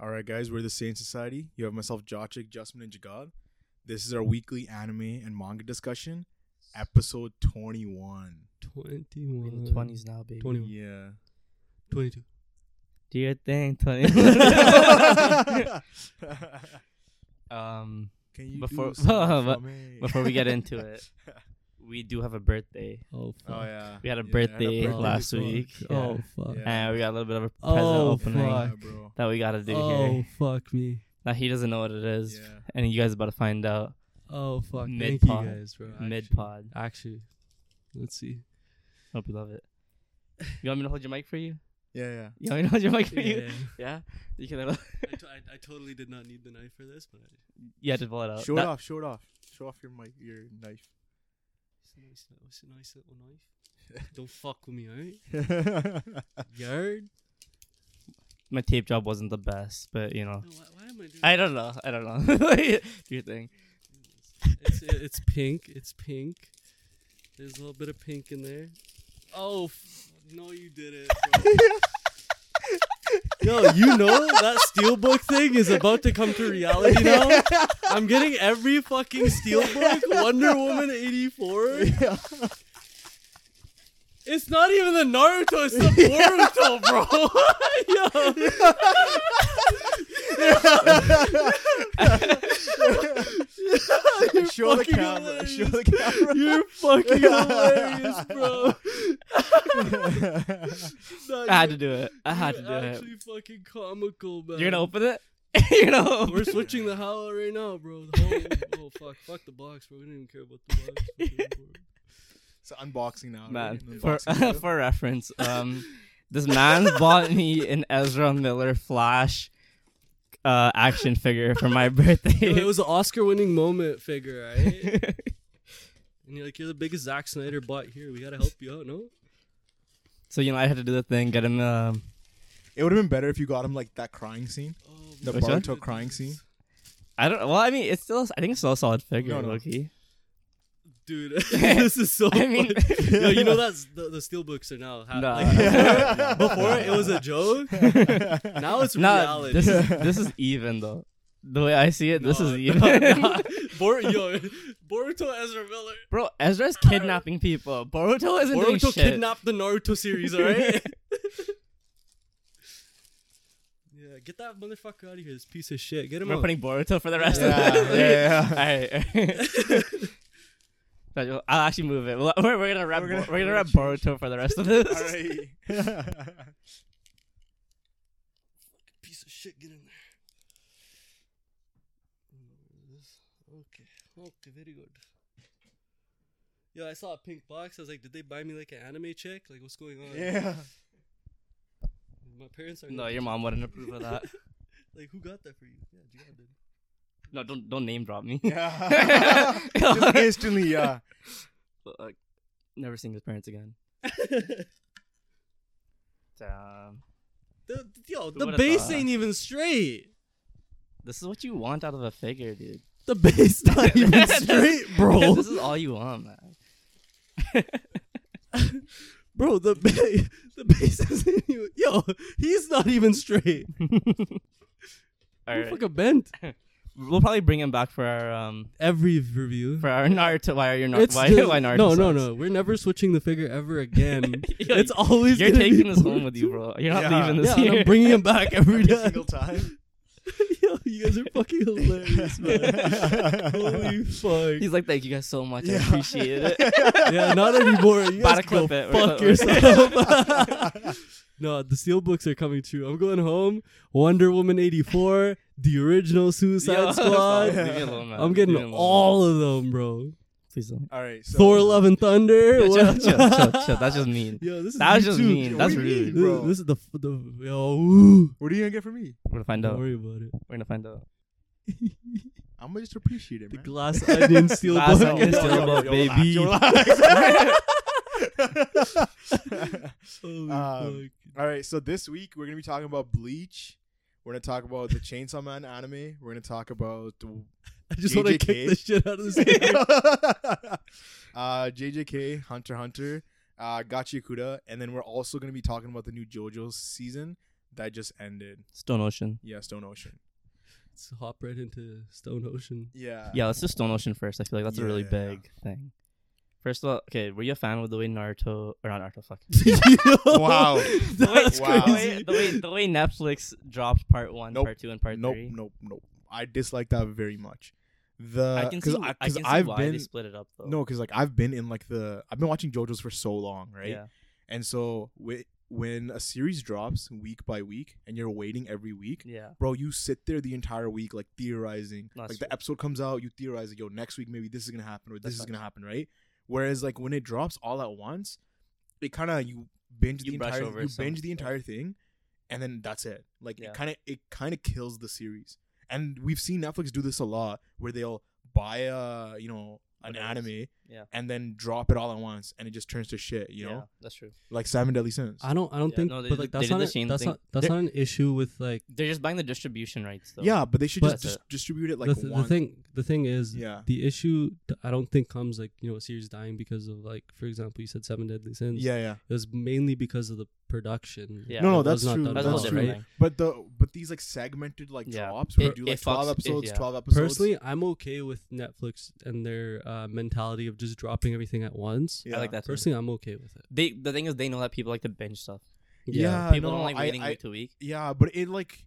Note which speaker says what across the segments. Speaker 1: All right, guys, we're the Saint Society. You have myself, Jochik, Justman, and Jagad. This is our weekly anime and manga discussion, episode 21.
Speaker 2: We're
Speaker 3: 21.
Speaker 2: in the twenties now, baby.
Speaker 3: 21.
Speaker 1: Yeah.
Speaker 3: 22.
Speaker 2: Do your thing, twenty. um,
Speaker 1: Can you
Speaker 2: Before-
Speaker 1: do something for me?
Speaker 2: before we get into it. we do have a birthday.
Speaker 3: Oh, fuck.
Speaker 1: Oh, yeah.
Speaker 2: We had a
Speaker 1: Yeah, I
Speaker 2: birthday
Speaker 3: Oh,
Speaker 2: last
Speaker 3: fuck.
Speaker 2: week.
Speaker 3: Oh, fuck.
Speaker 1: Yeah.
Speaker 2: And we got a little bit of a present
Speaker 3: Oh,
Speaker 2: opening
Speaker 3: fuck.
Speaker 1: Yeah, bro.
Speaker 2: that we gotta do
Speaker 3: Oh,
Speaker 2: here.
Speaker 3: fuck me.
Speaker 2: Now he doesn't know what it is,
Speaker 1: Yeah.
Speaker 2: and you guys about to find out
Speaker 3: Oh, fuck. Thank you
Speaker 2: Mid-pod.
Speaker 3: guys, bro. Actually-
Speaker 2: mid pod.
Speaker 3: Actually, let's see.
Speaker 2: Hope you love it. You want me to hold your mic for you?
Speaker 1: Yeah, yeah.
Speaker 2: You want me to hold your mic for you?
Speaker 3: Yeah.
Speaker 2: Yeah. You can.
Speaker 3: I, t- I, I totally did not need the knife for this, but
Speaker 2: Yeah, just pull it out.
Speaker 1: Show
Speaker 2: Uh, That-
Speaker 1: it off, show it off. Show off your mic, your knife.
Speaker 3: it's a nice, it's a nice little knife. Don't fuck with me, alright? Yard?
Speaker 2: My tape job wasn't the best, but you know,
Speaker 1: Mm.
Speaker 3: No, why, why am I doing
Speaker 2: I don't know. I don't know. Do your thing.
Speaker 3: it's, it's pink. It's pink. There's a little bit of pink in there. Oh, f- no, you did it. Yo, you know that steelbook thing is about to come to reality now. I'm getting every fucking steelbook Wonder Woman 84. It's not even the Naruto, it's the Boruto, bro. Yo.
Speaker 1: show the
Speaker 3: fucking
Speaker 1: camera. Show the
Speaker 3: You're fucking hilarious, bro.
Speaker 1: camera.
Speaker 3: Nah,
Speaker 2: I had to
Speaker 3: you're-
Speaker 2: do it. I had to
Speaker 3: you're
Speaker 2: do it.
Speaker 3: actually fucking comical, man.
Speaker 2: You're gonna open it. You're gonna. Open
Speaker 3: We're
Speaker 2: it?
Speaker 3: switching the howl right now, bro. The whole, oh fuck, fuck the box, bro. We don't even care about the box. Fucking-
Speaker 1: it's an unboxing now.
Speaker 2: man.
Speaker 1: right? An
Speaker 2: For
Speaker 1: unboxing video.
Speaker 2: for reference, um, this man bought me an Ezra Miller Flash, uh, action figure for my birthday.
Speaker 3: Yo, it was an Oscar-winning moment figure, right? and you're like, you're the biggest Zack Snyder bot here. We gotta help you out, no?
Speaker 2: so you know, I had to do the thing. Get him. Um,
Speaker 1: It would have been better if you got him like that crying scene.
Speaker 3: Oh,
Speaker 1: The
Speaker 3: we
Speaker 2: Which one?
Speaker 3: did
Speaker 1: Boruto crying
Speaker 3: this.
Speaker 1: scene.
Speaker 2: I don't. Well, I mean, it's still. I think it's still a solid figure,
Speaker 1: No, no.
Speaker 2: Loki.
Speaker 3: dude. this is so.
Speaker 2: I mean,
Speaker 3: funny. Yo, you know that's the, the steelbooks are now. Ha-
Speaker 2: Nah.
Speaker 3: like, before, before it was a joke. Now it's
Speaker 2: no,
Speaker 3: reality.
Speaker 2: this is this is even though. The way I see it, this
Speaker 3: No,
Speaker 2: is
Speaker 3: no,
Speaker 2: even.
Speaker 3: no. Bor- yo, Boruto Ezra Miller.
Speaker 2: Bro, Ezra's kidnapping people. Boruto isn't doing
Speaker 3: Boruto
Speaker 2: shit.
Speaker 3: kidnapped the Naruto series, alright? yeah, get that motherfucker out of here, this piece of shit. Get him
Speaker 2: We're
Speaker 3: out.
Speaker 2: putting Boruto for the rest
Speaker 1: Yeah,
Speaker 2: of the
Speaker 1: yeah, yeah.
Speaker 2: Alright. Alright. I'll actually move it. We're, we're, we're gonna wrap
Speaker 1: We're
Speaker 2: we're
Speaker 1: gonna-
Speaker 2: gonna,
Speaker 1: we're gonna
Speaker 2: wrap
Speaker 1: change.
Speaker 2: Boruto for the rest of this.
Speaker 1: Alright.
Speaker 3: piece of shit, get in there. Okay, okay, very good. Yo, I saw a pink box. I was like, did they buy me like an anime check? Like, what's going on?
Speaker 1: yeah.
Speaker 3: My parents are
Speaker 2: No,
Speaker 3: gonna-
Speaker 2: your mom wouldn't approve of that.
Speaker 3: Like, who got that for you? Yeah, Jihad did.
Speaker 2: No, don't don't name drop me.
Speaker 1: Yeah. Just instantly, yeah.
Speaker 2: Like, never seeing his parents again. Damn.
Speaker 3: The, yo,
Speaker 2: Who
Speaker 3: the
Speaker 2: would've
Speaker 3: base
Speaker 2: thought?
Speaker 3: ain't even straight.
Speaker 2: This is what you want out of a figure, dude.
Speaker 3: The base not even straight, bro.
Speaker 2: this is all you want, man.
Speaker 3: bro, the ba- the base isn't even. Yo, he's not even straight.
Speaker 2: All
Speaker 3: You
Speaker 2: right.
Speaker 3: fucking bent.
Speaker 2: We'll probably bring him back for our um
Speaker 3: Every review.
Speaker 2: for our Naruto. Why are you Naruto?
Speaker 3: It's
Speaker 2: Why,
Speaker 3: just-
Speaker 2: why Naruto?
Speaker 3: no, no,
Speaker 2: sucks.
Speaker 3: no. We're never switching the figure ever again.
Speaker 2: Yo,
Speaker 3: it's always
Speaker 2: You're
Speaker 3: gonna be
Speaker 2: taking this
Speaker 3: Boruto.
Speaker 2: home with you, bro. You're not
Speaker 1: Yeah.
Speaker 2: leaving this
Speaker 3: Yeah, and
Speaker 2: here.
Speaker 3: I'm bringing him back every
Speaker 1: Every
Speaker 3: day.
Speaker 1: single time.
Speaker 3: Yo, you guys are fucking hilarious, man. Holy fuck.
Speaker 2: He's like, thank you guys so much.
Speaker 1: Yeah.
Speaker 2: I appreciate it.
Speaker 3: yeah, not anymore. You
Speaker 2: Gotta
Speaker 3: guys go
Speaker 2: clip it. We're
Speaker 3: fuck
Speaker 2: clip it.
Speaker 3: yourself. no, the steel books are coming true. I'm going home. Wonder Woman 84, the original Suicide
Speaker 2: Yo,
Speaker 3: Squad.
Speaker 2: leave me alone, man.
Speaker 3: I'm getting
Speaker 2: Leave me alone.
Speaker 3: all of them, bro.
Speaker 2: Please don't.
Speaker 1: All right. So,
Speaker 3: Thor, Love and Thunder.
Speaker 2: Yo,
Speaker 3: what-
Speaker 2: chill, chill, chill, chill. That's just mean.
Speaker 3: Yo, this is
Speaker 2: That was
Speaker 3: you
Speaker 2: just
Speaker 3: too.
Speaker 2: mean. That's
Speaker 1: What do you mean,
Speaker 3: This,
Speaker 2: rude.
Speaker 1: bro.
Speaker 3: this is the f- the yo. Woo.
Speaker 1: What are you gonna get from me?
Speaker 2: We're gonna find
Speaker 3: Don't
Speaker 2: out. We're
Speaker 3: worry about it.
Speaker 2: gonna find out.
Speaker 1: I'm gonna just appreciate it,
Speaker 3: The
Speaker 1: man.
Speaker 3: glass onion steel
Speaker 2: Glass
Speaker 3: book.
Speaker 2: onion steel
Speaker 1: Yo, yo,
Speaker 2: book,
Speaker 1: yo,
Speaker 2: baby.
Speaker 1: Um,
Speaker 3: Holy fuck.
Speaker 1: All right. So this week we're gonna be talking about Bleach. We're gonna talk about the Chainsaw Man anime. We're gonna talk about
Speaker 3: I just want to
Speaker 1: JJK.
Speaker 3: kick the shit out of this.
Speaker 1: uh, JJK, Hunter x Hunter, uh, Gachi Kuda, and then we're also going to be talking about the new JoJo's season, that just ended.
Speaker 2: Stone Ocean.
Speaker 1: Yeah, Stone Ocean.
Speaker 3: Let's hop right into Stone Ocean.
Speaker 1: Yeah.
Speaker 2: Yeah, let's do Stone Ocean first. I feel like that's a really
Speaker 1: Yeah, yeah, yeah.
Speaker 2: big thing. First of all, okay, were you a fan of the way Naruto or not Naruto? Fuck.
Speaker 1: Wow.
Speaker 2: The way,
Speaker 3: That's
Speaker 1: Wow.
Speaker 2: the
Speaker 3: crazy.
Speaker 2: way, the way the way Netflix dropped part one,
Speaker 1: Nope.
Speaker 2: part two, and part
Speaker 1: nope,
Speaker 2: three.
Speaker 1: nope, nope. I dislike that very much. The
Speaker 2: I can see.
Speaker 1: Uh, cause
Speaker 2: I,
Speaker 1: because
Speaker 2: can see
Speaker 1: I've
Speaker 2: why they
Speaker 1: been
Speaker 2: split it up though.
Speaker 1: no, because like I've been in like the I've been watching JoJo's for so long, right?
Speaker 2: Yeah.
Speaker 1: And so wh- when a series drops week by week, and you're waiting every week,
Speaker 2: Yeah.
Speaker 1: bro, you sit there the entire week like theorizing.
Speaker 2: No, that's
Speaker 1: like the
Speaker 2: true.
Speaker 1: episode comes out, you theorize like, yo, next week maybe this is gonna happen or this
Speaker 2: That's
Speaker 1: is
Speaker 2: facts.
Speaker 1: gonna happen, right? Whereas like when it drops all at once, it kind of you binge
Speaker 2: You
Speaker 1: the
Speaker 2: brush
Speaker 1: entire
Speaker 2: over
Speaker 1: you
Speaker 2: some
Speaker 1: binge the
Speaker 2: stuff.
Speaker 1: entire thing, and then that's it. Like
Speaker 2: Yeah.
Speaker 1: it kind of it kind of kills the series, and we've seen Netflix do this a lot where they'll buy a you know an
Speaker 2: Whatever it is.
Speaker 1: anime.
Speaker 2: Yeah.
Speaker 1: And then drop it all at once, and it just turns to shit, you
Speaker 2: yeah,
Speaker 1: know,
Speaker 2: that's true.
Speaker 1: like Seven Deadly Sins.
Speaker 3: I don't. I don't
Speaker 2: Yeah,
Speaker 3: think.
Speaker 2: no, they
Speaker 3: but
Speaker 2: did-
Speaker 3: like
Speaker 2: they
Speaker 3: that's
Speaker 2: did
Speaker 3: not.
Speaker 2: the
Speaker 3: a-
Speaker 2: Shane
Speaker 3: that's
Speaker 2: thing.
Speaker 3: not. That's
Speaker 1: They're-
Speaker 3: not an issue with like.
Speaker 2: They're just buying the distribution rights though.
Speaker 1: yeah, but they should
Speaker 3: But-
Speaker 1: just dis- distribute it like
Speaker 3: the, th-
Speaker 1: one.
Speaker 3: the thing. The thing is.
Speaker 1: yeah,
Speaker 3: The issue. th- I don't think comes like you know a series dying because of like for example you said Seven Deadly Sins.
Speaker 1: yeah, yeah.
Speaker 3: It was mainly because of the production.
Speaker 2: Yeah.
Speaker 1: No, no,
Speaker 3: It was
Speaker 1: that's
Speaker 3: not
Speaker 1: true,
Speaker 3: done
Speaker 2: that's a
Speaker 1: that's
Speaker 2: whole
Speaker 3: well,
Speaker 1: true.
Speaker 2: different
Speaker 3: right?
Speaker 2: thing.
Speaker 1: But the but these like segmented like
Speaker 2: Yeah.
Speaker 1: drops where
Speaker 2: It-
Speaker 1: you do like
Speaker 2: it
Speaker 1: twelve
Speaker 2: fucks- it-
Speaker 1: episodes,
Speaker 2: yeah.
Speaker 1: twelve episodes.
Speaker 3: Personally, I'm okay with Netflix and their uh, mentality of just dropping everything at once.
Speaker 1: yeah.
Speaker 2: I like that. too.
Speaker 3: Personally, I'm okay with it.
Speaker 2: They the thing is they know that people like to binge stuff.
Speaker 1: Yeah,
Speaker 2: People
Speaker 1: Uh, no,
Speaker 2: don't like
Speaker 1: I-
Speaker 2: waiting
Speaker 1: I-
Speaker 2: week to week.
Speaker 1: yeah, but it like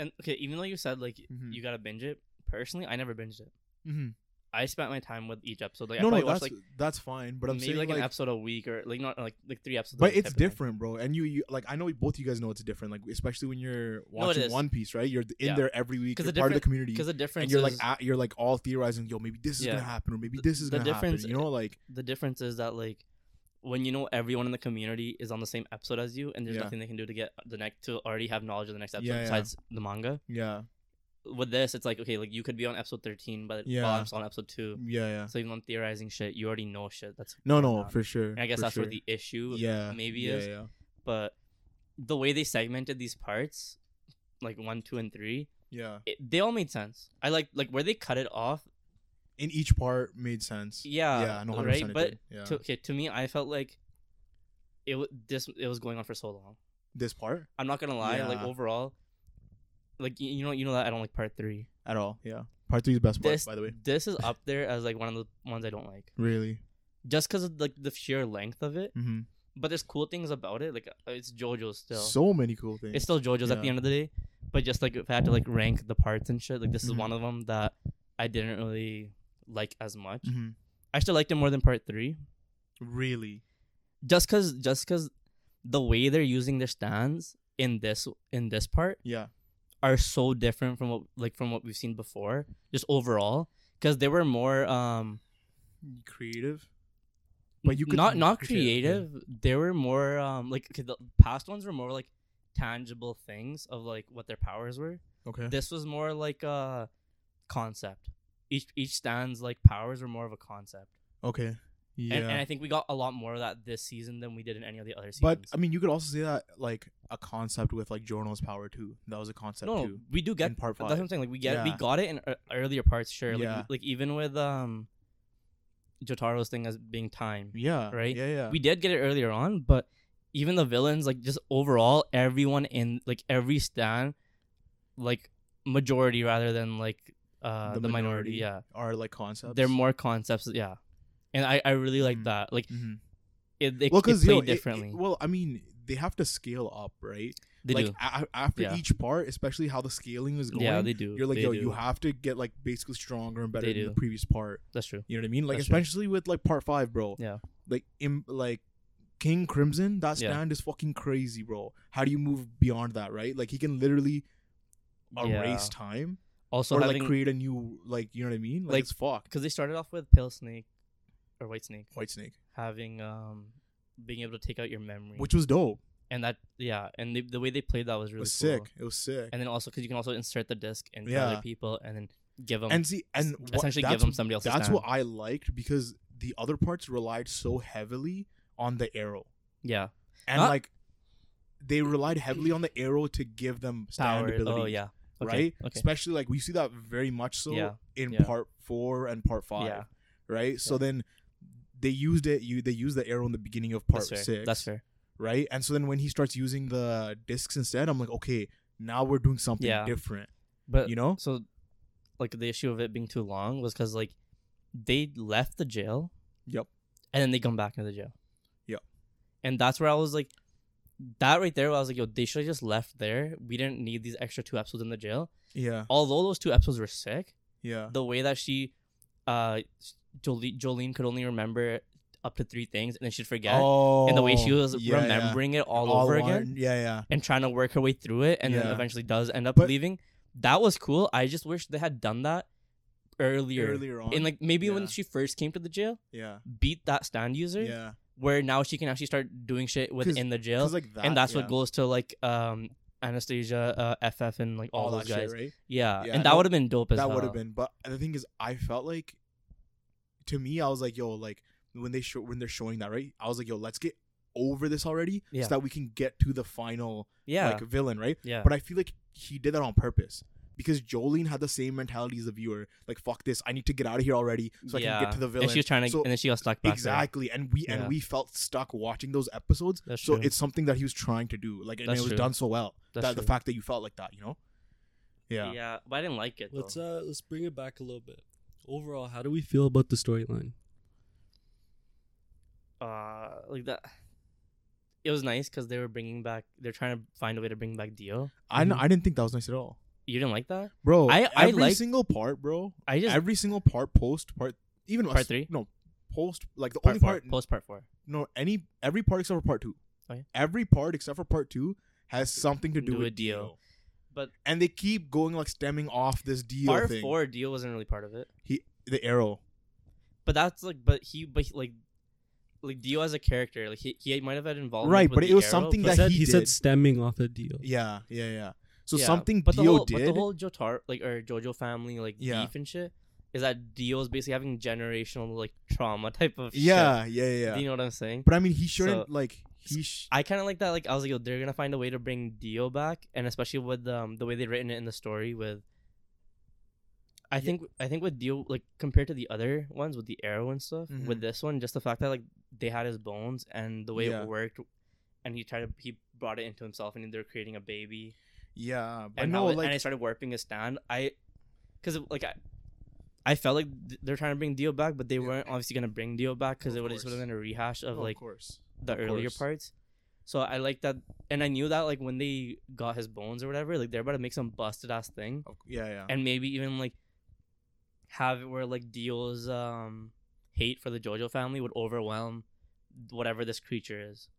Speaker 2: And okay, even though you said like
Speaker 1: mhm,
Speaker 2: you gotta binge it, personally I never binged it.
Speaker 1: mhm.
Speaker 2: I spent my time with each episode. Like I
Speaker 1: no, no,
Speaker 2: probably
Speaker 1: that's
Speaker 2: watched like
Speaker 1: that's fine. But I'm
Speaker 2: maybe
Speaker 1: saying
Speaker 2: like,
Speaker 1: like,
Speaker 2: an episode a week or like not like like three episodes. a
Speaker 1: but
Speaker 2: week
Speaker 1: it's
Speaker 2: type of thing.
Speaker 1: different, bro. And you, you like I know both you guys know it's different. Like especially when you're watching
Speaker 2: is.
Speaker 1: One Piece, right? You're in
Speaker 2: Yeah.
Speaker 1: there every week.
Speaker 2: 'Cause
Speaker 1: You're
Speaker 2: the
Speaker 1: part of the
Speaker 2: different-
Speaker 1: community,
Speaker 2: because the
Speaker 1: and
Speaker 2: difference
Speaker 1: you're
Speaker 2: is
Speaker 1: like at, you're like all theorizing. Yo, maybe this is
Speaker 2: Yeah.
Speaker 1: gonna happen, or maybe
Speaker 2: The-
Speaker 1: this is
Speaker 2: the
Speaker 1: gonna happen.
Speaker 2: difference-
Speaker 1: You know, like
Speaker 2: the difference is that like when you know everyone in the community is on the same episode as you and there's
Speaker 1: Yeah.
Speaker 2: nothing they can do to get the next to already have knowledge of the next episode
Speaker 1: Yeah, yeah.
Speaker 2: besides the manga
Speaker 1: yeah,
Speaker 2: with this it's like okay like you could be on episode 13 but
Speaker 1: Yeah.
Speaker 2: yeah. i'm still on episode 2
Speaker 1: yeah, yeah.
Speaker 2: so even though i'm theorizing shit you already know shit that's
Speaker 1: No,
Speaker 2: going
Speaker 1: no,
Speaker 2: on.
Speaker 1: for sure.
Speaker 2: and i guess
Speaker 1: for
Speaker 2: that's
Speaker 1: sure.
Speaker 2: where the issue
Speaker 1: yeah
Speaker 2: maybe
Speaker 1: yeah,
Speaker 2: is
Speaker 1: yeah.
Speaker 2: but the way they segmented these parts like one two and three
Speaker 1: yeah.
Speaker 2: it, they all made sense i like like where they cut it off
Speaker 1: In each part made sense.
Speaker 2: yeah
Speaker 1: yeah, no, 100%
Speaker 2: Uh, right
Speaker 1: it
Speaker 2: but
Speaker 1: did. yeah.
Speaker 2: to, okay, to me i felt like it w- this it was going on for so long
Speaker 1: this part
Speaker 2: I'm not gonna lie. Like
Speaker 1: Yeah.
Speaker 2: overall, like you, you know, you know that I don't like part three.
Speaker 1: at all. Yeah, part three is the best part,
Speaker 2: This,
Speaker 1: by the way.
Speaker 2: this is up there as like one of the ones I don't like,
Speaker 1: Really.
Speaker 2: just because of like the sheer length of it.
Speaker 1: Mm-hmm.
Speaker 2: But there's cool things about it. Like uh, it's JoJo still.
Speaker 1: So many cool things.
Speaker 2: it's still JoJo's at the
Speaker 1: yeah.
Speaker 2: end of the day. But just like if I had to like rank the parts and shit, like this
Speaker 1: Mhm.
Speaker 2: is one of them that I didn't really like as much.
Speaker 1: Mhm.
Speaker 2: I still liked it more than part three,
Speaker 1: really.
Speaker 2: just cause just cause the way they're using their stands in this in this part
Speaker 1: Yeah.
Speaker 2: are so different from what like from what we've seen before, just overall. Because they were more um
Speaker 1: Creative. But you could
Speaker 2: not not
Speaker 1: appreciate it, yeah.
Speaker 2: creative. They were more um like 'cause the past ones were more like tangible things of like what their powers were.
Speaker 1: Okay.
Speaker 2: This was more like a concept. Each each stand's like powers were more of a concept.
Speaker 1: Okay. Yeah.
Speaker 2: And, and I think we got a lot more of that this season than we did in any of the other
Speaker 1: but
Speaker 2: seasons.
Speaker 1: I mean, you could also say that like a concept with like Jorno's power too. That was a concept
Speaker 2: no, no,
Speaker 1: too.
Speaker 2: we do get
Speaker 1: in part
Speaker 2: That's
Speaker 1: five.
Speaker 2: what I'm saying. Like we get we
Speaker 1: Yeah.
Speaker 2: got it in ear- earlier parts, sure. Like,
Speaker 1: Yeah.
Speaker 2: like even with um Jotaro's thing as being time.
Speaker 1: Yeah.
Speaker 2: Right?
Speaker 1: Yeah. Yeah.
Speaker 2: We did get it earlier on, but even the villains, like just overall, everyone in like every stand, like majority rather than like uh the,
Speaker 1: The
Speaker 2: minority,
Speaker 1: minority
Speaker 2: yeah.
Speaker 1: Are like concepts.
Speaker 2: They're more concepts, yeah. And I, I really like
Speaker 1: Mm.
Speaker 2: that. Like
Speaker 1: hmm
Speaker 2: it, they,
Speaker 1: Well,
Speaker 2: they
Speaker 1: because
Speaker 2: play differently.
Speaker 1: well, I mean, they have to scale up, right?
Speaker 2: they
Speaker 1: like
Speaker 2: do.
Speaker 1: a- a- after
Speaker 2: Yeah.
Speaker 1: each part, especially how the scaling is going.
Speaker 2: Yeah, they do.
Speaker 1: You're like,
Speaker 2: They
Speaker 1: yo,
Speaker 2: do.
Speaker 1: you have to get like basically stronger and better
Speaker 2: They
Speaker 1: than the
Speaker 2: do.
Speaker 1: previous part.
Speaker 2: That's true.
Speaker 1: You know what I mean? Like
Speaker 2: That's true.
Speaker 1: especially with like part five, bro.
Speaker 2: Yeah.
Speaker 1: Like im- like King Crimson, that
Speaker 2: Yeah.
Speaker 1: stand is fucking crazy, bro. How do you move beyond that, right? Like he can literally erase
Speaker 2: Yeah.
Speaker 1: time
Speaker 2: Also
Speaker 1: or
Speaker 2: having
Speaker 1: like create a new like you know what I mean? Like,
Speaker 2: Like-
Speaker 1: it's fucked.
Speaker 2: because they started off with Pale Snake or White Snake.
Speaker 1: White Snake,
Speaker 2: having um being able to take out your memory
Speaker 1: which was dope.
Speaker 2: and that yeah and the, the way they played that was
Speaker 1: It
Speaker 2: really
Speaker 1: was
Speaker 2: cool.
Speaker 1: sick. It was sick. And,
Speaker 2: and then also because you can also insert the disc into other
Speaker 1: Yeah.
Speaker 2: people and then give them
Speaker 1: see, and what,
Speaker 2: um, essentially give
Speaker 1: that's-
Speaker 2: them somebody else's
Speaker 1: That's
Speaker 2: stand.
Speaker 1: what I liked because the other parts relied so heavily on the arrow.
Speaker 2: yeah
Speaker 1: and
Speaker 2: Not-
Speaker 1: like they relied heavily on the arrow to give them
Speaker 2: power
Speaker 1: standability.
Speaker 2: oh yeah okay.
Speaker 1: Right,
Speaker 2: okay
Speaker 1: especially like we see that very much so
Speaker 2: Yeah,
Speaker 1: in
Speaker 2: yeah.
Speaker 1: part four and part five,
Speaker 2: Yeah.
Speaker 1: right? So then they used it. You they used the arrow in the beginning of part
Speaker 2: that's fair
Speaker 1: six,
Speaker 2: that's fair
Speaker 1: right? And so then when he starts using the discs instead, I'm like, okay, now we're doing something
Speaker 2: Yeah.
Speaker 1: different,
Speaker 2: But
Speaker 1: you know?
Speaker 2: so like the issue of it being too long was because like they left the jail
Speaker 1: Yep.
Speaker 2: and then they come back into the jail
Speaker 1: Yep.
Speaker 2: and that's where i was like that right there i was like yo they should have just left there we didn't need these extra two episodes in the jail
Speaker 1: Yeah,
Speaker 2: although those two episodes were sick
Speaker 1: yeah,
Speaker 2: the way that she uh jolene, jolene could only remember up to three things and then she'd forget
Speaker 1: Oh,
Speaker 2: and the way she was
Speaker 1: yeah, yeah.
Speaker 2: remembering it all, over
Speaker 1: on-
Speaker 2: again
Speaker 1: Yeah, yeah.
Speaker 2: and trying to work her way through it and then
Speaker 1: Yeah.
Speaker 2: eventually does end up
Speaker 1: But-
Speaker 2: leaving. That was cool. I just wish they had done that earlier.
Speaker 1: Earlier on,
Speaker 2: And like maybe
Speaker 1: Yeah.
Speaker 2: when she first came to the jail,
Speaker 1: yeah,
Speaker 2: beat that stand user
Speaker 1: yeah,
Speaker 2: where now she can actually start doing shit within the jail.
Speaker 1: 'Cause like that,
Speaker 2: and that's
Speaker 1: yeah.
Speaker 2: what goes to like um Anastasia, uh, FF and like all,
Speaker 1: all
Speaker 2: those
Speaker 1: that
Speaker 2: guys.
Speaker 1: shit, right?
Speaker 2: Yeah.
Speaker 1: Yeah,
Speaker 2: And that
Speaker 1: no,
Speaker 2: would have been dope as
Speaker 1: that
Speaker 2: hell.
Speaker 1: would have been. But the thing is, I felt like, to me, I was like, yo, like when they show when they're showing that, right? I was like, yo, let's get over this already,
Speaker 2: Yeah.
Speaker 1: so that we can get to the final
Speaker 2: Yeah.
Speaker 1: like villain, right?
Speaker 2: yeah.
Speaker 1: But I feel like he did that on purpose because Jolene had the same mentality as the viewer, like fuck this, I need to get out of here already, so I can
Speaker 2: Yeah.
Speaker 1: get to the
Speaker 2: and
Speaker 1: villain.
Speaker 2: she was trying to
Speaker 1: So-
Speaker 2: and then she got stuck back. there.
Speaker 1: exactly, and we
Speaker 2: Yeah.
Speaker 1: and we felt stuck watching those episodes.
Speaker 2: That's
Speaker 1: so
Speaker 2: true.
Speaker 1: it's something that he was trying to do, like, and
Speaker 2: That's
Speaker 1: it was
Speaker 2: true.
Speaker 1: done so well.
Speaker 2: That's
Speaker 1: that the
Speaker 2: true.
Speaker 1: fact that you felt like that, you know? Yeah.
Speaker 2: yeah. But I didn't like it.
Speaker 3: Let's
Speaker 2: though.
Speaker 3: uh let's bring it back a little bit. Overall, how do we feel about the storyline?
Speaker 2: uh like that it was nice because they were bringing back they're trying to find a way to bring back dio
Speaker 1: I n- I didn't think that was nice at all,
Speaker 2: you didn't like that
Speaker 1: bro.
Speaker 2: I- I
Speaker 1: every
Speaker 2: like-
Speaker 1: single part, bro.
Speaker 2: i just
Speaker 1: every single part, post part, even
Speaker 2: Part
Speaker 1: us-
Speaker 2: three?
Speaker 1: No, post like the
Speaker 2: part
Speaker 1: only
Speaker 2: four,
Speaker 1: part.
Speaker 2: post Oh, part four
Speaker 1: No, any every part except for part two.
Speaker 2: Okay.
Speaker 1: Every part except for part two has something to do, with Dio.
Speaker 2: But-
Speaker 1: and they keep going like stemming off this Dio
Speaker 2: part
Speaker 1: thing.
Speaker 2: four dio wasn't really part of it
Speaker 1: He the arrow.
Speaker 2: but that's like but he but he, like like dio as a character like he, he might have had involvement
Speaker 1: Right,
Speaker 2: with
Speaker 1: but it
Speaker 2: the
Speaker 1: was
Speaker 2: Arrow,
Speaker 1: something
Speaker 3: He
Speaker 2: but-
Speaker 1: that
Speaker 3: said
Speaker 1: he
Speaker 3: he said
Speaker 1: did.
Speaker 3: stemming off a deal.
Speaker 1: Yeah, yeah, yeah. So
Speaker 2: Yeah,
Speaker 1: something
Speaker 2: but
Speaker 1: Dio
Speaker 2: the whole,
Speaker 1: did.
Speaker 2: but the whole jotar like or jojo family like
Speaker 1: Yeah.
Speaker 2: beef and shit is that dio is basically having generational like trauma type of shit.
Speaker 1: yeah, yeah, yeah,
Speaker 2: do you know what i'm saying
Speaker 1: But I mean, he shouldn't
Speaker 2: So-
Speaker 1: like he. Sh-
Speaker 2: I kind of like that. Like I was like, yo, they're gonna find a way to bring Dio back, and especially with um the way they written it in the story with. I think I think with Dio like compared to the other ones with the arrow and stuff, with
Speaker 1: Mhm.
Speaker 2: this one, just the fact that like they had his bones and the way
Speaker 1: Yeah.
Speaker 2: it worked, and he tried to he brought it into himself, and they're creating a baby,
Speaker 1: yeah, but
Speaker 2: and
Speaker 1: no,
Speaker 2: how it-
Speaker 1: like
Speaker 2: and I started warping his stand. I, because like I. I felt like th- they're trying to bring Dio back, but they
Speaker 1: Yeah.
Speaker 2: weren't obviously gonna bring Dio back because
Speaker 1: Of
Speaker 2: it would have just
Speaker 1: course.
Speaker 2: been a rehash of
Speaker 1: Oh,
Speaker 2: like
Speaker 1: course.
Speaker 2: the
Speaker 1: Of
Speaker 2: earlier
Speaker 1: course.
Speaker 2: parts. So I like that, and I knew that like when they got his bones or whatever, like they're about to make some busted ass thing,
Speaker 1: Of- yeah, yeah.
Speaker 2: and maybe even like have it where like Dio's um hate for the JoJo family would overwhelm whatever this creature is.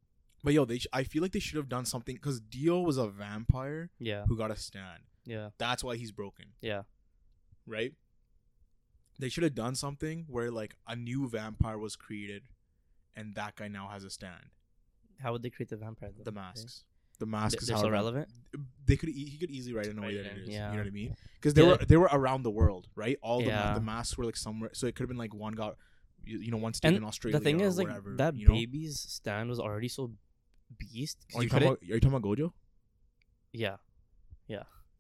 Speaker 1: But yo, they sh- I feel like they should have done something because Dio was a vampire
Speaker 2: Yeah,
Speaker 1: who got a stand.
Speaker 2: yeah,
Speaker 1: That's why he's broken,
Speaker 2: yeah,
Speaker 1: right? They should have done something where like a new vampire was created, and that guy now has a stand.
Speaker 2: How would they create the vampire? Though?
Speaker 1: The
Speaker 2: right?
Speaker 1: masks. The masks.
Speaker 2: They-
Speaker 1: is
Speaker 2: They're
Speaker 1: how
Speaker 2: so
Speaker 1: it-
Speaker 2: relevant.
Speaker 1: They could e- he could easily write it in a way
Speaker 2: Write
Speaker 1: that
Speaker 2: it
Speaker 1: it
Speaker 2: in,
Speaker 1: is.
Speaker 2: yeah.
Speaker 1: You know what I mean? Because they
Speaker 2: Yeah.
Speaker 1: were they were around the world, right? All the ma-
Speaker 2: Yeah.
Speaker 1: the masks were like somewhere. So it could have been like one got, you, you know, one
Speaker 2: And
Speaker 1: stayed in Australia.
Speaker 2: the thing
Speaker 1: or
Speaker 2: is, like
Speaker 1: whatever,
Speaker 2: that
Speaker 1: you know?
Speaker 2: baby's stand was already so beast. 'cause
Speaker 1: Are you,
Speaker 2: couldn't-
Speaker 1: talking about, are you talking about Gojo?
Speaker 2: yeah,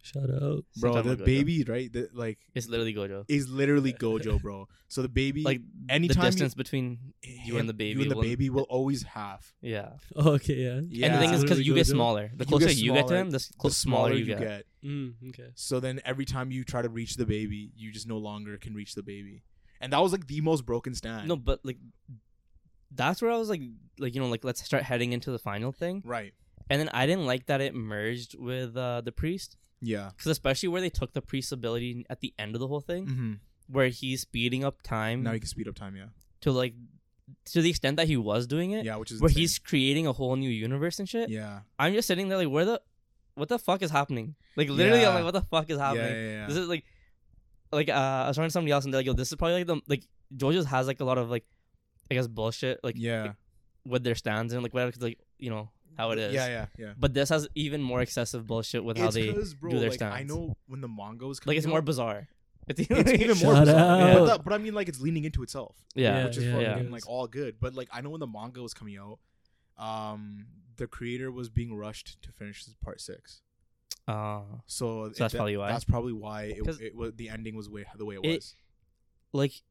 Speaker 3: Shout out.
Speaker 2: same
Speaker 1: Bro,
Speaker 2: time
Speaker 1: the
Speaker 2: with Gojo.
Speaker 1: baby, right? The, like
Speaker 2: It's literally Gojo.
Speaker 1: is literally Gojo, bro. So the baby,
Speaker 2: Like
Speaker 1: anytime
Speaker 2: the
Speaker 1: you-
Speaker 2: distance between you and the baby,
Speaker 1: you and the
Speaker 2: will-
Speaker 1: baby will always have.
Speaker 2: yeah.
Speaker 3: Oh, Okay, yeah.
Speaker 1: Yeah.
Speaker 2: And the thing is, because
Speaker 3: Literally
Speaker 2: you get
Speaker 3: goes up.
Speaker 2: smaller, the
Speaker 1: You
Speaker 2: closer
Speaker 1: get
Speaker 2: you get to
Speaker 1: smaller,
Speaker 2: him, the, s-
Speaker 1: The
Speaker 2: cl- smaller you, get.
Speaker 3: Mm, okay.
Speaker 1: So then every time you try to reach the baby, you just no longer can reach the baby. And that was like the most broken stand.
Speaker 2: No, but like, that's where I was like, like you know, like let's start heading into the final thing.
Speaker 1: Right.
Speaker 2: And then I didn't like that it merged with uh, the priest,
Speaker 1: Yeah.
Speaker 2: because especially where they took the priest's ability at the end of the whole thing,
Speaker 1: hmm
Speaker 2: where he's speeding up time
Speaker 1: Now you can speed up time. Yeah.
Speaker 2: to like, to the extent that he was doing it,
Speaker 1: Yeah, which is
Speaker 2: where
Speaker 1: insane.
Speaker 2: Eh. he's creating a whole new universe and shit.
Speaker 1: Yeah.
Speaker 2: I'm just sitting there like, where the, what the fuck is happening? Like literally,
Speaker 1: Yeah.
Speaker 2: I'm like, what the fuck is
Speaker 1: Yeah.
Speaker 2: happening?
Speaker 1: Yeah. yeah.
Speaker 2: This is like, like uh, I was talking to somebody else, and they're like, "Yo, this is probably like the like JoJo's has like a lot of like, I guess bullshit like
Speaker 1: yeah.
Speaker 2: with their stands and like whatever, 'cause, like you know how it is.
Speaker 1: Yeah. Yeah. Yeah.
Speaker 2: But this has even more excessive bullshit with how
Speaker 1: It's
Speaker 2: they
Speaker 1: 'cause, bro,
Speaker 2: do their
Speaker 1: like, I
Speaker 2: stands.
Speaker 1: know when the manga was coming
Speaker 2: like it's more
Speaker 1: out,
Speaker 2: bizarre. It's,
Speaker 1: it's even more
Speaker 3: Shut
Speaker 1: bizarre.
Speaker 2: up.
Speaker 1: But, that- but I mean, like, it's leaning into itself.
Speaker 2: yeah.
Speaker 1: which is
Speaker 3: yeah,
Speaker 1: fucking
Speaker 3: yeah.
Speaker 1: like all good. But like I know when the manga was coming out, um, the creator was being rushed to finish this part six.
Speaker 2: Uh,
Speaker 1: So, it-
Speaker 2: that's probably why?
Speaker 1: That's probably why it,
Speaker 2: 'Cause-
Speaker 1: it was the ending was way the way it
Speaker 2: It-
Speaker 1: was.
Speaker 2: like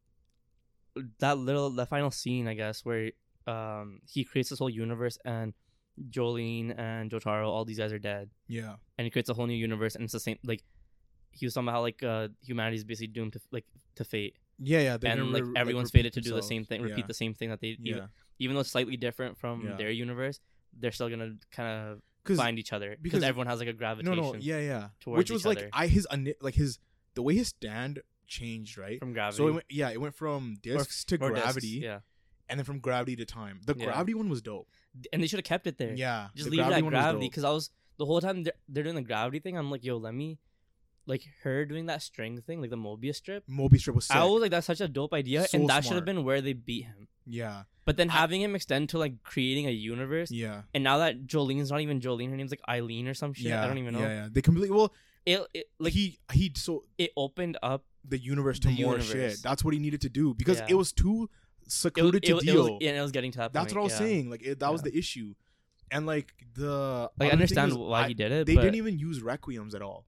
Speaker 2: that little that final scene, I guess, where um he creates this whole universe and Jolene and Jotaro, all these guys are dead,
Speaker 1: Yeah.
Speaker 2: and he creates a whole new universe, and it's the same. Like he was talking about how like uh, humanity is basically doomed to like to fate,
Speaker 1: Yeah, yeah. they're
Speaker 2: and
Speaker 1: gonna
Speaker 2: like
Speaker 1: re-
Speaker 2: everyone's
Speaker 1: repeat
Speaker 2: fated to do the
Speaker 1: themselves.
Speaker 2: same thing, repeat
Speaker 1: Yeah.
Speaker 2: the same thing that they
Speaker 1: Yeah.
Speaker 2: even, even though it's slightly different from
Speaker 1: Yeah.
Speaker 2: their universe, they're still gonna kind of
Speaker 1: Because
Speaker 2: find each other because
Speaker 1: because-
Speaker 2: everyone has like a gravitation
Speaker 1: no, no, yeah, yeah.
Speaker 2: towards
Speaker 1: Which was
Speaker 2: each
Speaker 1: like
Speaker 2: other.
Speaker 1: I his ani- like his the way his stand changed, right?
Speaker 2: from gravity.
Speaker 1: So it went, yeah, it went from discs to
Speaker 2: Or discs,
Speaker 1: gravity,
Speaker 2: yeah.
Speaker 1: and then from gravity to time. The
Speaker 2: Yeah.
Speaker 1: gravity one was dope.
Speaker 2: D- And they should have kept it there.
Speaker 1: Yeah,
Speaker 2: Just
Speaker 1: the
Speaker 2: leave it at
Speaker 1: one was
Speaker 2: gravity
Speaker 1: dope.
Speaker 2: because I was the whole time they're, they're doing the gravity thing. I'm like, yo, let me, like her doing that string thing, like the Mobius strip.
Speaker 1: Moby strip was sick.
Speaker 2: I was like, that's such a dope idea,
Speaker 1: So
Speaker 2: and that should have
Speaker 1: smart.
Speaker 2: been where they beat him.
Speaker 1: yeah,
Speaker 2: But then having him extend to like creating a universe,
Speaker 1: yeah,
Speaker 2: and now that Jolene's not even Jolene, her name's like Eileen or some shit.
Speaker 1: yeah.
Speaker 2: I don't even know.
Speaker 1: Yeah, yeah. They completely well,
Speaker 2: It, it like
Speaker 1: like he he so
Speaker 2: it opened up.
Speaker 1: the universe to
Speaker 2: The
Speaker 1: more
Speaker 2: universe.
Speaker 1: shit. That's what he needed to do because
Speaker 2: Yeah.
Speaker 1: it was too
Speaker 2: It was,
Speaker 1: secluded
Speaker 2: it,
Speaker 1: to
Speaker 2: was, it
Speaker 1: deal.
Speaker 2: was- yeah, and it was getting to that.
Speaker 1: That's
Speaker 2: point,
Speaker 1: what I was
Speaker 2: yeah.
Speaker 1: saying. Like it, that was
Speaker 2: Yeah.
Speaker 1: the issue, and like the
Speaker 2: Like I
Speaker 1: other thing
Speaker 2: understand
Speaker 1: is,
Speaker 2: why
Speaker 1: I-
Speaker 2: he did it.
Speaker 1: They
Speaker 2: but
Speaker 1: didn't even use requiems at all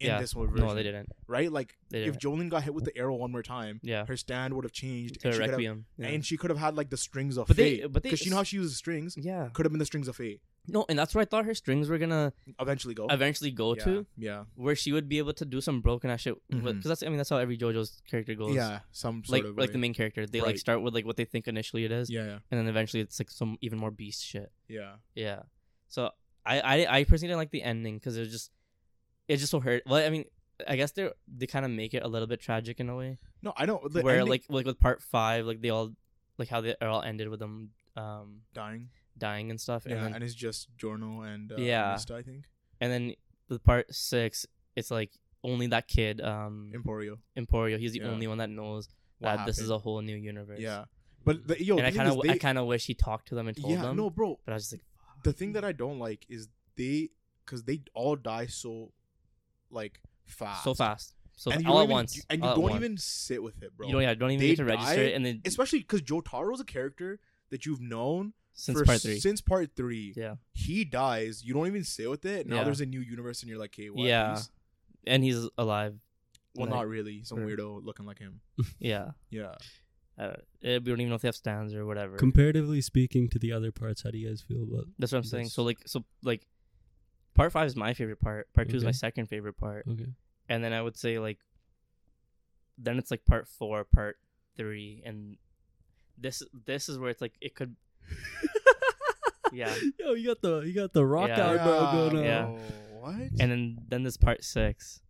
Speaker 1: in
Speaker 2: Yeah.
Speaker 1: this one version.
Speaker 2: No, they didn't.
Speaker 1: Right? Like
Speaker 2: They
Speaker 1: if
Speaker 2: didn't.
Speaker 1: Jolene got hit with the arrow one more time,
Speaker 2: Yeah.
Speaker 1: her stand would have changed, and
Speaker 2: To a
Speaker 1: she, could have,
Speaker 2: requiem. Yeah.
Speaker 1: and she could have had like the strings of
Speaker 2: But they-
Speaker 1: fate.
Speaker 2: but they-
Speaker 1: because you know how she uses strings,
Speaker 2: yeah.
Speaker 1: could have been the strings of fate.
Speaker 2: No, and that's where I thought her strings were gonna
Speaker 1: Eventually, go.
Speaker 2: eventually go
Speaker 1: Oh, yeah.
Speaker 2: to,
Speaker 1: yeah,
Speaker 2: where she would be able to do some broken ass shit. Because
Speaker 1: Mhm.
Speaker 2: that's I mean that's how every JoJo's character goes.
Speaker 1: yeah, some sort
Speaker 2: Like
Speaker 1: of
Speaker 2: like
Speaker 1: way.
Speaker 2: the main character, they like
Speaker 1: Right.
Speaker 2: start with like what they think initially it is,
Speaker 1: yeah, yeah,
Speaker 2: and then eventually it's like some even more beast shit.
Speaker 1: yeah.
Speaker 2: Yeah. So I I, I personally didn't like the ending because it was just it just so hurt. Well, I mean. I guess they they kind of make it a little bit tragic in a way,
Speaker 1: No, I don't. The
Speaker 2: where
Speaker 1: ending-
Speaker 2: like like with part five, like they all like how they are all ended with them um
Speaker 1: dying,
Speaker 2: dying and stuff,
Speaker 1: yeah,
Speaker 2: and then
Speaker 1: and, it's just Jorno and uh,
Speaker 2: Yeah.
Speaker 1: Mista, I think
Speaker 2: and then with part six, it's like only that kid, um,
Speaker 1: Emporio.
Speaker 2: Emporio. He's the
Speaker 1: Yeah.
Speaker 2: only one that knows
Speaker 1: What
Speaker 2: that this is
Speaker 1: happened?
Speaker 2: a whole new universe.
Speaker 1: yeah, but the, yo,
Speaker 2: and
Speaker 1: the
Speaker 2: I
Speaker 1: thing
Speaker 2: kind of,
Speaker 1: is they,
Speaker 2: I kind of wish he talked to them and told
Speaker 1: yeah,
Speaker 2: them.
Speaker 1: no, bro.
Speaker 2: But I was just like,
Speaker 1: the thing that I don't like is they because they all die so like fast,
Speaker 2: so fast, so
Speaker 1: and you
Speaker 2: all
Speaker 1: don't
Speaker 2: at
Speaker 1: even-
Speaker 2: once,
Speaker 1: and you
Speaker 2: all at
Speaker 1: don't
Speaker 2: once.
Speaker 1: even sit with it, bro.
Speaker 2: you don't, yeah, don't even
Speaker 1: They
Speaker 2: get to register
Speaker 1: die,
Speaker 2: it, and then
Speaker 1: Especially because Jotaro's a character that you've known
Speaker 2: since
Speaker 1: for
Speaker 2: part three,
Speaker 1: Since part three,
Speaker 2: Yeah.
Speaker 1: he dies. You don't even sit with it. Now
Speaker 2: Yeah.
Speaker 1: there's a new universe, and you're like, hey, what?
Speaker 2: Yeah.
Speaker 1: He's-
Speaker 2: and he's alive.
Speaker 1: well,
Speaker 2: Like-
Speaker 1: not really. Some
Speaker 2: Right.
Speaker 1: weirdo looking like him.
Speaker 2: Yeah,
Speaker 1: Yeah,
Speaker 2: uh, we don't even know if they have stands or whatever.
Speaker 3: Comparatively speaking to the other parts, how do you guys feel about?
Speaker 2: That's what I'm saying.
Speaker 3: That's-
Speaker 2: So like, so like, part five is my favorite part. Part two is my
Speaker 3: Okay.
Speaker 2: second favorite part.
Speaker 3: Okay.
Speaker 2: and then I would say like then it's like part four, part three, and this this is where it's like it could yeah,
Speaker 3: Yo, you got the you got the rock
Speaker 2: Yeah.
Speaker 3: out, bro. Going on.
Speaker 2: Yeah.
Speaker 1: bro, What?
Speaker 2: and then then this part six,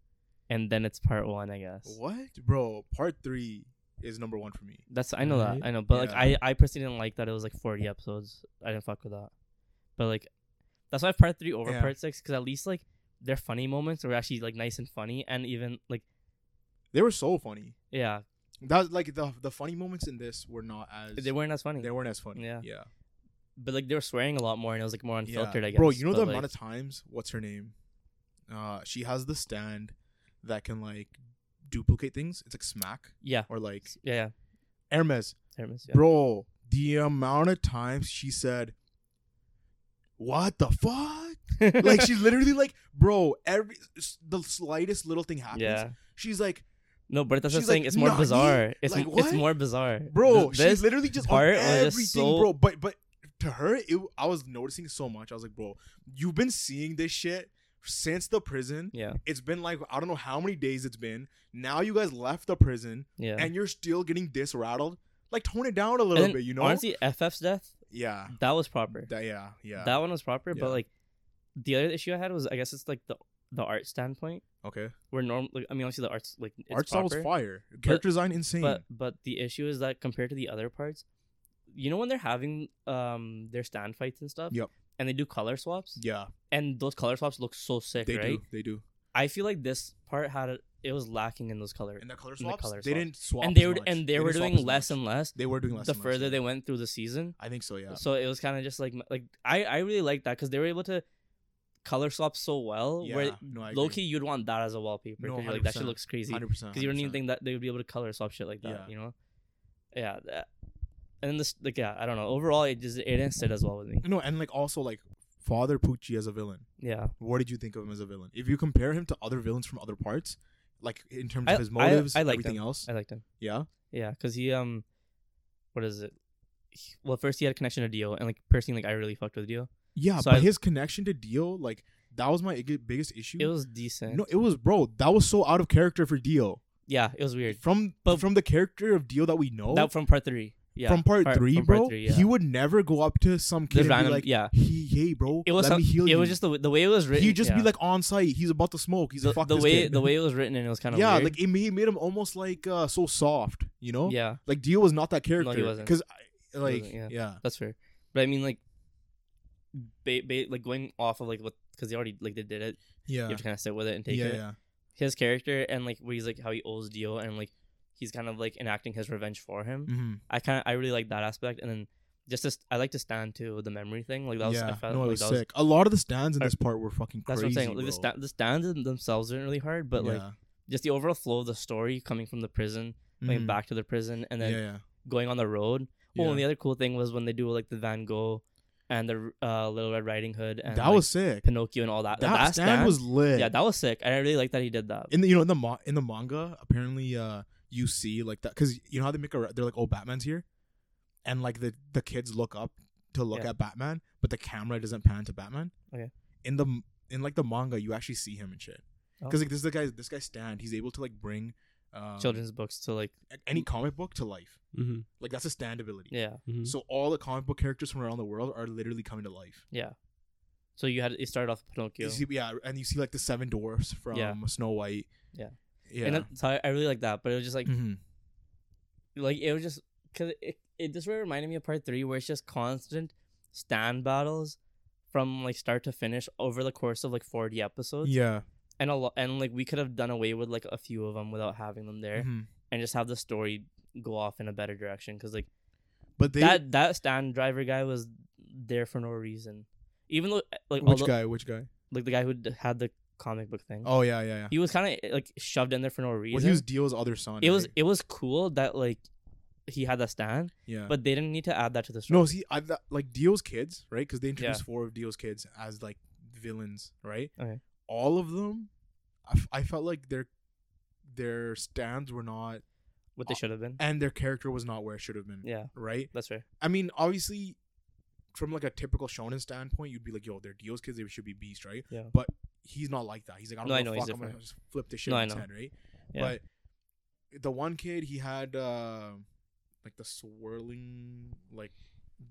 Speaker 2: and then it's part one, I guess.
Speaker 1: what, bro? Part three is number one for me.
Speaker 2: That's I know
Speaker 3: Right.
Speaker 2: that I know, but like
Speaker 1: Yeah.
Speaker 2: I I personally didn't like that it was like forty episodes. I didn't fuck with that, but like that's why I have part three over
Speaker 1: Yeah.
Speaker 2: part six because at least like their funny moments were actually like nice and funny and even like
Speaker 1: They were so funny.
Speaker 2: yeah
Speaker 1: That like the the funny moments in this were not as
Speaker 2: they weren't as funny
Speaker 1: They weren't as funny.
Speaker 2: Yeah.
Speaker 1: Yeah.
Speaker 2: but like they were swearing a lot more and it was like more unfiltered I guess
Speaker 1: Bro, you know
Speaker 2: but,
Speaker 1: the
Speaker 2: like,
Speaker 1: amount of times what's her name? Uh she has the stand that can like duplicate things. It's like smack
Speaker 2: yeah
Speaker 1: or like
Speaker 2: yeah yeah
Speaker 1: Hermes.
Speaker 2: Hermes, yeah.
Speaker 1: Bro, the amount of times she said what the fuck? like she's literally like, bro, every s- the slightest little thing happens.
Speaker 2: yeah.
Speaker 1: She's like,
Speaker 2: No, but that's what I'm
Speaker 1: She's
Speaker 2: saying.
Speaker 1: like,
Speaker 2: It's more
Speaker 1: "Nani?"
Speaker 2: bizarre. It's
Speaker 1: Like,
Speaker 2: it's
Speaker 1: what?
Speaker 2: more bizarre,
Speaker 1: bro,
Speaker 2: Th-
Speaker 1: she
Speaker 2: this-
Speaker 1: literally just on
Speaker 2: part was just
Speaker 1: everything,
Speaker 2: so-
Speaker 1: bro. But but to her, it, I was noticing so much. I was like, bro, you've been seeing this shit since the prison.
Speaker 2: yeah,
Speaker 1: It's been like I don't know how many days it's been. Now you guys left the prison
Speaker 2: yeah.
Speaker 1: and you're still getting this rattled. Like tone it down a
Speaker 2: And
Speaker 1: little
Speaker 2: then,
Speaker 1: bit, you know?
Speaker 2: Honestly, FF's death
Speaker 1: yeah,
Speaker 2: that was proper.
Speaker 1: that, yeah, yeah.
Speaker 2: That one was proper.
Speaker 1: Yeah.
Speaker 2: But like the other issue I had was, I guess it's like the the art standpoint.
Speaker 1: okay,
Speaker 2: Where norm, like, I mean, obviously the art's like it's
Speaker 1: art style was
Speaker 2: proper,
Speaker 1: fire. Character design insane.
Speaker 2: But but the issue is that compared to the other parts, you know when they're having um their stand fights and stuff.
Speaker 1: Yep.
Speaker 2: And they do color swaps,
Speaker 1: yeah,
Speaker 2: and those color swaps look so sick,
Speaker 1: they
Speaker 2: right?
Speaker 1: do, they do.
Speaker 2: I feel like this part had a, it was lacking in those colors,
Speaker 1: And the color
Speaker 2: And the
Speaker 1: swaps,
Speaker 2: color
Speaker 1: they
Speaker 2: swaps.
Speaker 1: didn't swap.
Speaker 2: and they
Speaker 1: as
Speaker 2: were
Speaker 1: much.
Speaker 2: and they
Speaker 1: didn't
Speaker 2: were
Speaker 1: swap
Speaker 2: doing
Speaker 1: as
Speaker 2: less
Speaker 1: much.
Speaker 2: and less.
Speaker 1: They were doing less.
Speaker 2: the
Speaker 1: and less,
Speaker 2: further
Speaker 1: yeah.
Speaker 2: they went through the season.
Speaker 1: I think so. Yeah.
Speaker 2: So it was kind of just like like I I really like that because they were able to color swap so well.
Speaker 1: yeah.
Speaker 2: where
Speaker 1: No, I agree.
Speaker 2: low key you'd want that as a wallpaper.
Speaker 1: No,
Speaker 2: because you're like that shit
Speaker 1: 100%.
Speaker 2: looks crazy
Speaker 1: Hundred percent.
Speaker 2: because you don't even think that they would be able to color swap shit like that.
Speaker 1: Yeah.
Speaker 2: You know, yeah. That, and then this like yeah I don't know. Overall it just it didn't sit as well with me.
Speaker 1: No, and like also like Father Pucci as a villain.
Speaker 2: Yeah,
Speaker 1: What did you think of him as a villain? If you compare him to other villains from other parts, like in terms
Speaker 2: I-
Speaker 1: of his
Speaker 2: I-
Speaker 1: motives,
Speaker 2: I liked
Speaker 1: everything else,
Speaker 2: I liked him.
Speaker 1: yeah,
Speaker 2: Yeah, because he um, what is it? He- well, first he had a connection to Dio, and like personally, like I really fucked with Dio.
Speaker 1: yeah,
Speaker 2: So
Speaker 1: but
Speaker 2: I-
Speaker 1: hig- his connection to Dio, like that was my ig- biggest issue.
Speaker 2: It was decent.
Speaker 1: no, it was bro. That was so out of character for Dio.
Speaker 2: yeah, it was weird.
Speaker 1: From
Speaker 2: But-
Speaker 1: from the character of Dio that we know
Speaker 2: That from part three. Yeah.
Speaker 1: from part
Speaker 2: part-
Speaker 1: three,
Speaker 2: from part
Speaker 1: bro,
Speaker 2: three, yeah.
Speaker 1: he would never go up to some kid
Speaker 2: The
Speaker 1: and
Speaker 2: random-
Speaker 1: be like,
Speaker 2: yeah.
Speaker 1: he, hey, bro,
Speaker 2: it was
Speaker 1: let
Speaker 2: some,
Speaker 1: me heal
Speaker 2: it
Speaker 1: you.
Speaker 2: was just the, the way it was written.
Speaker 1: He'd just be
Speaker 2: yeah.
Speaker 1: like on site. He's about to smoke. He's
Speaker 2: the,
Speaker 1: a fuck
Speaker 2: the
Speaker 1: this
Speaker 2: way
Speaker 1: kid.
Speaker 2: the way it was written and it was kind of
Speaker 1: yeah,
Speaker 2: weird.
Speaker 1: like it made, made him almost like uh, so soft, you know?
Speaker 2: yeah,
Speaker 1: Like Dio was not that character.
Speaker 2: wasn't.
Speaker 1: Because like
Speaker 2: wasn't,
Speaker 1: yeah.
Speaker 2: yeah. that's fair. But I mean like, ba- ba- like going off of like what because they already like they did it.
Speaker 1: Yeah.
Speaker 2: You have to kind of sit with it and take
Speaker 1: yeah,
Speaker 2: it.
Speaker 1: yeah.
Speaker 2: His character and like where he's like how he owes Dio and like he's kind of like enacting his revenge for him.
Speaker 1: Mhm.
Speaker 2: I kind of I really like that aspect and then. Just to, I like to stand too the memory thing like that was I
Speaker 1: yeah.
Speaker 2: felt
Speaker 1: no,
Speaker 2: like
Speaker 1: it was
Speaker 2: that
Speaker 1: sick. A lot of the stands in
Speaker 2: Or-
Speaker 1: this part were fucking
Speaker 2: that's
Speaker 1: crazy.
Speaker 2: what I'm saying like
Speaker 1: bro.
Speaker 2: the, sta- the stands in themselves aren't really hard but like
Speaker 1: Yeah.
Speaker 2: just the overall flow of the story coming from the prison going
Speaker 1: Mhm.
Speaker 2: back to the prison and then
Speaker 1: yeah, yeah.
Speaker 2: going on the road. Oh,
Speaker 1: Yeah.
Speaker 2: and the other cool thing was when they do like the Van Gogh and the uh, Little Red Riding Hood and
Speaker 1: that
Speaker 2: like,
Speaker 1: was sick.
Speaker 2: Pinocchio and all that.
Speaker 1: That,
Speaker 2: Like,
Speaker 1: stand, was lit.
Speaker 2: yeah, that was sick. And I really like that he did that.
Speaker 1: in the you know in the ma- in the manga apparently uh you see like that because you know how they make a re- they're like oh Batman's here, and like the the kids look up to look
Speaker 2: Yeah.
Speaker 1: at Batman, but the camera doesn't pan to Batman.
Speaker 2: Okay.
Speaker 1: In the m- in like the manga, you actually see him and shit.
Speaker 2: Oh.
Speaker 1: Because like this is the guy this guy stand he's able to like bring um,
Speaker 2: Children's books to like
Speaker 1: a- any comic book to life.
Speaker 3: Mm-hmm.
Speaker 1: Like that's a stand ability.
Speaker 2: yeah
Speaker 1: So all the comic book characters from around the world are literally coming to life.
Speaker 2: yeah. So you had it started off with Pinocchio,
Speaker 1: You see, yeah, and you see like the seven dwarfs from
Speaker 2: Yeah.
Speaker 1: Snow White.
Speaker 2: Yeah.
Speaker 1: yeah,
Speaker 2: and that's how I, I really like that. But it was just like
Speaker 1: Mhm.
Speaker 2: like it was just because it it just really reminded me of part three where it's just constant stand battles from like start to finish over the course of like 40 episodes
Speaker 1: yeah.
Speaker 2: and a lot and like we could have done away with like a few of them without having them there
Speaker 1: Mhm.
Speaker 2: and just have the story go off in a better direction because like
Speaker 1: But they
Speaker 2: that that stand driver guy was there for no reason even though eh, like
Speaker 1: Which
Speaker 2: although,
Speaker 1: guy? Which guy?
Speaker 2: like the guy who d- had the comic book thing
Speaker 1: Oh yeah, yeah, yeah.
Speaker 2: he was kind of like shoved in there for no
Speaker 1: Well,
Speaker 2: reason
Speaker 1: he was Dio's other son.
Speaker 2: it was
Speaker 1: right?
Speaker 2: it was cool that like he had that stand
Speaker 1: yeah.
Speaker 2: but they didn't need to add that to the story
Speaker 1: no, see, I that, like Dio's kids, right? Because they introduced
Speaker 2: Yeah.
Speaker 1: four of Dio's kids as like villains, right?
Speaker 2: Okay.
Speaker 1: All of them, I, f- I felt like their their stands were not,
Speaker 2: what they should have been
Speaker 1: uh, and their character was not where it should have been,
Speaker 2: yeah
Speaker 1: right?
Speaker 2: that's fair
Speaker 1: I mean, obviously, from like a typical shonen standpoint, you'd be like, "Yo, they're Dio's kids; they should be beast, right?"
Speaker 2: Yeah.
Speaker 1: But he's not like that. He's like, "I don't
Speaker 2: No, I
Speaker 1: know,
Speaker 2: know,
Speaker 1: fuck,
Speaker 2: he's
Speaker 1: I'm gonna
Speaker 2: different.
Speaker 1: just flip this shit
Speaker 2: No,
Speaker 1: on
Speaker 2: I
Speaker 1: its
Speaker 2: know.
Speaker 1: head, right?"
Speaker 2: Yeah.
Speaker 1: But the one kid, he had uh, like the swirling, like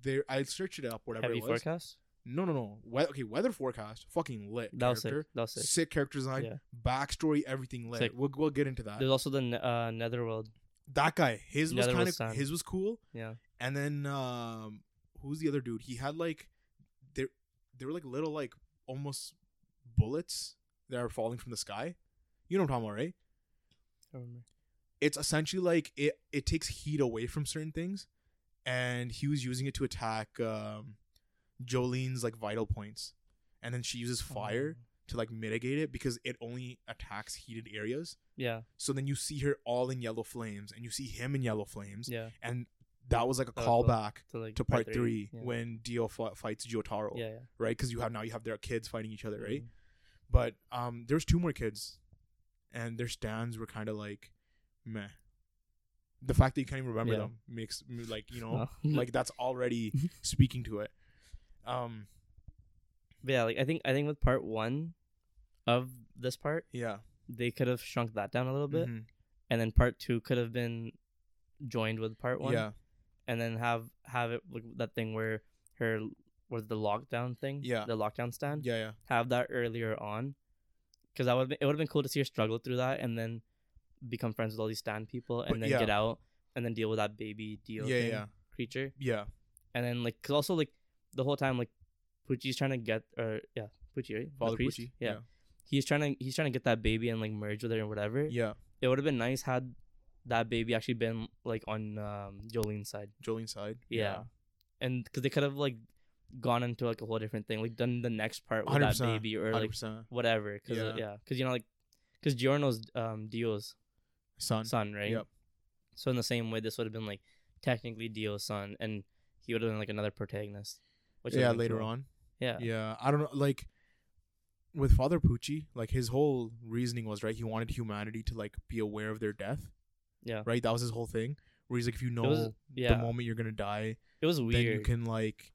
Speaker 1: there. I searched it up, whatever
Speaker 2: heavy
Speaker 1: it was.
Speaker 2: forecast
Speaker 1: No, no, no. We- okay, weather forecast, fucking lit.
Speaker 2: that was sick
Speaker 1: character.
Speaker 2: that was sick
Speaker 1: Sick character design,
Speaker 2: Yeah.
Speaker 1: backstory, everything lit.
Speaker 2: Sick.
Speaker 1: We'll, we'll get into that.
Speaker 2: there's also the ne- uh netherworld
Speaker 1: that guy, his was
Speaker 2: Nether
Speaker 1: kind
Speaker 2: was
Speaker 1: of
Speaker 2: Sam.
Speaker 1: his was cool.
Speaker 2: yeah
Speaker 1: And then um who's the other dude? He had like they they were like little like almost bullets that are falling from the sky. You know what I'm talking about, right?
Speaker 2: I remember.
Speaker 1: It's essentially like it it takes heat away from certain things and he was using it to attack um Jolene's like vital points. And then she uses
Speaker 2: Oh,
Speaker 1: fire
Speaker 2: Um,
Speaker 1: to like mitigate it because it only attacks heated areas.
Speaker 2: yeah
Speaker 1: So then you see her all in yellow flames and you see him in yellow flames
Speaker 2: yeah
Speaker 1: and that was like a
Speaker 2: That was cool.
Speaker 1: callback
Speaker 2: to like
Speaker 1: to part three
Speaker 2: yeah.
Speaker 1: when Dio f- fights Jotaro,
Speaker 2: yeah, yeah.
Speaker 1: right? Because you have now you have their kids fighting each other, right?
Speaker 2: Mhm.
Speaker 1: But um, there's two more kids, and their stands were kind of like, meh. The fact that you can't even remember
Speaker 2: Yeah. Oh.
Speaker 1: them makes m- like you know
Speaker 2: Mm-hmm. No.
Speaker 1: like that's already speaking to it. Um,
Speaker 2: But yeah, like I think I think with part one of this part,
Speaker 1: yeah,
Speaker 2: they could have shrunk that down a little bit,
Speaker 1: Mhm.
Speaker 2: and then part two could have been joined with part one,
Speaker 1: yeah,
Speaker 2: and then have have it like that thing where her was the lockdown thing,
Speaker 1: Yeah.
Speaker 2: the lockdown stand,
Speaker 1: yeah, yeah.
Speaker 2: have that earlier on, because that would it would have been cool to see her struggle through that, and then become friends with all these stand people, and
Speaker 1: But
Speaker 2: then
Speaker 1: yeah.
Speaker 2: get out, and then deal with that baby deal
Speaker 1: Yeah,
Speaker 2: thing,
Speaker 1: yeah.
Speaker 2: creature,
Speaker 1: Yeah,
Speaker 2: and then like because also like the whole time like Pucci's trying to get or yeah Pucci right The
Speaker 1: Father
Speaker 2: priest?
Speaker 1: Pucci.
Speaker 2: yeah he's trying to he's trying to get that baby and like merge with her and whatever.
Speaker 1: yeah, yeah.
Speaker 2: It would have been nice had that baby actually been like on um, Jolene's side.
Speaker 1: Jolene's side.
Speaker 2: Yeah, and because they could have like gone into like a whole different thing, like done the next part with that
Speaker 1: 100%,
Speaker 2: baby or
Speaker 1: hundred
Speaker 2: like
Speaker 1: percent.
Speaker 2: whatever. Cause yeah,
Speaker 1: Yeah.
Speaker 2: because you know like because Giorno's um Dio's
Speaker 1: Son.
Speaker 2: son, right?
Speaker 1: Yep.
Speaker 2: So in the same way, this would have been like technically Dio's son, and he would have been like another protagonist. Which
Speaker 1: Yeah, later on.
Speaker 2: Yeah.
Speaker 1: Yeah, I don't know. Like with Father Pucci, like his whole reasoning was right. He wanted humanity to like be aware of their death.
Speaker 2: Yeah.
Speaker 1: Right. That was his whole thing. Where he's like, if you know
Speaker 2: was-
Speaker 1: the
Speaker 2: yeah.
Speaker 1: moment you're gonna die,
Speaker 2: It was weird.
Speaker 1: then you can like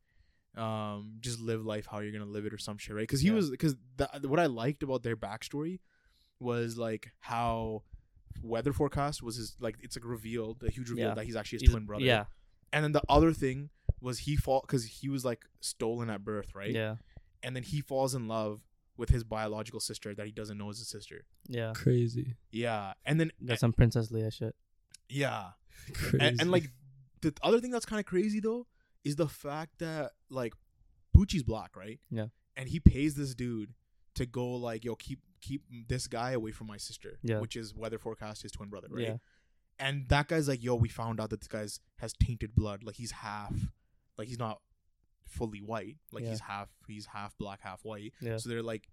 Speaker 1: um just live life how you're gonna live it or some shit right because he
Speaker 3: Yeah.
Speaker 1: was because what i liked about their backstory was like how weather forecast was his like it's like revealed a huge reveal
Speaker 2: Yeah.
Speaker 1: that he's actually his
Speaker 2: He's-
Speaker 1: twin brother
Speaker 2: Yeah,
Speaker 1: and then the other thing was he fall because he was like stolen at birth right
Speaker 2: yeah,
Speaker 1: and then he falls in love with his biological sister that he doesn't know is his sister
Speaker 2: yeah.
Speaker 3: Crazy.
Speaker 1: yeah and then eh,
Speaker 2: Got some Princess Leia shit.
Speaker 1: yeah
Speaker 3: Crazy.
Speaker 1: and, and like the other thing that's kind of crazy though is the fact that like Poochie's black, right?
Speaker 2: Yeah.
Speaker 1: And he pays this dude to go like, yo, keep keep this guy away from my sister,
Speaker 2: Yeah.
Speaker 1: which is weather forecast his twin brother, right?
Speaker 2: Yeah,
Speaker 1: And that guy's like, yo, we found out that this guy's has tainted blood, like he's half, like he's not fully white, like
Speaker 2: Yeah.
Speaker 1: he's half he's half black, half white.
Speaker 2: Yeah.
Speaker 1: So they're like,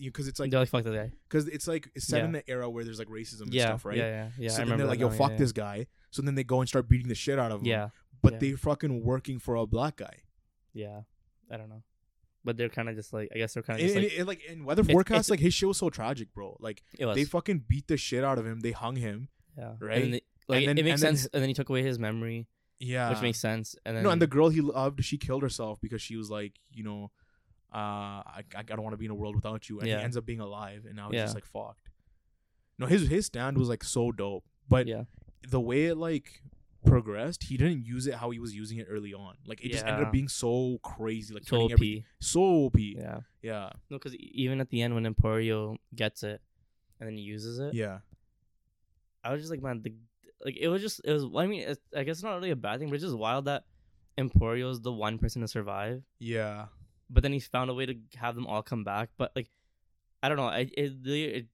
Speaker 1: because it's like
Speaker 2: they're like fuck that guy.
Speaker 1: because it's like it's set
Speaker 2: Yeah.
Speaker 1: in an era where there's like racism and
Speaker 2: Yeah,
Speaker 1: stuff, right?
Speaker 2: yeah, yeah, yeah. I
Speaker 1: so then
Speaker 2: remember
Speaker 1: they're
Speaker 2: that
Speaker 1: like, yo,
Speaker 2: now, yeah,
Speaker 1: fuck
Speaker 2: yeah.
Speaker 1: this guy. So then they go and start beating the shit out of him
Speaker 2: Yeah,
Speaker 1: but
Speaker 2: Yeah.
Speaker 1: they fucking working for a black guy.
Speaker 2: yeah. I don't know, but they're kind of just like I guess they're kind of
Speaker 1: And,
Speaker 2: just
Speaker 1: and-
Speaker 2: like
Speaker 1: and, like in weather
Speaker 2: It's-
Speaker 1: forecast,
Speaker 2: it's-
Speaker 1: like his shit was so tragic, bro. Like
Speaker 2: it was.
Speaker 1: they fucking beat the shit out of him. They hung him.
Speaker 2: yeah,
Speaker 1: right?
Speaker 2: And then, like
Speaker 1: And then-
Speaker 2: it makes
Speaker 1: and then-
Speaker 2: sense, and then he took away his memory,
Speaker 1: Yeah,
Speaker 2: which makes sense. And then
Speaker 1: no. And the girl he loved, she killed herself because she was like, you know, uh, I, I don't want to be in a world without you. And
Speaker 2: Yeah.
Speaker 1: he ends up being alive, and now he's just
Speaker 2: Yeah.
Speaker 1: like fucked. No, his his stand was like so dope, but
Speaker 2: yeah,
Speaker 1: the way it like progressed, he didn't use it how he was using it early on. Like it just ended
Speaker 2: Yeah.
Speaker 1: up being so crazy, like
Speaker 2: so
Speaker 1: turning
Speaker 2: OP.
Speaker 1: everything so OP. Yeah,
Speaker 2: Yeah,
Speaker 1: yeah,
Speaker 2: no, because even at the end when Emporio gets it, and then he uses it.
Speaker 1: yeah.
Speaker 2: I was just like, man, the, like it was just it was. I mean, it's, I guess it's not really a bad thing, but it's just wild that Emporio is the one person to survive, but then he's found a way to have them all come back. But like, I don't know, I it really- it,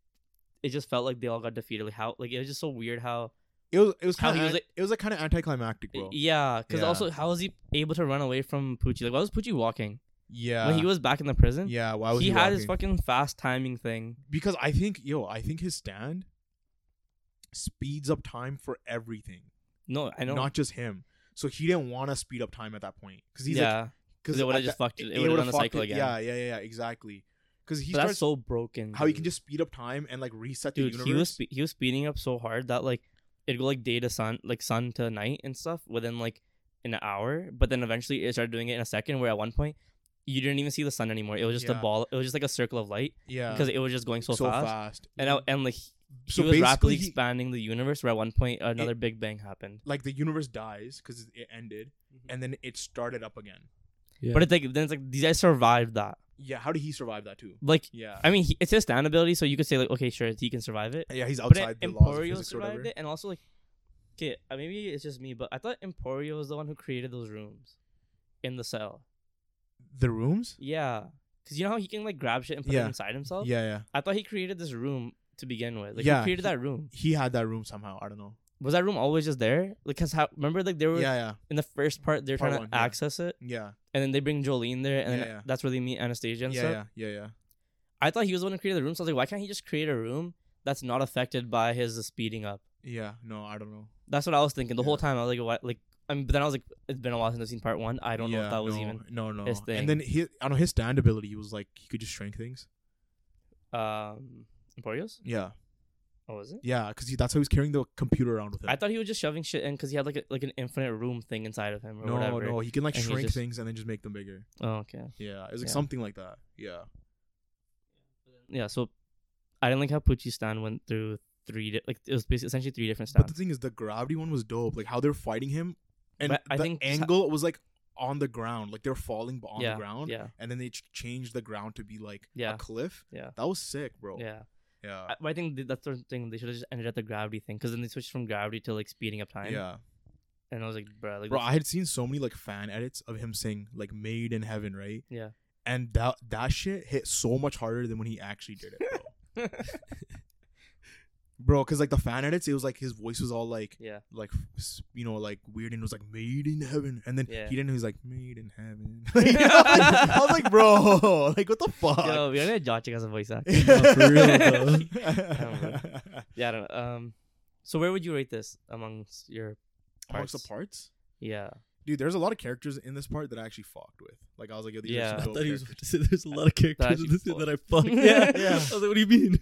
Speaker 2: it just felt like they all got defeated. Like how like it was just so weird how
Speaker 1: It was it was
Speaker 2: How
Speaker 1: kind
Speaker 2: he
Speaker 1: of
Speaker 2: was like-
Speaker 1: it was like kind of anticlimactic, bro.
Speaker 2: yeah, because
Speaker 1: Yeah.
Speaker 2: also how was he able to run away from Poochie? Like why was Poochie walking
Speaker 1: Yeah.
Speaker 2: when he was back in the prison?
Speaker 1: yeah. Why was
Speaker 2: he,
Speaker 1: he,
Speaker 2: had his
Speaker 1: walking?
Speaker 2: fucking fast timing thing.
Speaker 1: Because I think yo, I think his stand speeds up time for everything,
Speaker 2: No, I know.
Speaker 1: not just him. So he didn't want to speed up time at that point because he's like
Speaker 2: yeah,
Speaker 1: because
Speaker 2: it would've just fucked it- it would've done the cycle again.
Speaker 1: Yeah, yeah, yeah, yeah, exactly. Because he
Speaker 2: but
Speaker 1: starts
Speaker 2: that's so broken.
Speaker 1: how he
Speaker 2: dude.
Speaker 1: can just speed up time and like reset
Speaker 2: Mm-hmm. dude
Speaker 1: the universe.
Speaker 2: he was spe- he was speeding up so hard that like it'd go like day to sun like sun to night and stuff within like an hour but then eventually it started doing it in a second where at one point you didn't even see the sun anymore it was just a
Speaker 1: Yeah.
Speaker 2: ball it was just like a circle of light
Speaker 1: yeah, Mm-hmm.
Speaker 2: because it was just going so, fast. and I, and like he
Speaker 1: So
Speaker 2: was rapidly
Speaker 1: basically he-
Speaker 2: expanding the universe where at one point another big bang happened
Speaker 1: like the universe dies because it ended,
Speaker 2: Mm-hmm.
Speaker 1: and then it started up again.
Speaker 3: Yeah.
Speaker 2: but it's like then it's like these guys survived that
Speaker 1: Yeah, how did he survive that too?
Speaker 2: like
Speaker 1: Yeah,
Speaker 2: i mean he, it's his stand ability so you could say like okay sure he can survive it
Speaker 1: yeah, he's
Speaker 2: but
Speaker 1: outside
Speaker 2: it,
Speaker 1: the laws of
Speaker 2: Emporio
Speaker 1: physics or whatever.
Speaker 2: survived it, and also like, okay, uh, maybe it's just me, but I thought Emporio was the one who created those rooms in the cell.
Speaker 1: The rooms?
Speaker 2: Yeah, because you know how he can like grab shit and put it
Speaker 1: Yeah.
Speaker 2: inside himself.
Speaker 1: Yeah, yeah.
Speaker 2: I thought he created this room to begin with. Like, he
Speaker 1: Yeah,
Speaker 2: created
Speaker 1: he-
Speaker 2: that room.
Speaker 1: He had that room somehow. I don't know.
Speaker 2: Was that room always just there? Like, cause how remember like they were
Speaker 1: Yeah, yeah,
Speaker 2: in the first part they're
Speaker 1: Part
Speaker 2: trying
Speaker 1: one,
Speaker 2: to
Speaker 1: yeah.
Speaker 2: access it,
Speaker 1: yeah,
Speaker 2: and then they bring Jolene there, and
Speaker 1: Yeah,
Speaker 2: then
Speaker 1: yeah.
Speaker 2: that's where they meet Anastasia and
Speaker 1: yeah,
Speaker 2: stuff.
Speaker 1: yeah, yeah, yeah.
Speaker 2: I thought he was the one who created the room, so I was like, why can't he just create a room that's not affected by his speeding up?
Speaker 1: Yeah, no, I don't know.
Speaker 2: That's what I was thinking the whole
Speaker 1: Yeah.
Speaker 2: time. I was like, what? Like, I mean, but then I was like, it's been a while since I've seen part one. I don't know
Speaker 1: Yeah,
Speaker 2: if that was
Speaker 1: no,
Speaker 2: even.
Speaker 1: no, no.
Speaker 2: his thing.
Speaker 1: And then he, I don't know his stand ability was like he could just shrink things.
Speaker 2: Um, Emporios?
Speaker 1: Yeah,
Speaker 2: Oh, was it?
Speaker 1: yeah, because that's how he's carrying the computer around with him.
Speaker 2: I thought he was just shoving shit in because he had like a, like an infinite room thing inside of him or
Speaker 1: no,
Speaker 2: whatever.
Speaker 1: no, he can like
Speaker 2: And he
Speaker 1: shrink
Speaker 2: just-
Speaker 1: things and then just make them bigger.
Speaker 2: Oh, okay.
Speaker 1: Yeah, it was like
Speaker 2: Yeah.
Speaker 1: something like that. Yeah,
Speaker 2: Yeah, so I didn't like how Poochie Stan went through three, di- like, it was basically essentially three different
Speaker 1: but
Speaker 2: stands.
Speaker 1: the thing is, the gravity one was dope. Like how they're fighting him, and
Speaker 2: But
Speaker 1: the
Speaker 2: I think just-
Speaker 1: angle was like on the ground, like they're falling but on
Speaker 2: yeah,
Speaker 1: the ground,
Speaker 2: Yeah.
Speaker 1: and then they ch- changed the ground to be like
Speaker 2: Yeah.
Speaker 1: a cliff.
Speaker 2: Yeah.
Speaker 1: that was sick, bro.
Speaker 2: Yeah.
Speaker 1: yeah,
Speaker 2: I, but I think th- that's the thing. They should have just ended at the gravity thing because then they switched from gravity to like speeding up time.
Speaker 1: yeah.
Speaker 2: And I was like, bruh, like,
Speaker 1: Bro,
Speaker 2: that's-
Speaker 1: I had seen so many like fan edits of him saying like "Made in Heaven," right?
Speaker 2: Yeah.
Speaker 1: And that that shit hit so much harder than when he actually did it, bro. bro, because like the fan edits, it was like his voice was all like,
Speaker 2: yeah.
Speaker 1: like s- you know, like weird and it was like "Made in Heaven," and then
Speaker 2: Yeah.
Speaker 1: he didn't. He was like "Made in Heaven." You know? I was like, bro, like what the fuck?
Speaker 2: Yo, we gotta judge it as a voice actor.
Speaker 3: No, for real,
Speaker 2: bro.
Speaker 1: Damn, bro.
Speaker 2: Yeah, I don't know. Um, so where would you rate this amongst your?
Speaker 1: Amongst the
Speaker 2: Parts.
Speaker 1: parts,
Speaker 2: Yeah,
Speaker 1: dude, there's a lot of characters in this part that I actually fucked with. Like I was like, yo, these
Speaker 2: Yeah.
Speaker 1: are some
Speaker 2: I
Speaker 3: I
Speaker 1: dope
Speaker 3: thought he was
Speaker 1: characters.
Speaker 3: about to say there's a lot of characters
Speaker 2: actually
Speaker 3: in this
Speaker 2: fucked.
Speaker 3: that I fucked. Yeah,
Speaker 1: Yeah.
Speaker 3: I was like, what do you mean?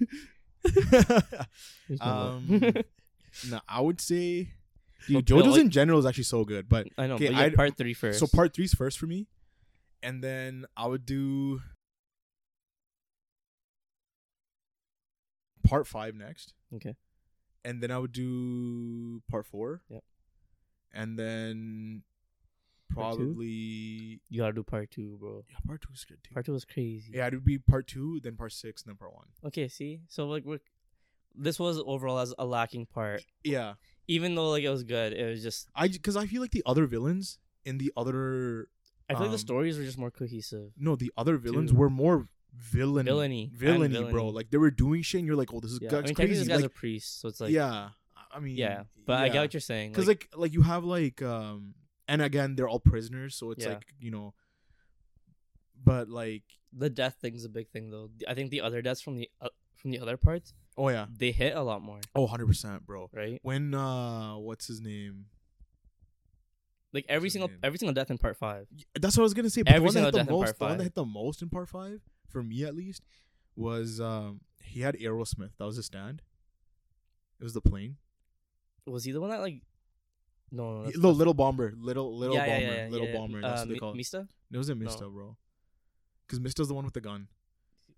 Speaker 1: Um, no, I would say, dude,
Speaker 2: But, no,
Speaker 1: JoJo's
Speaker 2: like-
Speaker 1: in general is actually so good. But
Speaker 2: I know.
Speaker 1: okay,
Speaker 2: but yeah,
Speaker 1: I'd-
Speaker 2: part three first.
Speaker 1: so part three's first for me, and then I would do part five next.
Speaker 2: Okay.
Speaker 1: And then I would do part four.
Speaker 2: Yep.
Speaker 1: And then
Speaker 2: Part two?
Speaker 1: probably
Speaker 2: You gotta do part two, bro.
Speaker 1: yeah, part two is good too.
Speaker 2: Part two was crazy.
Speaker 1: yeah, it would be part two, then part six, and then part one.
Speaker 2: Okay, see, so like we're, this was overall as a lacking part.
Speaker 1: Yeah,
Speaker 2: Even though like it was good, it was just
Speaker 1: I because I feel like the other villains in the other
Speaker 2: I feel like
Speaker 1: Um,
Speaker 2: the stories were just more cohesive.
Speaker 1: no the other villains
Speaker 2: Dude.
Speaker 1: were more villain
Speaker 2: Villainy. And
Speaker 1: villainy, bro.
Speaker 2: villainy.
Speaker 1: Like they were doing shit, and you're like, oh, this is
Speaker 2: Yeah, I
Speaker 1: that's
Speaker 2: mean, technically
Speaker 1: crazy.
Speaker 2: this guy's
Speaker 1: Like,
Speaker 2: a priest, so it's like yeah,
Speaker 1: yeah, I mean,
Speaker 2: But I get what you're saying.
Speaker 1: because like, like you have like um and again they're all prisoners, so it's
Speaker 2: Yeah.
Speaker 1: like you know, but like
Speaker 2: the death thing's a big thing though. I think the other deaths from the uh, from the other parts
Speaker 1: oh yeah,
Speaker 2: they hit a lot more,
Speaker 1: oh 100 percent, bro.
Speaker 2: right?
Speaker 1: When uh, what's his name?
Speaker 2: Like
Speaker 1: What's
Speaker 2: every
Speaker 1: his
Speaker 2: single
Speaker 1: name?
Speaker 2: every single death in part five.
Speaker 1: That's what I was gonna say. But
Speaker 2: Every
Speaker 1: the one that
Speaker 2: single
Speaker 1: hit
Speaker 2: death
Speaker 1: the
Speaker 2: in
Speaker 1: most,
Speaker 2: part
Speaker 1: the one
Speaker 2: five.
Speaker 1: that hit the most in part five, for me at least, was um he had Aerosmith. That was his stand. It was the plane.
Speaker 2: Was he the one that like? No, no,
Speaker 1: No,
Speaker 2: Oh, that's-
Speaker 1: little bomber, little little bomber, little bomber. That's
Speaker 2: Uh,
Speaker 1: what they
Speaker 2: Mi-
Speaker 1: call it.
Speaker 2: Mista.
Speaker 1: it wasn't
Speaker 2: no.
Speaker 1: Mista, bro. Because Mista's the one with the gun.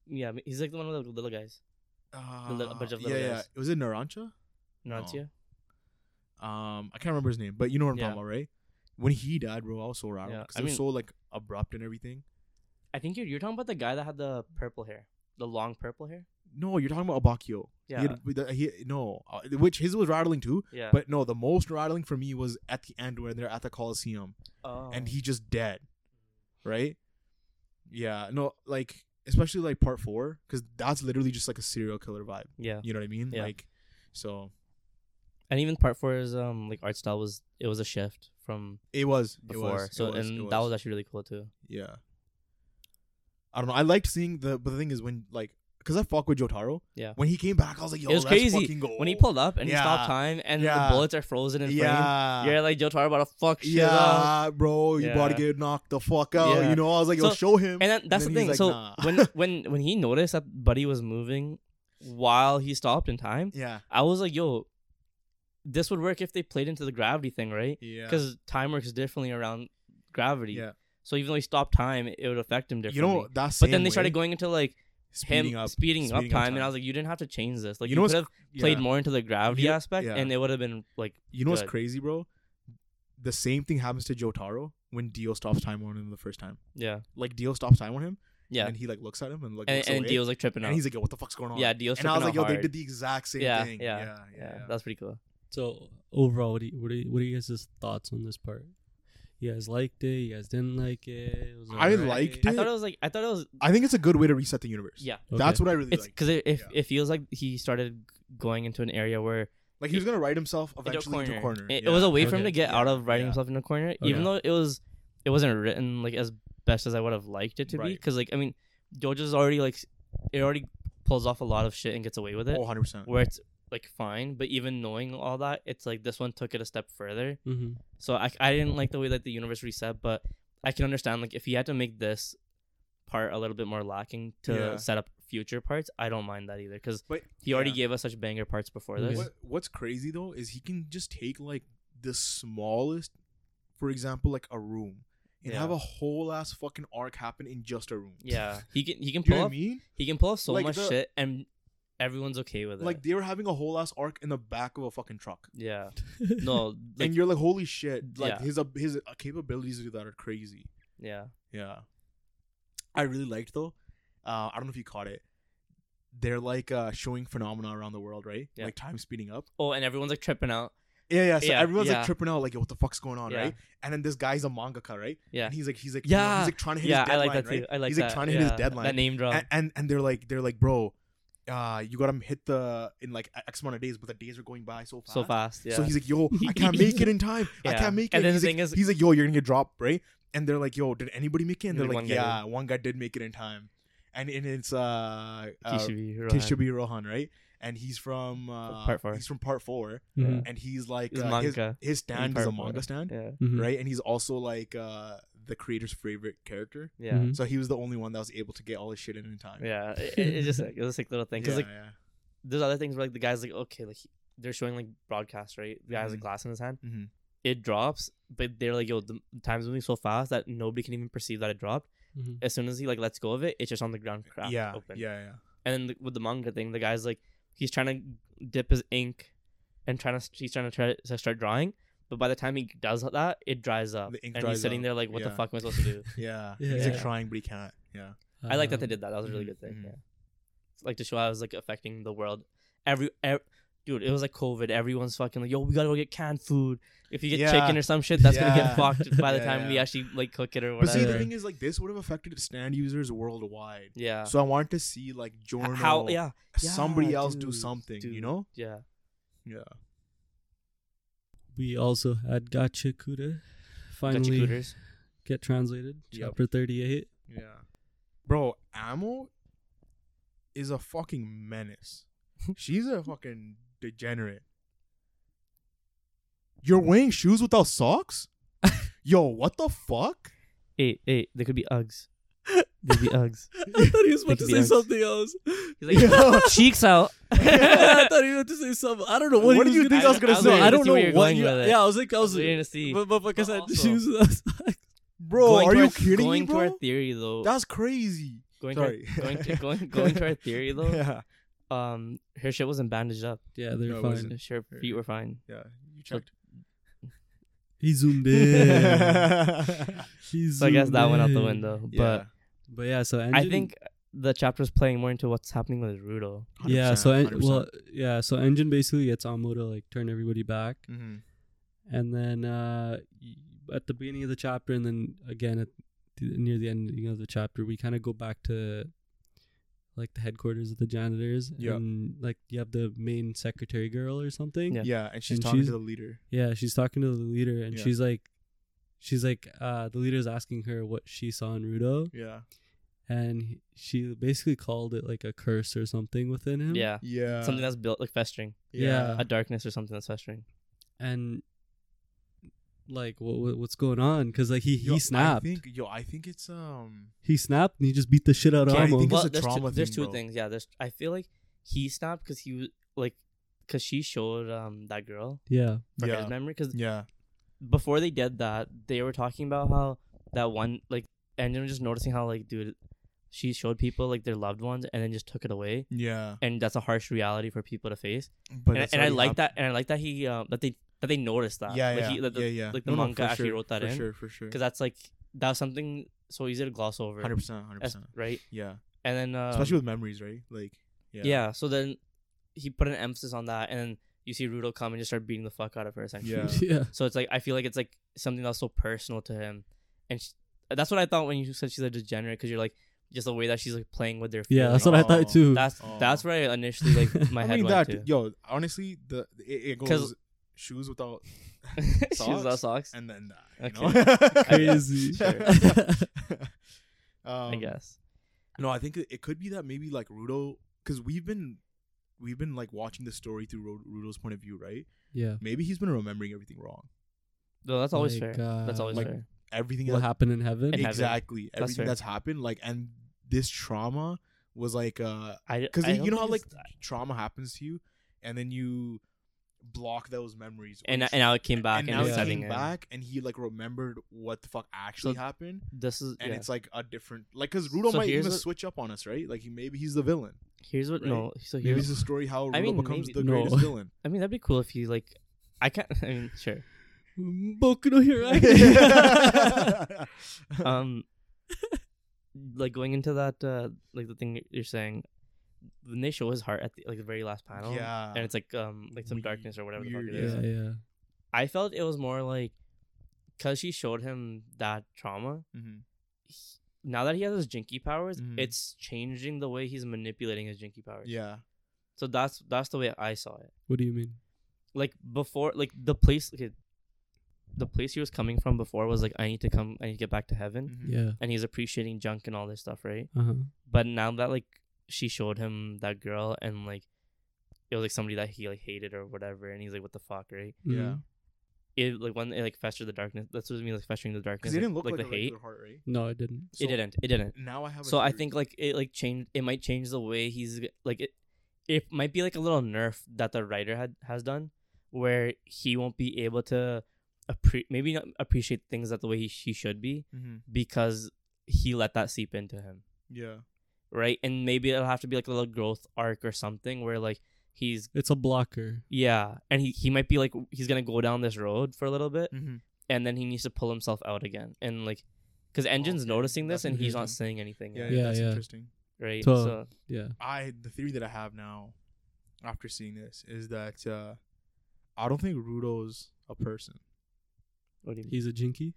Speaker 2: Yeah, mi- he's like the one with the little guys.
Speaker 1: Uh,
Speaker 2: little- a bunch of
Speaker 1: yeah,
Speaker 2: little
Speaker 1: yeah.
Speaker 2: guys.
Speaker 1: It was in Narancha.
Speaker 2: Naruto.
Speaker 1: Um, I can't remember his name, but you know what I'm
Speaker 2: Yeah.
Speaker 1: talking about, right? When he died, bro, I was so rattled
Speaker 2: Yeah,
Speaker 1: because
Speaker 2: I
Speaker 1: it was
Speaker 2: mean-
Speaker 1: so like abrupt and everything.
Speaker 2: I think you're you're talking about the guy that had the purple hair, the long purple hair.
Speaker 1: No, you're talking about Abakio.
Speaker 2: Yeah,
Speaker 1: He, had- with the- he no, uh, which his was rattling too.
Speaker 2: yeah.
Speaker 1: But no, the most rattling for me was at the end when they're at the Coliseum
Speaker 2: Oh.
Speaker 1: and he just dead, right? Yeah, no, like especially like part four because that's literally just like a serial killer vibe.
Speaker 2: yeah,
Speaker 1: You know what I mean?
Speaker 2: Yeah.
Speaker 1: Like, so
Speaker 2: and even part four is um like art style was it was a shift from
Speaker 1: it was it
Speaker 2: before,
Speaker 1: was,
Speaker 2: so
Speaker 1: it was,
Speaker 2: and
Speaker 1: it
Speaker 2: that was actually really cool too.
Speaker 1: yeah. I don't know. I liked seeing the, but the thing is when like because I fuck with Jotaro.
Speaker 2: Yeah.
Speaker 1: When he came back, I was like, yo,
Speaker 2: It was
Speaker 1: let's
Speaker 2: crazy.
Speaker 1: fucking go.
Speaker 2: When he pulled up and he
Speaker 1: Yeah.
Speaker 2: stopped time and
Speaker 1: Yeah.
Speaker 2: the bullets are frozen in frame,
Speaker 1: yeah.
Speaker 2: you're like Joe Taro about to fuck shit up.
Speaker 1: Yeah, bro, you about to
Speaker 2: Yeah.
Speaker 1: get knocked the fuck out.
Speaker 2: Yeah.
Speaker 1: You know, I was like, yo,
Speaker 2: So-
Speaker 1: show him.
Speaker 2: And then, that's
Speaker 1: then
Speaker 2: the
Speaker 1: he's
Speaker 2: thing.
Speaker 1: like,
Speaker 2: so
Speaker 1: nah.
Speaker 2: when when when he noticed that Buddy was moving while he stopped in time,
Speaker 1: yeah,
Speaker 2: I was like, yo, this would work if they played into the gravity thing, right?
Speaker 1: yeah.
Speaker 2: Because time works differently around gravity.
Speaker 1: Yeah.
Speaker 2: So even though he stopped time, it would affect him
Speaker 1: You
Speaker 2: differently.
Speaker 1: know, that's
Speaker 2: but then they started going into like
Speaker 1: speeding
Speaker 2: him
Speaker 1: up,
Speaker 2: speeding, up, time, and I was like, you didn't have to change this. Like
Speaker 1: You
Speaker 2: you,
Speaker 1: know what's
Speaker 2: could have
Speaker 1: yeah.
Speaker 2: played more into the gravity
Speaker 1: You-
Speaker 2: aspect,
Speaker 1: yeah.
Speaker 2: and it would have been like
Speaker 1: You know
Speaker 2: good.
Speaker 1: what's crazy, bro? The same thing happens to Jotaro when Dio stops time on him the first time.
Speaker 2: yeah,
Speaker 1: Like Dio stops time on him,
Speaker 2: yeah.
Speaker 1: and he like looks at him and like
Speaker 2: and,
Speaker 1: looks
Speaker 2: and
Speaker 1: away,
Speaker 2: Dio's like tripping
Speaker 1: and
Speaker 2: out.
Speaker 1: he's like, "Yo, what the fuck's going on?"
Speaker 2: yeah, Dio's
Speaker 1: and I was
Speaker 2: tripping
Speaker 1: like,
Speaker 2: out
Speaker 1: "Yo,
Speaker 2: hard.
Speaker 1: they did the exact same
Speaker 2: Yeah,
Speaker 1: thing."
Speaker 2: yeah,
Speaker 1: yeah,
Speaker 2: yeah, that's pretty cool.
Speaker 3: So overall, what do you, what do you, what are you guys' thoughts on this part? You guys liked it. You guys didn't like it. it was
Speaker 1: I
Speaker 3: alright?
Speaker 1: liked
Speaker 2: I
Speaker 1: it.
Speaker 2: thought it was like I thought it was
Speaker 1: I think it's a good way to reset the universe.
Speaker 2: yeah.
Speaker 1: That's
Speaker 3: Okay.
Speaker 1: what I really
Speaker 2: It's
Speaker 1: like.
Speaker 2: because it if
Speaker 1: Yeah.
Speaker 2: it feels like he started g- going into an area where
Speaker 1: Like he was gonna write himself
Speaker 2: into a
Speaker 1: eventually
Speaker 2: corner.
Speaker 1: into a corner.
Speaker 2: It, it
Speaker 1: Yeah.
Speaker 2: was a way for him
Speaker 3: Okay.
Speaker 2: to get
Speaker 1: Yeah.
Speaker 2: out of writing
Speaker 1: Yeah.
Speaker 2: himself in a corner, even though it was it wasn't written like as best as I would have liked it to be.
Speaker 1: Right.
Speaker 2: Because like I mean, Dojo's already like s- it already pulls off a lot of shit and gets away with it,
Speaker 1: Oh, 100 percent.
Speaker 2: where it's like fine. But even knowing all that, it's like this one took it a step further.
Speaker 3: Mm-hmm.
Speaker 2: So I, I didn't like the way that the universe reset, but I can understand like if he had to make this part a little bit more lacking to
Speaker 1: Yeah.
Speaker 2: set up future parts, I don't mind that either because
Speaker 1: But-
Speaker 2: he already
Speaker 1: yeah.
Speaker 2: gave us such banger parts before
Speaker 3: Okay.
Speaker 2: this.
Speaker 1: What, what's crazy though is he can just take like the smallest, for example, like a room, and
Speaker 2: Yeah.
Speaker 1: have a whole ass fucking arc happen in just a room.
Speaker 2: Yeah, he can he can
Speaker 1: you
Speaker 2: pull
Speaker 1: know what
Speaker 2: off
Speaker 1: I mean?
Speaker 2: he can pull off so
Speaker 1: Like
Speaker 2: much
Speaker 1: the-
Speaker 2: shit and everyone's okay with it.
Speaker 1: Like they were having a whole ass arc in the back of a fucking truck,
Speaker 2: yeah,
Speaker 3: Mm-hmm.
Speaker 2: no, like,
Speaker 1: and you're like, holy shit! Like
Speaker 2: Yeah.
Speaker 1: his ab his uh, capabilities to do that are crazy.
Speaker 2: yeah,
Speaker 1: Yeah, I really liked though. Uh, I don't know if you caught it. They're like uh, showing phenomena around the world, right?
Speaker 2: Yeah.
Speaker 1: Like time speeding up.
Speaker 2: oh, and everyone's like tripping out.
Speaker 1: Yeah, yeah. So
Speaker 2: Yeah,
Speaker 1: everyone's
Speaker 2: yeah.
Speaker 1: like tripping out, like, "Yo, what the fuck's going on?"
Speaker 2: Yeah.
Speaker 1: Right? And then this guy's a mangaka, right?
Speaker 2: Yeah,
Speaker 1: And he's like, he's like, yeah,
Speaker 2: Yeah.
Speaker 1: he's like trying to hit
Speaker 2: yeah,
Speaker 1: his
Speaker 2: I
Speaker 1: deadline,
Speaker 2: like that
Speaker 1: right?
Speaker 2: too. I like
Speaker 1: he's
Speaker 2: that.
Speaker 1: like trying to hit his
Speaker 2: yeah,
Speaker 1: deadline.
Speaker 2: That name drop.
Speaker 1: and, and and they're like, they're like, bro, uh, you gotta hit the in like X amount of days, but the days are going by so fast.
Speaker 2: so fast. Yeah.
Speaker 1: So he's like, yo, I can't make it in time. I
Speaker 2: Yeah.
Speaker 1: can't make it.
Speaker 2: And then
Speaker 1: he's
Speaker 2: the
Speaker 1: like,
Speaker 2: thing is-
Speaker 1: he's like, yo, you're gonna get dropped, right? And they're like, yo, did anybody make it? And they're
Speaker 2: Only
Speaker 1: like,
Speaker 2: one guy
Speaker 1: yeah, one guy did make it in time, and and it's uh, uh
Speaker 2: Kishibe, Rohan.
Speaker 1: Kishibe Rohan, right? And he's from uh,
Speaker 2: Part four.
Speaker 1: He's from part four,
Speaker 3: Mhm.
Speaker 1: and he's like
Speaker 2: He's
Speaker 1: uh, his,
Speaker 2: manga
Speaker 1: his stand
Speaker 2: part
Speaker 1: is a
Speaker 2: four.
Speaker 1: manga stand
Speaker 2: Yeah,
Speaker 3: Mhm.
Speaker 1: right? And he's also like uh the creator's favorite character.
Speaker 2: yeah.
Speaker 3: Mhm.
Speaker 1: So he was the only one that was able to get all his shit in in time.
Speaker 2: Mm-hmm. Yeah, it, it- it's just like, it was like little thing because
Speaker 1: yeah,
Speaker 2: like
Speaker 1: yeah.
Speaker 2: there's other things where like the guy's like okay like he- they're showing like broadcast right the guy has a
Speaker 1: Mhm.
Speaker 2: glass in his hand
Speaker 1: Mhm.
Speaker 2: it drops but they're like yo the time's moving so fast that nobody can even perceive that it dropped
Speaker 3: Mhm.
Speaker 2: as soon as he like lets go of it, it's just on the ground, cracked
Speaker 1: Mm-hmm. yeah,
Speaker 2: open.
Speaker 1: yeah, yeah.
Speaker 2: And then the, with the manga thing, the guy's like he's trying to dip his ink and trying to he's trying to try to start drawing, but by the time he does that, it dries up.
Speaker 1: The ink
Speaker 2: and
Speaker 1: dries
Speaker 2: he's sitting
Speaker 1: up,
Speaker 2: there like, what the
Speaker 1: yeah.
Speaker 2: fuck am I supposed to do?
Speaker 1: Yeah.
Speaker 3: Yeah.
Speaker 1: He's like
Speaker 2: Yeah.
Speaker 1: trying, but he can't. Yeah.
Speaker 2: I like that they
Speaker 3: Um,
Speaker 2: did that. That was a really
Speaker 1: Mhm,
Speaker 2: good thing.
Speaker 1: mhm.
Speaker 2: Yeah, It's like to show how it was like affecting the world. Every, ev dude, it was like COVID. Everyone's fucking like, yo, we gotta go get canned food. If you get
Speaker 1: Yeah.
Speaker 2: chicken or some shit, that's gonna
Speaker 1: Yeah.
Speaker 2: get fucked by the
Speaker 1: Yeah,
Speaker 2: time we
Speaker 1: yeah.
Speaker 2: actually like cook it or
Speaker 1: But see,
Speaker 2: whatever.
Speaker 1: the
Speaker 3: Whatever.
Speaker 1: thing is, like, this would have affected stand users worldwide.
Speaker 2: yeah.
Speaker 1: So I wanted to see like
Speaker 2: H-
Speaker 1: Jorno,
Speaker 2: how? Yeah.
Speaker 1: somebody
Speaker 2: Yeah,
Speaker 1: else do
Speaker 2: dude,
Speaker 1: something. You
Speaker 2: dude.
Speaker 1: know?
Speaker 2: Yeah.
Speaker 1: Yeah.
Speaker 3: We also had Gotcha Kuda
Speaker 2: Got you
Speaker 3: finally
Speaker 2: cooters.
Speaker 3: get translated.
Speaker 1: Yep.
Speaker 3: Chapter 38.
Speaker 1: Yeah. Bro, Ammo is a fucking menace. She's a fucking degenerate. You're wearing shoes without socks? Yo, what the fuck?
Speaker 2: Hey, hey, there could be Uggs. There'd be Uggs.
Speaker 3: I thought he was about
Speaker 2: Like
Speaker 3: to
Speaker 2: the
Speaker 3: say
Speaker 2: Uggs.
Speaker 3: something else.
Speaker 2: He's like, cheeks out.
Speaker 3: I
Speaker 2: I
Speaker 3: thought he was about to say something. I don't know what,
Speaker 1: What
Speaker 3: he
Speaker 1: did you
Speaker 3: was
Speaker 1: think I was gonna
Speaker 3: No,
Speaker 1: say?
Speaker 3: I don't
Speaker 2: See
Speaker 3: know
Speaker 2: where you're
Speaker 3: what
Speaker 2: going
Speaker 3: you.
Speaker 2: with it.
Speaker 3: Yeah, I was like, I was.
Speaker 2: was waiting to see.
Speaker 3: But, but like I
Speaker 2: But
Speaker 3: said,
Speaker 2: also-
Speaker 3: shoes. I was like,
Speaker 1: Bro,
Speaker 2: Going
Speaker 1: are
Speaker 2: to
Speaker 1: you
Speaker 2: our-
Speaker 1: kidding
Speaker 2: going
Speaker 1: me,
Speaker 2: To
Speaker 1: bro?
Speaker 2: our theory though.
Speaker 1: That's crazy.
Speaker 2: going
Speaker 1: Sorry.
Speaker 2: To our, going to going going to our theory though.
Speaker 1: Yeah.
Speaker 2: um her shit wasn't bandaged up.
Speaker 3: yeah, they're
Speaker 1: No, it wasn't.
Speaker 3: fine.
Speaker 2: Her shit- feet were fine.
Speaker 1: Yeah, you checked.
Speaker 3: He zoomed in. he
Speaker 2: So I guess that
Speaker 3: zoomed
Speaker 2: went out the
Speaker 3: in.
Speaker 2: window.
Speaker 1: Yeah.
Speaker 2: But
Speaker 3: But yeah, so
Speaker 2: I
Speaker 3: Engine-
Speaker 2: think the chapter's playing more into what's happening with Rudo.
Speaker 3: Yeah, so en-
Speaker 1: 100%.
Speaker 3: well, yeah, so Engine basically gets Amo to like turn everybody back,
Speaker 2: Mm-hmm.
Speaker 1: Mhm.
Speaker 3: and then uh y- at the beginning of the chapter, and then again at the, near the ending of the chapter, we kind of go back to like the headquarters of the janitors,
Speaker 1: Yeah.
Speaker 3: and like you have the main secretary girl or something.
Speaker 2: Yeah.
Speaker 1: yeah, and she's
Speaker 3: And
Speaker 1: talking
Speaker 3: she's-
Speaker 1: to the leader.
Speaker 3: Yeah, she's talking to the leader, and
Speaker 1: Yeah.
Speaker 3: she's like, she's like, uh, the leader's asking her what she saw in Rudo,
Speaker 1: Yeah.
Speaker 3: and he- she basically called it like a curse or something within him.
Speaker 2: Yeah.
Speaker 1: Yeah.
Speaker 2: Something that's built like festering.
Speaker 3: Yeah.
Speaker 1: Uh.
Speaker 2: A darkness or something that's festering.
Speaker 3: and like what, what what's going on? Because like he
Speaker 1: Yo,
Speaker 3: he snapped,
Speaker 1: I think, yo, I think it's um.
Speaker 3: he snapped, and he just beat the shit out of
Speaker 1: Okay, I
Speaker 3: Amo.
Speaker 1: think it's a
Speaker 2: there's
Speaker 1: trauma
Speaker 2: two, there's
Speaker 1: thing,
Speaker 2: two
Speaker 1: bro.
Speaker 2: things. Yeah, there's I feel like he snapped because he was like because she showed um that girl
Speaker 3: yeah,
Speaker 2: for
Speaker 1: Yeah.
Speaker 2: his memory because
Speaker 1: Yeah.
Speaker 2: before they did that, they were talking about how that one like and they were just noticing how like dude she showed people like their loved ones and then just took it away.
Speaker 1: Yeah.
Speaker 2: And that's a harsh reality for people to face.
Speaker 1: But
Speaker 2: and
Speaker 1: that's
Speaker 2: and I
Speaker 1: already
Speaker 2: like that. And I like that he uh, that they that they noticed
Speaker 1: happened.
Speaker 2: that.
Speaker 1: Yeah.
Speaker 2: like
Speaker 1: Yeah.
Speaker 2: He, that the,
Speaker 1: yeah. Yeah.
Speaker 2: like the
Speaker 1: No, no,
Speaker 2: manga
Speaker 1: for
Speaker 2: actually
Speaker 1: sure,
Speaker 2: wrote that
Speaker 1: for
Speaker 2: in.
Speaker 1: sure. For sure.
Speaker 2: because that's like that's something so easy to gloss over.
Speaker 1: Hundred percent. Hundred
Speaker 2: That's-
Speaker 1: percent.
Speaker 2: right.
Speaker 1: Yeah.
Speaker 2: And then um,
Speaker 1: Especially with memories, right? Like. Yeah.
Speaker 2: yeah. So then he put an emphasis on that, and then you see Rudo come and just start beating the fuck out of her essentially.
Speaker 1: Yeah.
Speaker 3: yeah,
Speaker 2: So it's like I feel like it's like something that's so personal to him, and sh that's what I thought when you said she's a degenerate because you're like just the way that she's like playing with their
Speaker 3: yeah. That's
Speaker 2: feelings.
Speaker 3: what I
Speaker 1: Oh,
Speaker 3: thought too.
Speaker 2: that's
Speaker 1: Oh.
Speaker 2: that's where I initially like my
Speaker 1: I
Speaker 2: head
Speaker 1: mean
Speaker 2: went
Speaker 1: that.
Speaker 2: to.
Speaker 1: Yo, honestly, the it, it
Speaker 2: 'Cause-
Speaker 1: goes shoes without
Speaker 2: she was without
Speaker 1: Socks?
Speaker 2: socks,
Speaker 1: and then that. you
Speaker 2: Okay.
Speaker 1: know?
Speaker 3: Crazy.
Speaker 2: Sure.
Speaker 1: um,
Speaker 2: I guess.
Speaker 1: No, I think it it could be that maybe like Rudo, because we've been we've been like watching the story through Ru- Rudo's point of view, right?
Speaker 3: yeah,
Speaker 1: Maybe he's been remembering everything wrong.
Speaker 2: No, that's always
Speaker 3: Like,
Speaker 2: fair. that's
Speaker 3: uh,
Speaker 2: always
Speaker 1: like-
Speaker 2: fair.
Speaker 1: Everything
Speaker 3: what
Speaker 1: that
Speaker 3: happened in heaven?
Speaker 2: And- happened.
Speaker 1: exactly
Speaker 2: That's
Speaker 1: everything
Speaker 2: fair.
Speaker 1: that's happened, like and this trauma was like uh
Speaker 2: I
Speaker 1: because
Speaker 2: I
Speaker 1: you
Speaker 2: don't
Speaker 1: know how like
Speaker 2: think it's-
Speaker 1: trauma happens to you, and then you block those memories. or
Speaker 2: and
Speaker 1: you
Speaker 2: and now it came back
Speaker 1: and
Speaker 2: and,
Speaker 1: now
Speaker 2: it's
Speaker 1: it
Speaker 2: setting
Speaker 1: came
Speaker 2: in.
Speaker 1: back, and he like remembered what the fuck actually
Speaker 2: So-
Speaker 1: happened,
Speaker 2: This is
Speaker 1: and
Speaker 2: yeah.
Speaker 1: it's like a different like because Rudo
Speaker 2: So
Speaker 1: might
Speaker 2: here's
Speaker 1: even
Speaker 2: what-
Speaker 1: switch up on us, right? Like he maybe he's the villain.
Speaker 2: Here's what
Speaker 1: Right.
Speaker 2: no. So
Speaker 1: Maybe
Speaker 2: here's.
Speaker 1: it's a story how Rudo
Speaker 2: I mean,
Speaker 1: becomes
Speaker 2: maybe-
Speaker 1: the
Speaker 3: No.
Speaker 1: greatest villain.
Speaker 2: I mean, that'd be cool if you like. I can't. I mean, sure.
Speaker 1: Mm,
Speaker 3: Boku no Hero.
Speaker 1: yeah,
Speaker 2: Um, like going into that, uh, like the thing you're saying, when they show his heart at the, like the very last panel, and it's like um, like some
Speaker 1: Weird-
Speaker 2: darkness or whatever the fuck it
Speaker 1: weird,
Speaker 2: is.
Speaker 3: yeah, yeah.
Speaker 2: I felt it was more like, cause she showed him that trauma.
Speaker 1: Mhm.
Speaker 2: he- now that he has his jinky powers,
Speaker 1: Mhm.
Speaker 2: it's changing the way he's manipulating his jinky powers.
Speaker 1: yeah,
Speaker 2: So that's that's the way I saw it.
Speaker 3: What do you mean?
Speaker 2: like before like the place okay, the place he was coming from before was like i need to come i need to get back to heaven
Speaker 1: Mhm.
Speaker 3: Yeah.
Speaker 2: and he's appreciating junk and all this stuff right
Speaker 3: Uh huh.
Speaker 2: but now that like she showed him that girl and like it was like somebody that he like hated or whatever and he's like what the fuck right
Speaker 1: yeah.
Speaker 3: Mm-hmm.
Speaker 2: it like when it like festered the darkness that's what i mean like festering the darkness
Speaker 1: Because it
Speaker 2: like-
Speaker 1: didn't look
Speaker 2: like,
Speaker 1: like,
Speaker 2: the
Speaker 1: a
Speaker 2: hate
Speaker 1: regular heart rate.
Speaker 3: No, I didn't.
Speaker 2: it didn't it didn't
Speaker 1: Now I have. A
Speaker 2: so i
Speaker 1: theory.
Speaker 2: think like it like changed it might change the way he's like it it might be like a little nerf that the writer had has done where he won't be able to appre- maybe not appreciate things that the way he, he should be
Speaker 1: Mhm.
Speaker 2: because he let that seep into him,
Speaker 1: Yeah.
Speaker 2: right? And maybe it'll have to be like a little growth arc or something where like he's
Speaker 3: It's a blocker.
Speaker 2: yeah, and he he might be like he's gonna go down this road for a little bit,
Speaker 1: Mm-hmm.
Speaker 2: and then he needs to pull himself out again, and like because engine's
Speaker 1: Oh, Okay,
Speaker 2: noticing this
Speaker 1: that's
Speaker 2: and he's not
Speaker 1: interesting.
Speaker 2: saying anything,
Speaker 1: Yeah,
Speaker 2: yet,
Speaker 1: yeah,
Speaker 3: Yeah,
Speaker 1: that's
Speaker 3: yeah.
Speaker 1: interesting.
Speaker 2: right?
Speaker 3: So-
Speaker 2: so
Speaker 3: Yeah.
Speaker 1: I the theory that I have now, after seeing this, is that uh, I don't think Rudo's a person.
Speaker 2: what do you mean?
Speaker 3: He's a jinky.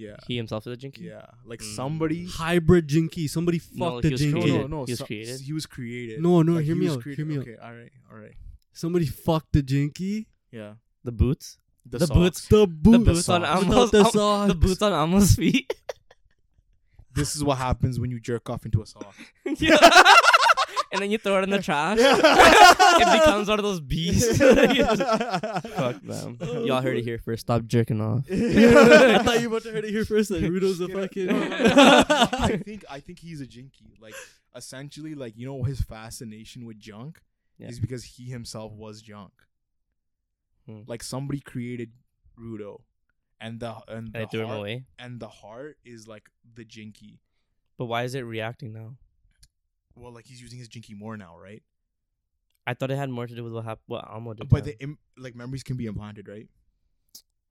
Speaker 1: Yeah.
Speaker 2: He himself is a jinky.
Speaker 1: Yeah. Like
Speaker 2: Mm.
Speaker 1: somebody.
Speaker 3: Hybrid jinky. Somebody
Speaker 2: No,
Speaker 3: fucked
Speaker 2: he
Speaker 3: a
Speaker 2: was
Speaker 3: jinky.
Speaker 1: No,
Speaker 2: created.
Speaker 1: no, no.
Speaker 2: He was
Speaker 1: so-
Speaker 2: created?
Speaker 1: He was created.
Speaker 3: No, no,
Speaker 1: Like,
Speaker 3: hear
Speaker 1: he
Speaker 3: me
Speaker 1: was
Speaker 3: out,
Speaker 1: created-
Speaker 3: hear me out.
Speaker 1: okay, all right, all right.
Speaker 3: Somebody fucked a jinky.
Speaker 1: Yeah.
Speaker 2: The boots, The
Speaker 1: socks.
Speaker 2: boots.
Speaker 3: The boots.
Speaker 2: boots on
Speaker 3: Without
Speaker 2: Amos-
Speaker 3: Oh, the
Speaker 2: Am- the
Speaker 3: socks.
Speaker 2: the boots on Amo's feet.
Speaker 1: This is what happens when you jerk off into a sock.
Speaker 2: Yeah. and then you throw it in the trash. it becomes one of those beasts. Fuck them.
Speaker 3: Oh,
Speaker 2: Y'all heard it here first. Stop jerking off.
Speaker 3: I thought you were about to heard it here first. That Rudo's a
Speaker 1: You know,
Speaker 3: fucking.
Speaker 1: no, no, no, no. I think I think he's a jinky. Like essentially, like you know, his fascination with junk
Speaker 2: Yeah.
Speaker 1: is because he himself was junk.
Speaker 2: Hmm.
Speaker 1: Like somebody created Rudo, and the and the
Speaker 2: And I threw him
Speaker 1: heart-
Speaker 2: away.
Speaker 1: and the heart is like the jinky.
Speaker 2: But why is it reacting now?
Speaker 1: Well, like he's using his jinky more now, right?
Speaker 2: I thought it had more to do with what happened. What Amo did. to
Speaker 1: But
Speaker 2: him.
Speaker 1: the Im- like memories can be implanted, right?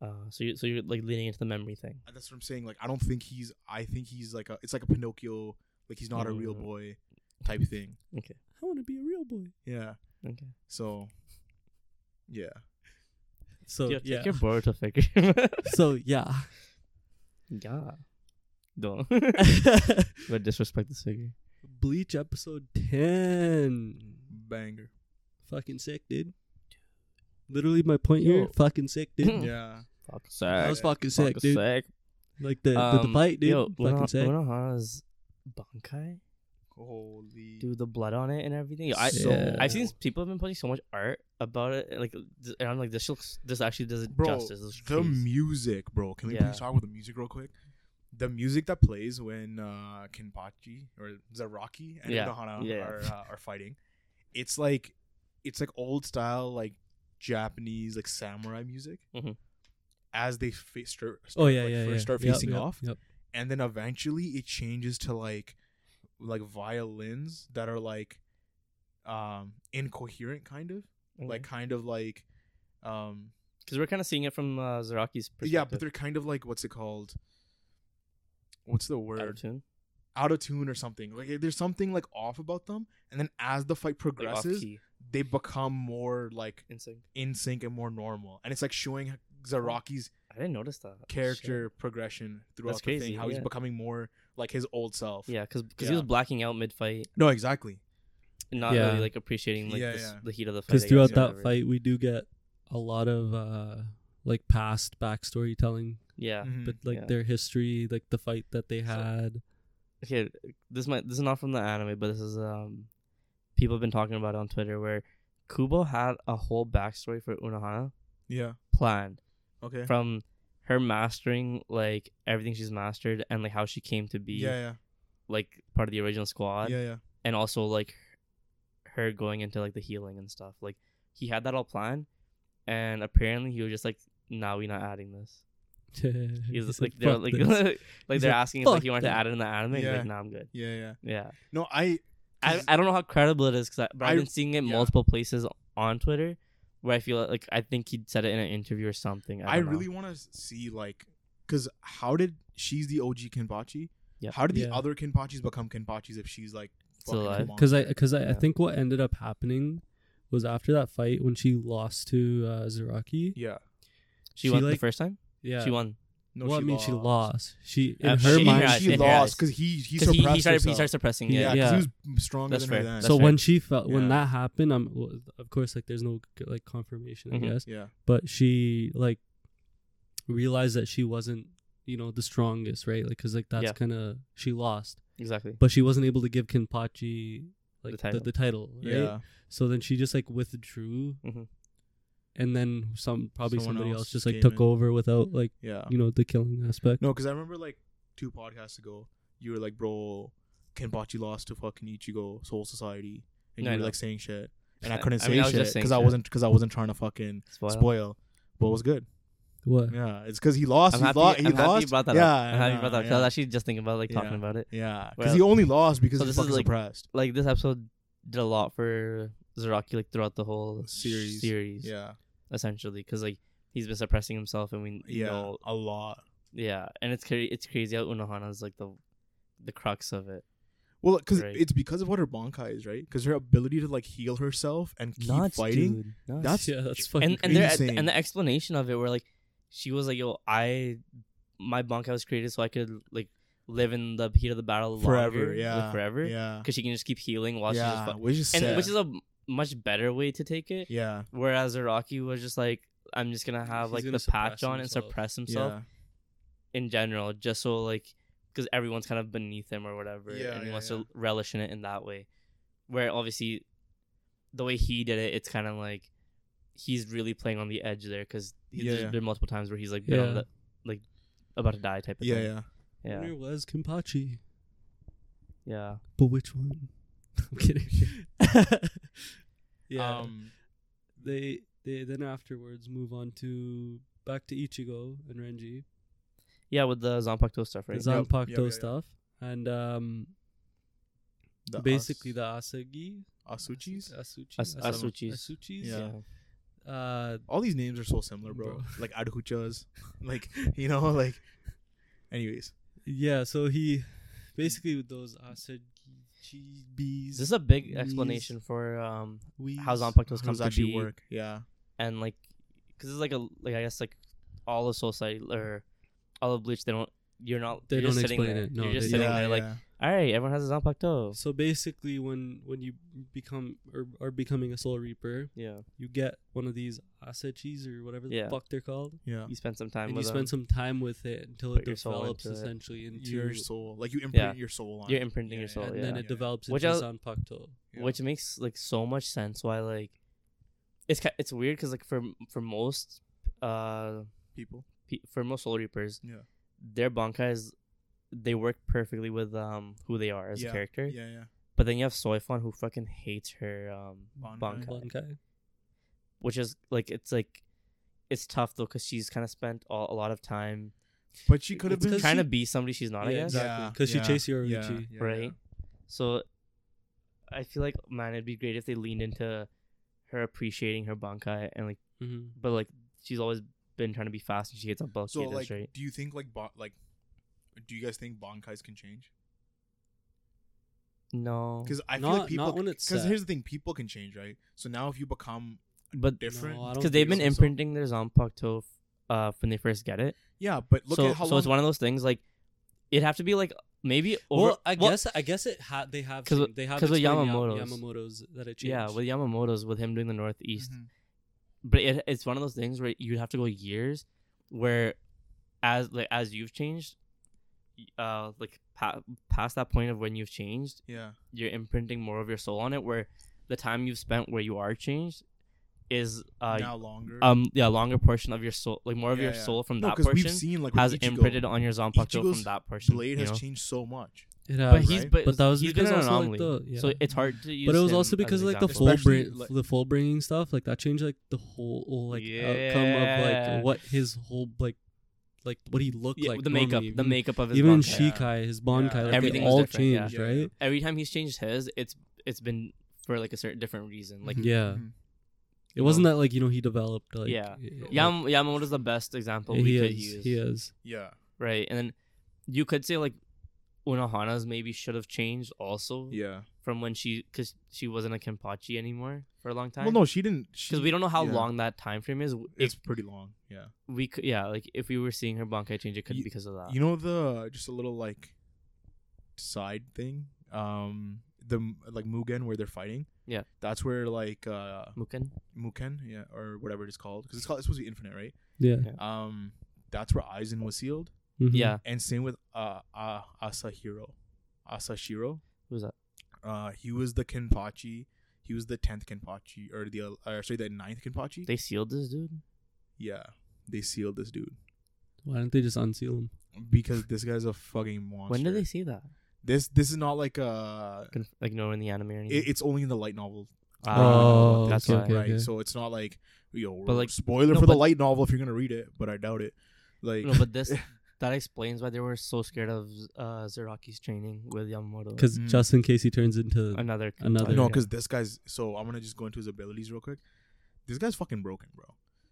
Speaker 2: Uh, so you so you're like leaning into the memory thing.
Speaker 1: And That's what I'm saying. Like I don't think he's. I think he's like a. It's like a Pinocchio. Like he's not a real
Speaker 2: Mm.
Speaker 1: boy, type thing.
Speaker 2: Okay.
Speaker 3: I want to be a real boy.
Speaker 1: Yeah.
Speaker 2: Okay.
Speaker 1: So. Yeah.
Speaker 3: So
Speaker 2: Yo,
Speaker 3: yeah.
Speaker 2: Take your Boruto figure.
Speaker 3: So yeah.
Speaker 2: yeah. Don't. but disrespect this figure.
Speaker 3: Bleach episode ten.
Speaker 1: Banger.
Speaker 3: Fucking sick, dude. Literally, my point
Speaker 2: Yo.
Speaker 3: here. Fucking sick, dude.
Speaker 1: Yeah.
Speaker 2: Fuck
Speaker 3: That was
Speaker 2: sick.
Speaker 3: fucking sick,
Speaker 2: Fuck
Speaker 3: dude.
Speaker 2: sick.
Speaker 3: Like the, the, the
Speaker 2: Um,
Speaker 3: fight, dude.
Speaker 2: Yo,
Speaker 3: fucking sick.
Speaker 2: Unohana's Bankai.
Speaker 1: Holy.
Speaker 2: Dude, the blood on it and everything. Yo, I,
Speaker 3: So-
Speaker 2: I've seen people have been putting so much art about it, like, th- and I'm like, this looks, this actually does it
Speaker 1: bro,
Speaker 2: justice. This looks
Speaker 1: the
Speaker 2: crazy.
Speaker 1: music, bro. Can we
Speaker 2: Yeah.
Speaker 1: please talk about the music real quick? The music that plays when uh Kenpachi or Zaraki and
Speaker 2: Yeah.
Speaker 1: Unohana
Speaker 2: Yeah.
Speaker 1: are uh, are fighting, it's like it's like old style like Japanese like samurai music.
Speaker 2: Mhm.
Speaker 1: As they fa- start,
Speaker 3: Oh yeah,
Speaker 1: like,
Speaker 3: yeah,
Speaker 1: first
Speaker 3: yeah.
Speaker 1: start
Speaker 3: Yep,
Speaker 1: facing
Speaker 3: yep,
Speaker 1: off,
Speaker 3: Yep.
Speaker 1: and then eventually it changes to like like violins that are like um incoherent kind of like
Speaker 2: Mm-hmm.
Speaker 1: kind of like um
Speaker 2: because we're kind of seeing it from uh, Zaraki's perspective.
Speaker 1: yeah, but they're kind of like what's it called? What's the word?
Speaker 2: Out
Speaker 1: Out
Speaker 2: of
Speaker 1: of,
Speaker 2: tune,
Speaker 1: tune or something. Like eh, there's something like off about them, and then as the fight
Speaker 2: like off
Speaker 1: progresses,
Speaker 2: key,
Speaker 1: they become more like
Speaker 2: in sync.
Speaker 1: in sync and more normal. And it's like showing Zaraki's
Speaker 2: I didn't notice that
Speaker 1: character progression throughout
Speaker 2: Oh, That's
Speaker 1: the
Speaker 2: crazy,
Speaker 1: thing, how
Speaker 2: yeah.
Speaker 1: he's becoming more like his old self.
Speaker 2: Shit. Yeah, because he
Speaker 1: Yeah.
Speaker 2: was blacking out mid fight,
Speaker 1: No, exactly.
Speaker 2: not
Speaker 3: Yeah.
Speaker 2: really like appreciating like
Speaker 1: Yeah,
Speaker 2: this,
Speaker 1: yeah.
Speaker 2: the heat of the fight.
Speaker 3: Because
Speaker 2: I guess,
Speaker 3: throughout
Speaker 2: or
Speaker 3: that
Speaker 2: whatever.
Speaker 3: fight, we do get a lot of uh like past backstory telling,
Speaker 2: yeah.
Speaker 1: Mhm.
Speaker 3: but like
Speaker 2: Mm-hmm. Yeah.
Speaker 3: their history, like the fight that they
Speaker 2: So-
Speaker 3: had.
Speaker 2: here this might this is not from the anime, but this is um people have been talking about it on Twitter where Kubo had a whole backstory for Unohana
Speaker 1: yeah.
Speaker 2: planned
Speaker 1: Okay.
Speaker 2: from her mastering like everything she's mastered and like how she came to be
Speaker 1: Yeah,
Speaker 2: like part of the original
Speaker 1: yeah,
Speaker 2: squad
Speaker 1: yeah, yeah.
Speaker 2: and also like her going into like the healing and stuff. Like he had that all planned and apparently he was just like nah, we not adding this. He's
Speaker 3: He's
Speaker 2: just like they're
Speaker 3: "Fuck
Speaker 2: like
Speaker 3: this."
Speaker 2: like,
Speaker 3: He's
Speaker 2: they're
Speaker 3: like,
Speaker 2: asking if like
Speaker 3: "Fuck
Speaker 2: he wanted to
Speaker 3: that."
Speaker 2: add it in the anime. He's
Speaker 1: Yeah.
Speaker 2: like, nah, I'm good.
Speaker 1: Yeah, yeah.
Speaker 2: Yeah.
Speaker 1: No, I
Speaker 2: I,
Speaker 1: 'Cause-
Speaker 2: I don't know how credible it is because but I've
Speaker 1: I-
Speaker 2: been seeing it
Speaker 1: yeah.
Speaker 2: multiple places on Twitter where I feel like I think he said it in an interview or something. I,
Speaker 1: I
Speaker 2: don't know.
Speaker 1: really want to see like, because how did she's the OG Kenpachi?
Speaker 2: Yep.
Speaker 1: How did the
Speaker 3: Yeah.
Speaker 1: other Kenpachis become Kenpachis if she's like
Speaker 2: Still
Speaker 1: fucking a
Speaker 2: alive?
Speaker 1: monster?
Speaker 3: because I because I, I
Speaker 2: Yeah.
Speaker 3: think what ended up happening was after that fight when she lost to uh, Zeraki.
Speaker 1: yeah
Speaker 2: she,
Speaker 3: she,
Speaker 2: won the
Speaker 3: like-
Speaker 2: first time.
Speaker 3: Yeah.
Speaker 2: She won
Speaker 1: no
Speaker 3: well, I mean, she lost. She in
Speaker 2: Uh,
Speaker 3: her
Speaker 2: she-
Speaker 3: mind.
Speaker 2: yeah,
Speaker 1: she
Speaker 2: in her eyes.
Speaker 1: lost because he he
Speaker 2: because
Speaker 1: suppressed
Speaker 2: he, he started he
Speaker 1: herself.
Speaker 2: started suppressing it.
Speaker 1: yeah, 'cause
Speaker 3: yeah.
Speaker 1: he was stronger
Speaker 2: That's
Speaker 1: than
Speaker 2: fair,
Speaker 1: her then
Speaker 2: that's
Speaker 3: so
Speaker 2: fair.
Speaker 3: when she felt when
Speaker 1: Yeah.
Speaker 3: that happened, I'm well, of course like there's no like confirmation, I
Speaker 2: Mhm.
Speaker 3: guess.
Speaker 1: yeah
Speaker 3: but she like realized that she wasn't you know the strongest right like because like that's
Speaker 2: Yeah.
Speaker 3: kind of she lost
Speaker 2: exactly.
Speaker 3: but she wasn't able to give kenpachi like the
Speaker 2: The
Speaker 3: title,
Speaker 2: title.
Speaker 3: the, title right
Speaker 1: yeah
Speaker 3: so then she just like withdrew
Speaker 1: Mm-hmm.
Speaker 2: Mhm.
Speaker 3: and then some probably
Speaker 1: Someone
Speaker 3: somebody else,
Speaker 1: else
Speaker 3: just like
Speaker 1: came
Speaker 3: took
Speaker 1: in.
Speaker 3: over without like
Speaker 1: yeah
Speaker 3: you know the killing aspect
Speaker 1: no because I remember like two podcasts ago you were like bro Kenpachi lost to fucking Ichigo Soul Society and
Speaker 2: No, I
Speaker 1: you were
Speaker 2: know.
Speaker 1: like saying shit and I
Speaker 2: I-
Speaker 1: couldn't
Speaker 2: I
Speaker 1: say
Speaker 2: mean, I was just
Speaker 1: shit
Speaker 2: saying
Speaker 1: because I
Speaker 2: shit.
Speaker 1: wasn't because I wasn't trying to fucking
Speaker 2: Spoil.
Speaker 1: spoil but it was good
Speaker 3: What?
Speaker 1: Yeah, it's because he lost.
Speaker 2: I'm
Speaker 1: he
Speaker 2: happy,
Speaker 1: lo- he
Speaker 2: I'm happy
Speaker 1: lost.
Speaker 2: you brought that
Speaker 1: yeah,
Speaker 2: up. I'm happy you brought that up. 'cause I was
Speaker 1: Yeah,
Speaker 2: actually just thinking about like talking
Speaker 1: Yeah.
Speaker 2: about it.
Speaker 1: yeah, because
Speaker 2: Well-
Speaker 1: he only lost because
Speaker 2: So
Speaker 1: he's
Speaker 2: this is
Speaker 1: fucking
Speaker 2: like-
Speaker 1: suppressed.
Speaker 2: Like this episode did a lot for Zaraki like throughout the whole
Speaker 1: Series.
Speaker 2: series
Speaker 1: Yeah,
Speaker 2: essentially because like he's been suppressing himself and we
Speaker 1: yeah,
Speaker 2: know
Speaker 1: a lot.
Speaker 2: yeah and it's crazy it's crazy how Unohana is like the the crux of it.
Speaker 1: Well, because
Speaker 2: Right.
Speaker 1: it's because of what her bankai is, right? Because her ability to like heal herself and keep
Speaker 2: Nuts,
Speaker 1: fighting.
Speaker 2: dude. Nuts.
Speaker 1: That's
Speaker 3: yeah, that's fucking.
Speaker 2: and and, there,
Speaker 1: Insane.
Speaker 2: and the explanation of it where like she was like yo I my bunker was created so I could like live in the heat of the battle
Speaker 1: Forever,
Speaker 2: longer, like,
Speaker 1: yeah,
Speaker 2: forever
Speaker 1: Yeah,
Speaker 2: because she can just keep healing while she's
Speaker 1: yeah,
Speaker 2: just fu-
Speaker 1: which is
Speaker 2: and
Speaker 1: sad.
Speaker 2: which is a much better way to take it.
Speaker 1: yeah,
Speaker 2: Whereas Iraqi was just like, I'm just gonna have
Speaker 3: He's
Speaker 2: like
Speaker 3: gonna
Speaker 2: the patch
Speaker 3: suppress
Speaker 2: on and
Speaker 3: himself.
Speaker 2: suppress himself
Speaker 1: yeah,
Speaker 2: in general, just so like because everyone's kind of beneath him or whatever,
Speaker 1: Yeah,
Speaker 2: and he
Speaker 1: yeah,
Speaker 2: wants
Speaker 1: yeah.
Speaker 2: to relish in it in that way. Where obviously, the way he did it, it's kind of like he's really playing on the edge there because
Speaker 1: Yeah,
Speaker 2: there's
Speaker 1: yeah.
Speaker 2: been multiple times where he's like, been on
Speaker 3: Yeah.
Speaker 2: the, like about to die type of
Speaker 1: yeah,
Speaker 2: thing.
Speaker 1: yeah.
Speaker 2: Yeah, yeah,
Speaker 3: Winner was Kimpachi,
Speaker 2: yeah.
Speaker 3: but which one? I'm kidding. yeah,
Speaker 1: Um,
Speaker 3: they they then afterwards move on to back to Ichigo and Renji,
Speaker 2: with the Zanpakuto stuff,
Speaker 3: the
Speaker 2: right?
Speaker 1: Yep,
Speaker 3: Zanpakuto
Speaker 1: yep, yep.
Speaker 3: stuff, and um,
Speaker 1: the
Speaker 3: basically
Speaker 1: As-
Speaker 3: the Asagi,
Speaker 1: Asuchis.
Speaker 3: Asuchi,
Speaker 2: As-
Speaker 3: Asa-
Speaker 2: Asuchis.
Speaker 3: Asuchis,
Speaker 1: Yeah.
Speaker 3: Uh,
Speaker 1: All these names are so similar, bro.
Speaker 3: Bro.
Speaker 1: Like Adhuchas, like you know, like. Anyways,
Speaker 3: yeah. So he basically with those Asagi bees.
Speaker 2: Is this a big
Speaker 3: Yes.
Speaker 2: explanation for um
Speaker 3: we
Speaker 2: how Zanpakuto's
Speaker 1: how
Speaker 2: come
Speaker 1: does
Speaker 2: to
Speaker 1: actually
Speaker 2: be
Speaker 1: work? Yeah,
Speaker 2: and like because it's like a like I guess like all of Soul Society or all of Bleach they don't you're not
Speaker 3: They
Speaker 2: you're just
Speaker 3: don't
Speaker 2: sitting
Speaker 3: explain
Speaker 2: there.
Speaker 3: it. No,
Speaker 2: you're just
Speaker 3: they
Speaker 2: sitting
Speaker 1: yeah,
Speaker 2: there like
Speaker 1: yeah.
Speaker 2: all right everyone has a Zanpakuto
Speaker 3: So basically, when when you become or are becoming a soul reaper,
Speaker 2: yeah
Speaker 3: you get one of these asachis or whatever the
Speaker 2: Yeah.
Speaker 3: fuck they're called,
Speaker 1: yeah.
Speaker 2: you spend some time
Speaker 3: and you
Speaker 2: with
Speaker 3: spend
Speaker 2: them
Speaker 3: some time with it until it
Speaker 2: Put your soul
Speaker 3: develops
Speaker 2: into it.
Speaker 3: essentially into
Speaker 1: your soul. Like you imprint
Speaker 2: Yeah.
Speaker 1: your soul on.
Speaker 2: You're
Speaker 1: it.
Speaker 2: imprinting your soul,
Speaker 3: and
Speaker 2: yeah.
Speaker 3: then it develops
Speaker 2: Which
Speaker 3: into
Speaker 2: I'll-
Speaker 3: Zanpakuto.
Speaker 1: yeah.
Speaker 2: which makes like so much sense why like it's ki- it's weird because like for for most uh
Speaker 1: people.
Speaker 2: pe- for most Soul Reapers
Speaker 1: Yeah.
Speaker 2: their bankais they work perfectly with um who they are as
Speaker 1: Yeah,
Speaker 2: a character
Speaker 1: Yeah, yeah.
Speaker 2: but then you have Soifon who fucking hates her um
Speaker 1: Bankai.
Speaker 2: Bankai.
Speaker 3: Bankai.
Speaker 2: which is like it's like it's tough though because she's kind of spent all, a lot of time
Speaker 1: But she could have
Speaker 3: It's
Speaker 1: been
Speaker 3: 'cause
Speaker 2: trying
Speaker 3: she-
Speaker 2: to be somebody she's not, I
Speaker 3: Yeah,
Speaker 2: guess.
Speaker 3: exactly. 'Cause she chased
Speaker 1: yeah,
Speaker 3: Yoruichi,
Speaker 1: yeah,
Speaker 2: right? So I feel like man, it'd be great if they leaned into her appreciating her bankai and like,
Speaker 3: Mm-hmm.
Speaker 2: but like she's always been trying to be fast and she gets a bulky.
Speaker 1: So
Speaker 2: So,
Speaker 1: like,
Speaker 2: right.
Speaker 1: do you think like bon- like, do you guys think bankais can change?
Speaker 2: No,
Speaker 1: Because I feel
Speaker 3: Oh, Not-
Speaker 1: like people.
Speaker 3: not when it's
Speaker 1: Because
Speaker 3: set.
Speaker 1: here's the thing: people can change, right? So now if you become
Speaker 2: but
Speaker 1: different,
Speaker 3: No, I don't
Speaker 2: because they've
Speaker 3: think so.
Speaker 2: been imprinting their Zanpakuto f- uh when they first get it.
Speaker 1: yeah. But look
Speaker 2: so
Speaker 1: at how
Speaker 2: so
Speaker 1: long.
Speaker 2: it's one of those things like it'd have to be like maybe over.
Speaker 3: Well, I
Speaker 2: well,
Speaker 3: guess I guess it ha- they have
Speaker 2: 'Cause
Speaker 3: some-
Speaker 2: with-
Speaker 3: they have
Speaker 2: 'cause with
Speaker 3: explained Yam-
Speaker 2: Yamamoto's.
Speaker 3: Yamamoto's that it changed.
Speaker 2: yeah, with Yamamoto's with him doing the northeast.
Speaker 1: Mhm.
Speaker 2: but it, it's one of those things where you'd have to go years where as like as you've changed y- uh like pa- past that point of when you've changed
Speaker 1: Yeah,
Speaker 2: you're imprinting more of your soul on it where the time you've spent where you are changed is uh
Speaker 1: now longer.
Speaker 2: um yeah longer portion of your soul like more of
Speaker 1: Yeah,
Speaker 2: your
Speaker 1: yeah.
Speaker 2: soul from
Speaker 1: no,
Speaker 2: that
Speaker 1: 'cause
Speaker 2: portion
Speaker 1: we've seen like with
Speaker 2: has
Speaker 1: Ichigo,
Speaker 2: imprinted on your zanpakuto from
Speaker 1: Ichigo's
Speaker 2: that portion
Speaker 1: blade
Speaker 2: you
Speaker 1: has
Speaker 2: know?
Speaker 1: changed so much.
Speaker 3: it
Speaker 2: but
Speaker 3: has,
Speaker 2: he's
Speaker 1: right?
Speaker 2: but,
Speaker 3: But that was
Speaker 2: he's been
Speaker 3: because
Speaker 2: an
Speaker 3: also, like,
Speaker 2: anomaly
Speaker 3: the-
Speaker 2: so
Speaker 3: yeah.
Speaker 2: it's hard to use
Speaker 3: but it was
Speaker 2: him
Speaker 3: also because
Speaker 2: as an
Speaker 3: like the
Speaker 2: example.
Speaker 3: full
Speaker 1: Especially,
Speaker 3: brain,
Speaker 1: like-
Speaker 3: the full bringing stuff, like that changed like the whole oh, like outcome of
Speaker 2: Yeah.
Speaker 3: like what his whole like like what he looked
Speaker 2: yeah,
Speaker 3: like.
Speaker 2: the makeup
Speaker 3: normally.
Speaker 2: the makeup of his
Speaker 3: even
Speaker 2: bankai.
Speaker 1: Bankai.
Speaker 3: Shikai, his Bonkai,
Speaker 1: Yeah.
Speaker 3: like,
Speaker 2: Everything
Speaker 3: everything
Speaker 2: was
Speaker 3: all
Speaker 2: different, yeah.
Speaker 3: changed,
Speaker 1: Yeah.
Speaker 3: right?
Speaker 2: every time he's changed his, it's it's been for like a certain different reason. Like
Speaker 1: Mhm.
Speaker 3: Yeah.
Speaker 1: Mhm.
Speaker 3: It wasn't that like you know he developed like
Speaker 2: Yeah.
Speaker 3: y-
Speaker 1: Mm-hmm.
Speaker 2: Yam- Yamamoto's the best example
Speaker 3: he
Speaker 2: we
Speaker 3: is
Speaker 2: could use,
Speaker 3: he is
Speaker 1: Yeah,
Speaker 2: right? And then you could say like Unohana's maybe should have changed also
Speaker 1: yeah.
Speaker 2: from when she because she wasn't a Kenpachi anymore for a long time.
Speaker 1: Well, no, she didn't.
Speaker 2: because we don't know how
Speaker 1: yeah.
Speaker 2: long that time frame is.
Speaker 1: It's
Speaker 2: If
Speaker 1: pretty long. Yeah.
Speaker 2: we could, yeah, like if we were seeing her Bankai change, it could
Speaker 1: You-
Speaker 2: be because of that.
Speaker 1: Uh, You know the just a little like side thing. Um, the like Mugen where they're fighting.
Speaker 2: Yeah.
Speaker 1: that's where like uh
Speaker 2: Muken.
Speaker 1: Mugen, yeah, or whatever it's called, because it's called it's supposed to be infinite, right?
Speaker 3: yeah
Speaker 2: Yeah.
Speaker 1: Um, that's where Aizen was sealed,
Speaker 3: Mhm.
Speaker 2: Yeah,
Speaker 1: and same with uh, uh Asahiro, Asashiro.
Speaker 2: Who's that?
Speaker 1: Uh, he was the Kenpachi. He was the tenth Kenpachi, or the uh, or sorry, the ninth Kenpachi.
Speaker 2: they sealed this dude.
Speaker 1: yeah, they sealed this dude
Speaker 3: why don't they just unseal him
Speaker 1: because this guy's a fucking monster.
Speaker 2: When did they say that?
Speaker 1: This this is not like uh
Speaker 2: Conf- Like no in the anime or anything.
Speaker 1: It, it's only in the light novel.
Speaker 2: Mm.
Speaker 1: Um,
Speaker 2: Ah,
Speaker 3: Oh,
Speaker 2: that's
Speaker 3: okay,
Speaker 2: why.
Speaker 3: okay.
Speaker 1: right? So it's not like yo,
Speaker 2: But,
Speaker 1: but
Speaker 2: like-
Speaker 1: like spoiler
Speaker 2: no,
Speaker 1: for the
Speaker 2: but-
Speaker 1: light novel if you're gonna read it, but I doubt it. Like,
Speaker 2: No, but this that explains why they were so scared of uh, Zeraki's training with Yamamoto.
Speaker 3: Because
Speaker 1: Mm.
Speaker 3: just in case he turns into
Speaker 2: another
Speaker 3: another-
Speaker 1: no,
Speaker 2: yeah.
Speaker 1: because this guy's. So I'm gonna just go into his abilities real quick. This guy's fucking broken, bro.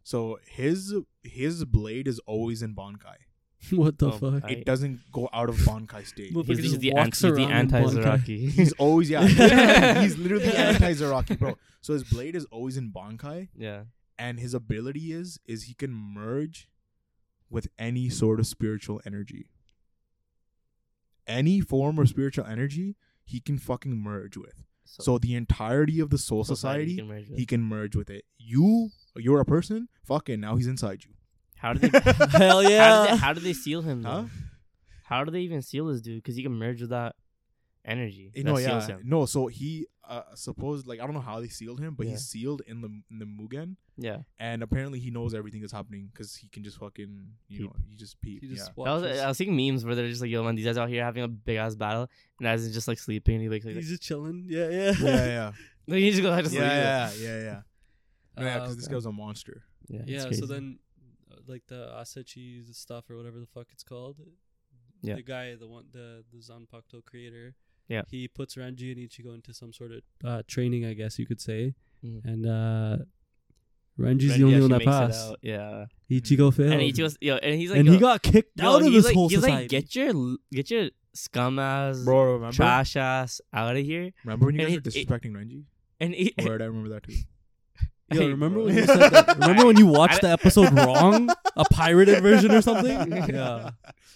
Speaker 1: So his his blade is always in Bonkai.
Speaker 3: what the
Speaker 2: Oh,
Speaker 3: fuck?
Speaker 2: I-
Speaker 1: It doesn't go out of Bonkai state.
Speaker 3: Well,
Speaker 2: he's,
Speaker 3: Motherfucker
Speaker 2: he's
Speaker 3: just
Speaker 2: the
Speaker 3: walks
Speaker 2: anti, he's the
Speaker 3: around in
Speaker 2: anti
Speaker 3: Bonkai.
Speaker 2: Zeraki.
Speaker 1: He's always yeah. he's literally the anti Zaraki, bro. So his blade is always in Bonkai,
Speaker 2: yeah,
Speaker 1: and his ability is is he can merge with any sort of spiritual energy. Any form of spiritual energy, he can fucking merge with. So, the entirety of the Soul Society,
Speaker 2: can merge with.
Speaker 1: he can merge with it. You, you're a person. Fucking now he's inside you.
Speaker 2: how did they?
Speaker 3: Hell
Speaker 2: How did they,
Speaker 3: yeah!
Speaker 2: how did they seal him? Though?
Speaker 1: Huh?
Speaker 2: How do they even seal this dude? Because he can merge with that energy.
Speaker 1: Eh,
Speaker 2: that
Speaker 1: no,
Speaker 2: seals
Speaker 1: yeah,
Speaker 2: him.
Speaker 1: no. So he uh, supposed like I don't know how they sealed him, but
Speaker 2: Yeah.
Speaker 1: he's sealed in the in the Mugen.
Speaker 2: Yeah.
Speaker 1: and apparently he knows everything that's happening because he can just fucking you know he just peep.
Speaker 3: He just
Speaker 2: That was,
Speaker 3: watches.
Speaker 2: I was seeing memes where they're just like, "Yo, man, these guys out here having a big ass battle, and as is just like sleeping, and he wakes like,
Speaker 3: He's just chilling. Yeah, yeah.
Speaker 1: yeah, yeah,
Speaker 2: like he just goes, "I
Speaker 1: yeah,
Speaker 2: just leave it."
Speaker 1: yeah, yeah, yeah. No, yeah,
Speaker 3: Uh,
Speaker 2: Oh,
Speaker 1: because this
Speaker 3: okay.
Speaker 1: guy's a monster.
Speaker 2: yeah, it's
Speaker 3: Yeah,
Speaker 2: crazy.
Speaker 3: so then uh, like the Asachi's stuff or whatever the fuck it's called.
Speaker 2: Yeah.
Speaker 3: The guy, the one the the Zanpakuto creator.
Speaker 2: Yeah.
Speaker 3: He puts Ranji and Ichigo into some sort of uh, training, I guess you could say.
Speaker 2: Mhm.
Speaker 3: And uh Ranji's
Speaker 2: Randy
Speaker 3: the only one that
Speaker 2: actually makes it
Speaker 3: passed.
Speaker 2: out, Yeah,
Speaker 3: Ichigo failed.
Speaker 2: and he just, yo, and he's like,
Speaker 3: and
Speaker 2: yo,
Speaker 3: he got kicked
Speaker 2: yo,
Speaker 3: out of
Speaker 2: he's
Speaker 3: this
Speaker 2: like,
Speaker 3: whole
Speaker 2: he's
Speaker 3: society.
Speaker 2: like, get your, get your scum ass,
Speaker 1: Bro, remember?
Speaker 2: trash ass out of here,
Speaker 1: Remember when you
Speaker 2: And
Speaker 1: guys were
Speaker 2: it- it-
Speaker 1: disrespecting Renji?
Speaker 2: and he,
Speaker 1: Word, I remember that too.
Speaker 3: Yo,
Speaker 2: Hey,
Speaker 3: remember
Speaker 2: bro.
Speaker 3: when you said that? Remember when you watched the episode wrong, a pirated version or something?
Speaker 1: yeah.
Speaker 3: Yeah.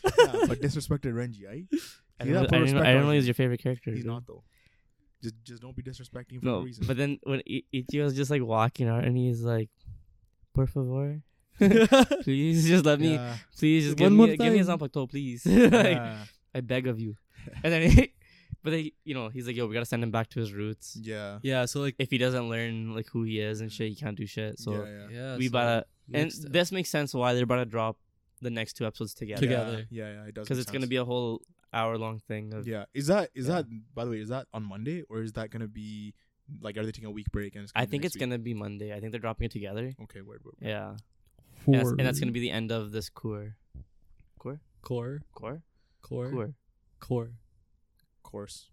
Speaker 1: but disrespected Renji, right?
Speaker 2: I didn't, know- I didn't, know- I didn't know he was your favorite character.
Speaker 1: He's
Speaker 2: dude.
Speaker 1: not though. Just, just don't be disrespecting him for no
Speaker 2: No,
Speaker 1: reason.
Speaker 2: but then when I- Ichigo's just like walking out, and he's like, "Por favor, please, just let me."
Speaker 1: yeah,
Speaker 2: Please just
Speaker 3: One
Speaker 2: give
Speaker 3: more
Speaker 2: me, give me a
Speaker 3: time.
Speaker 2: Zanpakuto, please. Like,
Speaker 1: yeah,
Speaker 2: I beg of you. And then, he, but then, he- you know, he's like, yo, we gotta send him back to his roots.
Speaker 1: yeah,
Speaker 3: yeah, so like
Speaker 2: If he doesn't learn like who he is and shit, he can't do shit. So
Speaker 1: yeah, yeah.
Speaker 3: yeah,
Speaker 2: we
Speaker 3: so
Speaker 2: gotta, and
Speaker 3: next step.
Speaker 2: this makes sense why they're about to drop the next two episodes together
Speaker 3: Together.
Speaker 1: Yeah, yeah, it does.
Speaker 2: because
Speaker 1: make
Speaker 2: it's gonna
Speaker 1: sense.
Speaker 2: be a whole hour long thing of
Speaker 1: Yeah, is that is
Speaker 2: Yeah.
Speaker 1: that by the way is that on Monday or is that gonna be like are they taking a week break and? It's
Speaker 2: I
Speaker 1: be
Speaker 2: think
Speaker 1: next
Speaker 2: it's gonna be Monday. I think they're dropping it together.
Speaker 1: week? Okay, word, word. word.
Speaker 2: Yeah,
Speaker 3: four
Speaker 2: and that's, and that's gonna be the end of this core, core,
Speaker 3: core,
Speaker 2: core,
Speaker 3: core, core,
Speaker 2: core.
Speaker 3: core.
Speaker 1: Of course.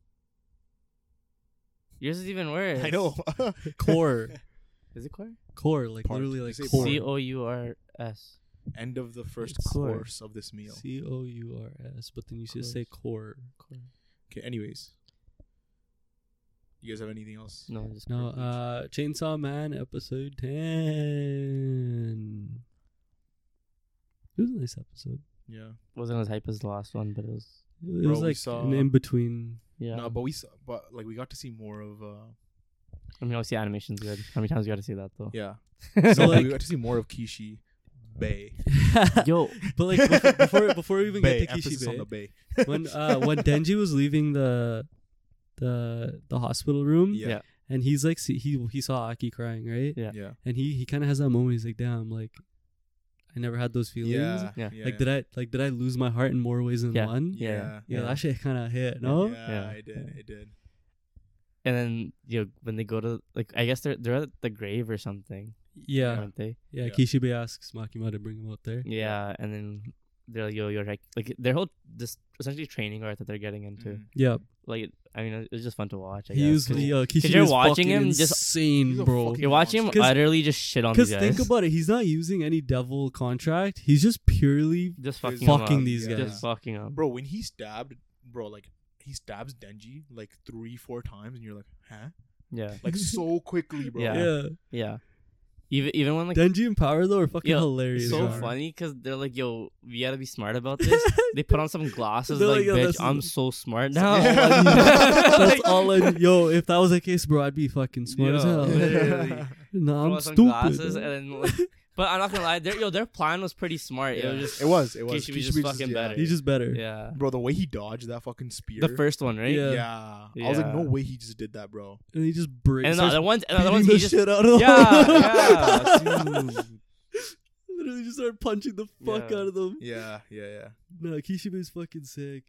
Speaker 2: Yours is even worse.
Speaker 1: I know.
Speaker 3: core,
Speaker 2: Is it core?
Speaker 3: core, like
Speaker 1: Part.
Speaker 3: literally
Speaker 1: They
Speaker 3: like
Speaker 1: say
Speaker 3: core.
Speaker 2: C O U R S.
Speaker 1: End of the first
Speaker 2: Of course.
Speaker 1: course of this meal.
Speaker 3: C O U R S, but then you just say core.
Speaker 1: Okay. Anyways, you guys have anything else?
Speaker 2: No, just
Speaker 3: No,
Speaker 2: core.
Speaker 3: uh, Chainsaw Man episode ten. It was a nice episode.
Speaker 1: Yeah.
Speaker 2: wasn't as hype as the last one, but it was
Speaker 3: It was
Speaker 1: Bro, we
Speaker 3: like
Speaker 1: saw-
Speaker 3: an in between.
Speaker 2: yeah.
Speaker 1: No, but we saw, but like we got to see more of. uh
Speaker 2: I mean, obviously, animation's good. How many times you got to say that though?
Speaker 1: Yeah.
Speaker 2: Yeah.
Speaker 1: So
Speaker 3: like-
Speaker 1: we got to see more of Kishi Bay.
Speaker 2: Yo,
Speaker 3: but like before, before, before we even
Speaker 1: Bay,
Speaker 3: get to
Speaker 1: emphasis on the
Speaker 3: Kishibe,
Speaker 1: Bay.
Speaker 3: when uh, when Denji was leaving the the the hospital room,
Speaker 1: Yeah.
Speaker 2: Yeah.
Speaker 3: and he's like see, he he saw Aki crying, right?
Speaker 2: Yeah.
Speaker 1: Yeah. Yeah.
Speaker 3: And he he kind of has that moment. He's like, damn, like I never had those feelings.
Speaker 1: Yeah.
Speaker 2: Yeah.
Speaker 3: Like did I like did I lose my heart in more ways than
Speaker 2: Yeah.
Speaker 3: one?
Speaker 2: Yeah.
Speaker 1: Yeah.
Speaker 3: Yeah,
Speaker 2: Yeah.
Speaker 3: that shit kind of hit. No,
Speaker 1: Yeah.
Speaker 2: Yeah.
Speaker 1: It did. It did.
Speaker 2: and then you know, when they go to like, I guess they're they're at the grave or something,
Speaker 3: yeah,
Speaker 2: aren't they?
Speaker 3: yeah.
Speaker 1: Yeah.
Speaker 3: Kishibe asks Makima to bring him out there.
Speaker 2: Yeah. and then they're like, yo, you're like, like their whole this essentially training art that they're getting into.
Speaker 1: Mm.
Speaker 3: Yeah,
Speaker 2: Like, it, I mean, it was just fun to watch. I
Speaker 3: Mm-hmm. he
Speaker 2: guess,
Speaker 3: used
Speaker 2: 'cause
Speaker 3: yo, Kishibe
Speaker 2: you're
Speaker 3: is
Speaker 2: watching
Speaker 3: fucking
Speaker 2: him just-
Speaker 1: He's
Speaker 3: insane,
Speaker 1: a
Speaker 3: bro.
Speaker 1: fucking
Speaker 2: you're watching him
Speaker 1: Monster.
Speaker 3: Cause-
Speaker 2: utterly just shit on these
Speaker 3: Because
Speaker 2: guys.
Speaker 3: think about it, he's not using any devil contract. He's just purely
Speaker 2: just
Speaker 1: He's
Speaker 2: fucking,
Speaker 3: fucking
Speaker 2: them up.
Speaker 3: these
Speaker 1: Yeah.
Speaker 3: guys.
Speaker 2: just fucking up.
Speaker 1: bro when he stabbed bro like he stabs denji like three four times and you're like huh
Speaker 2: Yeah,
Speaker 1: like so quickly bro
Speaker 2: Yeah.
Speaker 3: Yeah.
Speaker 2: yeah. Even even when like
Speaker 3: Denji and Power though are fucking
Speaker 2: Yo,
Speaker 3: hilarious.
Speaker 2: so
Speaker 3: bro.
Speaker 2: funny because they're like, "Yo, we gotta be smart about this." they put on some glasses,
Speaker 3: They're
Speaker 2: like,
Speaker 3: like, "Yo,
Speaker 2: "Bitch,
Speaker 3: this is-
Speaker 2: I'm so smart
Speaker 1: That's
Speaker 2: now."
Speaker 1: all I need.
Speaker 3: That's
Speaker 2: Like,
Speaker 3: all I yo. If that was the case, bro, I'd be fucking smart as
Speaker 2: Yo.
Speaker 3: hell.
Speaker 1: Literally.
Speaker 3: No,
Speaker 2: throw
Speaker 3: I'm
Speaker 2: on some
Speaker 3: stupid.
Speaker 2: glasses
Speaker 3: bro.
Speaker 2: and then, like, but I'm not gonna lie, their yo, their plan was pretty smart. It was just,
Speaker 1: it was it was
Speaker 2: Kishibe just
Speaker 1: Kishibe's
Speaker 2: fucking better.
Speaker 3: He's just better.
Speaker 2: yeah,
Speaker 1: bro the way he dodged that fucking spear
Speaker 2: the first one, right?
Speaker 3: Yeah.
Speaker 1: yeah. i was like
Speaker 2: Yeah.
Speaker 1: no way he just did that bro
Speaker 3: And he just breaks.
Speaker 2: And the
Speaker 3: starts
Speaker 2: other ones, and the other
Speaker 3: beating
Speaker 2: ones,
Speaker 3: the
Speaker 2: he just
Speaker 3: shit out of
Speaker 2: Yeah,
Speaker 3: them.
Speaker 1: yeah
Speaker 3: Literally just started punching the fuck
Speaker 2: Yeah.
Speaker 3: out of them.
Speaker 1: yeah yeah
Speaker 3: No, Kishibe's fucking sick.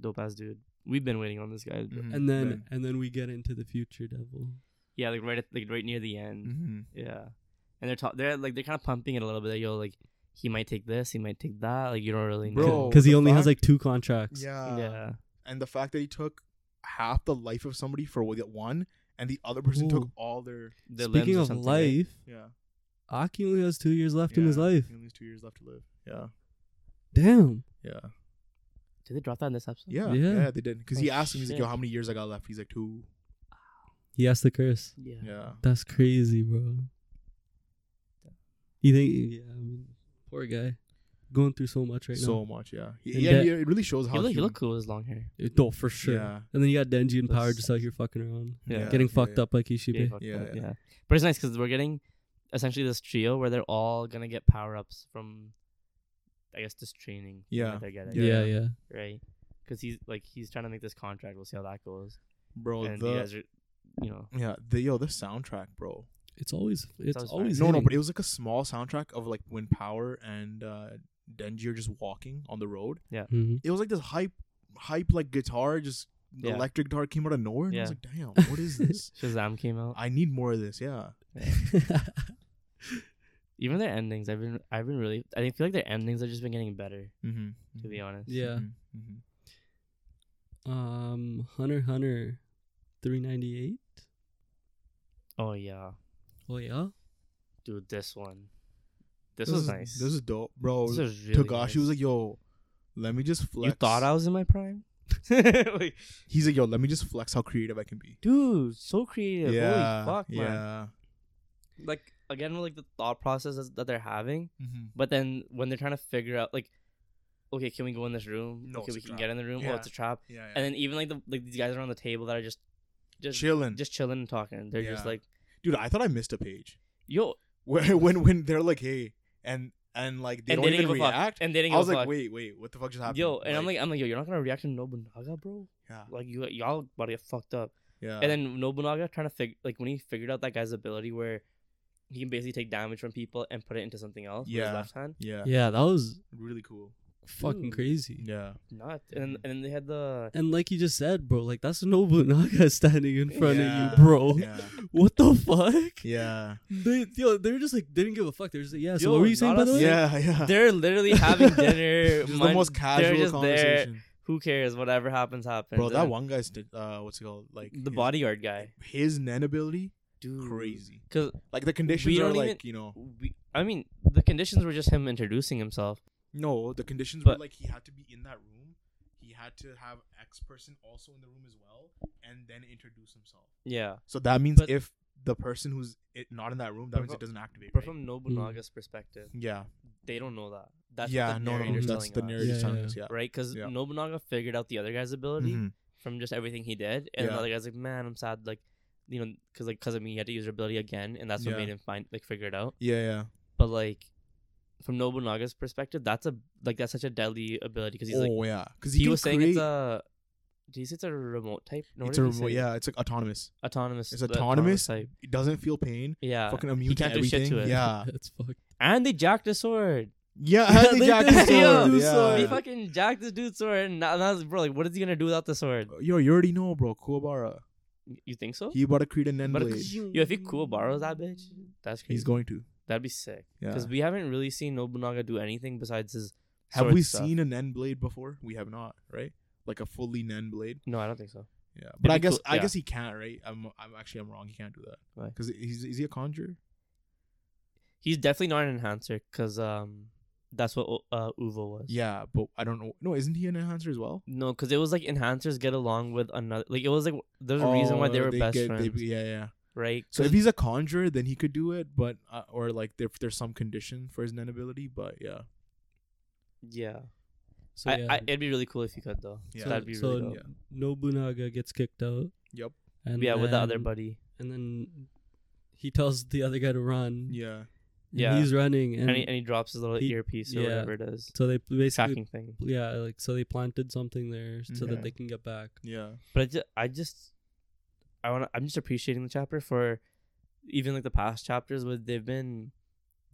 Speaker 2: dope ass dude. We've been waiting on this guy.
Speaker 3: Mm-hmm.
Speaker 1: Mhm.
Speaker 3: And then
Speaker 1: Man.
Speaker 3: and then we get into the future devil.
Speaker 2: Yeah, like right at, like right near the end.
Speaker 1: Mm-hmm.
Speaker 2: Yeah, and they're ta- they're like they're kind of pumping it a little bit. Like, yo, like he might take this, he might take that. Like you don't really know.
Speaker 1: Bro,
Speaker 3: because he
Speaker 1: the
Speaker 3: only has
Speaker 1: fact-
Speaker 3: like two contracts.
Speaker 1: Yeah.
Speaker 2: yeah,
Speaker 1: And the fact that he took half the life of somebody for what one, and the other person took
Speaker 3: Ooh.
Speaker 1: all their
Speaker 2: The limbs
Speaker 3: Speaking
Speaker 2: or
Speaker 3: of
Speaker 2: something, right?
Speaker 3: life,
Speaker 1: yeah.
Speaker 3: Aki only has two years left in his
Speaker 1: Yeah,
Speaker 3: life.
Speaker 1: He only has two years left to live. Yeah.
Speaker 3: Damn.
Speaker 1: Yeah.
Speaker 2: Did they drop that in this episode?
Speaker 1: Yeah. Yeah.
Speaker 3: Yeah.
Speaker 1: they did. Because
Speaker 2: Oh,
Speaker 1: he asked him, he's like,
Speaker 2: shit.
Speaker 1: yo, how many years I got left? He's like, two.
Speaker 3: He has the curse.
Speaker 2: Yeah.
Speaker 1: Yeah.
Speaker 3: That's crazy, bro. You think? Yeah, I mean, poor guy, going through so much right
Speaker 1: so much. Yeah. He-
Speaker 3: And
Speaker 1: yeah.
Speaker 3: that-
Speaker 1: yeah, It really shows
Speaker 2: He
Speaker 1: how
Speaker 2: look, he
Speaker 1: human-
Speaker 2: look cool with his long hair.
Speaker 3: now. No, for sure.
Speaker 1: Yeah.
Speaker 3: And then you got Denji and
Speaker 2: That's
Speaker 3: Power just out
Speaker 2: sucks.
Speaker 3: here fucking around,
Speaker 2: Yeah.
Speaker 3: getting
Speaker 1: yeah,
Speaker 3: fucked
Speaker 1: yeah.
Speaker 3: up like Ishibe.
Speaker 2: Yeah, fuck
Speaker 1: Yeah,
Speaker 2: that,
Speaker 1: yeah.
Speaker 2: yeah. But it's nice because we're getting essentially this trio where they're all gonna get power ups from, I guess, this training. that
Speaker 1: Yeah.
Speaker 2: they're getting.
Speaker 3: yeah, yeah.
Speaker 2: right? Because he's like he's trying to make this contract. We'll see how that goes.
Speaker 1: Bro,
Speaker 2: and
Speaker 1: the.
Speaker 2: you guys are, you know,
Speaker 1: yeah, the yo, the soundtrack, bro.
Speaker 3: It's always it's
Speaker 2: Sounds fine.
Speaker 3: always
Speaker 1: No, no,
Speaker 3: hitting.
Speaker 1: but it was like a small soundtrack of like when Power and uh Denji are just walking on the road.
Speaker 3: Mhm.
Speaker 1: It was like this hype, hype like guitar, just the
Speaker 2: Yeah.
Speaker 1: electric guitar came out of nowhere. And I was
Speaker 2: Yeah.
Speaker 1: like, damn, what is this?
Speaker 2: Shazam came out.
Speaker 1: I need more of this. Yeah.
Speaker 3: Mm-hmm.
Speaker 2: Even their endings, I've been, I've been really, I think- feel like their endings have just been getting better.
Speaker 1: Mm-hmm.
Speaker 2: To be honest,
Speaker 3: yeah.
Speaker 1: Mm-hmm.
Speaker 3: Um, Hunter x Hunter, three ninety eight.
Speaker 2: Oh yeah,
Speaker 3: Oh yeah.
Speaker 2: dude, this one, this, was
Speaker 1: is,
Speaker 2: nice.
Speaker 1: This is dope, bro.
Speaker 2: This was really
Speaker 1: Togashi was like, "Yo, let me just
Speaker 2: nice.
Speaker 1: flex."
Speaker 2: you thought I was in my prime, like,
Speaker 1: He's like, "Yo, let me just flex how creative I can be."
Speaker 2: dude, so creative.
Speaker 1: yeah,
Speaker 2: Holy fuck,
Speaker 1: yeah.
Speaker 2: man. Like again, like the thought process that's- that they're having.
Speaker 1: Mm-hmm.
Speaker 2: But then when they're trying to figure out, like, okay, can we go in this room?
Speaker 1: No,
Speaker 2: okay,
Speaker 1: it's a
Speaker 2: we can
Speaker 1: trap.
Speaker 2: get in the room.
Speaker 1: Yeah.
Speaker 2: Oh, it's a trap.
Speaker 1: yeah, yeah.
Speaker 2: And then even like the like these guys around the table that are just just
Speaker 1: chilling,
Speaker 2: just chilling and talking. They're just
Speaker 1: Yeah.
Speaker 2: like,
Speaker 1: dude. I thought I missed a page.
Speaker 2: yo,
Speaker 1: Where when when they're like, "Hey," and and like they
Speaker 2: and
Speaker 1: don't
Speaker 2: they didn't
Speaker 1: even
Speaker 2: give a fuck.
Speaker 1: react.
Speaker 2: And they didn't
Speaker 1: I
Speaker 2: give
Speaker 1: was
Speaker 2: a
Speaker 1: like,
Speaker 2: fuck.
Speaker 1: "Wait, wait, what the fuck just happened?"
Speaker 2: Yo, and I'm like, I'm like, yo, you're not gonna react to Nobunaga, bro.
Speaker 1: yeah,
Speaker 2: Like you, y'all about to get fucked up.
Speaker 1: yeah,
Speaker 2: And then Nobunaga trying to figure, like, when he figured out that guy's ability where he can basically take damage from people and put it into something else with
Speaker 1: Yeah.
Speaker 2: his left hand,
Speaker 1: yeah,
Speaker 3: Yeah, that was
Speaker 1: really cool.
Speaker 3: fucking
Speaker 2: Dude.
Speaker 3: crazy.
Speaker 1: Yeah,
Speaker 2: not. And and then they had the
Speaker 3: And like you just said, bro, like that's Nobunaga standing in front
Speaker 1: Yeah.
Speaker 3: of you, bro.
Speaker 1: yeah,
Speaker 3: What the fuck?
Speaker 1: yeah,
Speaker 3: They, yo, they were just like didn't give a fuck. They were just like, yeah. So
Speaker 2: Yo,
Speaker 3: what were you saying
Speaker 2: not
Speaker 3: by
Speaker 2: a
Speaker 3: the way?
Speaker 1: yeah, yeah.
Speaker 2: they're literally having dinner.
Speaker 1: Just the
Speaker 2: munch-
Speaker 1: most
Speaker 2: they're
Speaker 1: casual
Speaker 2: just there.
Speaker 1: conversation,
Speaker 2: who cares? Whatever happens, happens.
Speaker 1: bro. That
Speaker 2: And
Speaker 1: one guy's did- uh, what's it called? Like
Speaker 2: the
Speaker 1: his-
Speaker 2: bodyguard guy,
Speaker 1: his nen ability,
Speaker 2: dude,
Speaker 1: crazy.
Speaker 2: Because
Speaker 1: Like the conditions are
Speaker 2: don't
Speaker 1: like
Speaker 2: even-
Speaker 1: you know.
Speaker 2: I mean, the conditions were just him introducing himself.
Speaker 1: No, the conditions were
Speaker 2: But-
Speaker 1: like he had to be in that room. He had to have X person also in the room as well, and then introduce himself.
Speaker 2: Yeah,
Speaker 1: So that means
Speaker 2: But-
Speaker 1: if the person who's it, not in that room, that
Speaker 2: But
Speaker 1: means
Speaker 2: fro-
Speaker 1: it doesn't activate.
Speaker 2: but
Speaker 1: right?
Speaker 2: from Nobunaga's perspective,
Speaker 1: yeah,
Speaker 2: they don't know that. That's
Speaker 1: yeah,
Speaker 2: what the
Speaker 1: no, no, no,
Speaker 2: narrator's
Speaker 1: that's
Speaker 2: telling
Speaker 1: the
Speaker 2: us,
Speaker 1: narrator
Speaker 3: Yeah,
Speaker 1: telling
Speaker 3: yeah.
Speaker 1: us. Yeah,
Speaker 2: right? Because
Speaker 1: Yeah.
Speaker 2: Nobunaga figured out the other guy's ability
Speaker 1: Mhm.
Speaker 2: from just everything he did, and
Speaker 1: Yeah.
Speaker 2: the other guy's like, "Man, I'm sad." Like, you know, because like because of me, he had to use her ability again, and that's what
Speaker 1: Yeah.
Speaker 2: made him find like figure it out.
Speaker 1: yeah, yeah.
Speaker 2: But like, from Nobunaga's perspective, that's a like that's such a deadly ability because he's
Speaker 1: oh
Speaker 2: like.
Speaker 1: yeah, because
Speaker 2: he, was saying it's a. Did he say it's a remote type? No, what
Speaker 1: it's
Speaker 2: did
Speaker 1: a
Speaker 2: he
Speaker 1: remote,
Speaker 2: say?
Speaker 1: yeah, it's like autonomous.
Speaker 2: autonomous.
Speaker 1: It's
Speaker 2: the
Speaker 1: autonomous.
Speaker 2: type.
Speaker 1: It doesn't feel pain.
Speaker 2: Yeah,
Speaker 1: fucking immune
Speaker 2: he
Speaker 1: to
Speaker 2: can't do shit
Speaker 1: everything.
Speaker 2: to it.
Speaker 1: Yeah,
Speaker 3: that's fucked.
Speaker 2: and they jacked his sword.
Speaker 1: yeah.
Speaker 3: Yeah,
Speaker 1: Andy
Speaker 3: they
Speaker 1: Jack's
Speaker 2: did. Yeah.
Speaker 1: sword,
Speaker 3: Dude,
Speaker 1: yeah.
Speaker 3: sorry.
Speaker 2: They fucking jacked this dude's sword, and now, now, bro, like, what is he gonna do without the sword?
Speaker 1: Yo, you already know, bro. Kuwabara.
Speaker 2: You think so?
Speaker 1: He bought a Creed and Nen
Speaker 2: But-
Speaker 1: blade.
Speaker 2: Yo, if he cool borrows that bitch, that's crazy.
Speaker 1: He's going to.
Speaker 2: That'd be sick.
Speaker 1: Yeah.
Speaker 2: Because we haven't really seen Nobunaga do anything besides his.
Speaker 1: Have
Speaker 2: sword
Speaker 1: we
Speaker 2: stuff.
Speaker 1: seen an Nen blade before? We have not, right? Like a fully Nen blade.
Speaker 2: No, I don't think so.
Speaker 1: Yeah, but I
Speaker 2: be
Speaker 1: guess
Speaker 2: cool-
Speaker 1: I
Speaker 2: yeah.
Speaker 1: guess he can't, right? I'm I'm actually I'm wrong. He can't do that
Speaker 2: Why?
Speaker 1: because he's is he a conjurer?
Speaker 2: He's definitely not an enhancer, because um, that's what O- uh, Uvo was.
Speaker 1: Yeah, but I don't know. No, isn't he an enhancer as well?
Speaker 2: No, because it was like enhancers get along with another. Like it was like there's a reason why they
Speaker 1: Oh,
Speaker 2: were best
Speaker 1: get-
Speaker 2: friends,
Speaker 1: they- yeah, yeah.
Speaker 2: right?
Speaker 1: So if
Speaker 2: 'Cause-
Speaker 1: he's a conjurer, then he could do it, but uh, or like if there's some condition for his Nen ability, but yeah,
Speaker 2: yeah,
Speaker 3: So
Speaker 2: I,
Speaker 3: yeah,
Speaker 2: I, it'd be really cool if you could though.
Speaker 1: Yeah.
Speaker 2: So that'd be
Speaker 3: so
Speaker 2: really dope.
Speaker 1: dope.
Speaker 3: Nobunaga gets kicked out.
Speaker 1: yep,
Speaker 3: And
Speaker 2: yeah, with the other
Speaker 3: then-
Speaker 2: buddy,
Speaker 3: And then he tells the other guy to run.
Speaker 1: yeah,
Speaker 3: and
Speaker 2: Yeah.
Speaker 3: he's running, and,
Speaker 2: and, he, and he drops his little
Speaker 3: he-
Speaker 2: earpiece or
Speaker 3: yeah.
Speaker 2: whatever it is,
Speaker 3: so they basically,
Speaker 2: tracking thing.
Speaker 3: yeah, like so they planted something there so
Speaker 1: Yeah.
Speaker 3: that they can get back.
Speaker 1: yeah,
Speaker 2: But I just, I just, I want, I'm just appreciating the chapter for, even like the past chapters where they've been,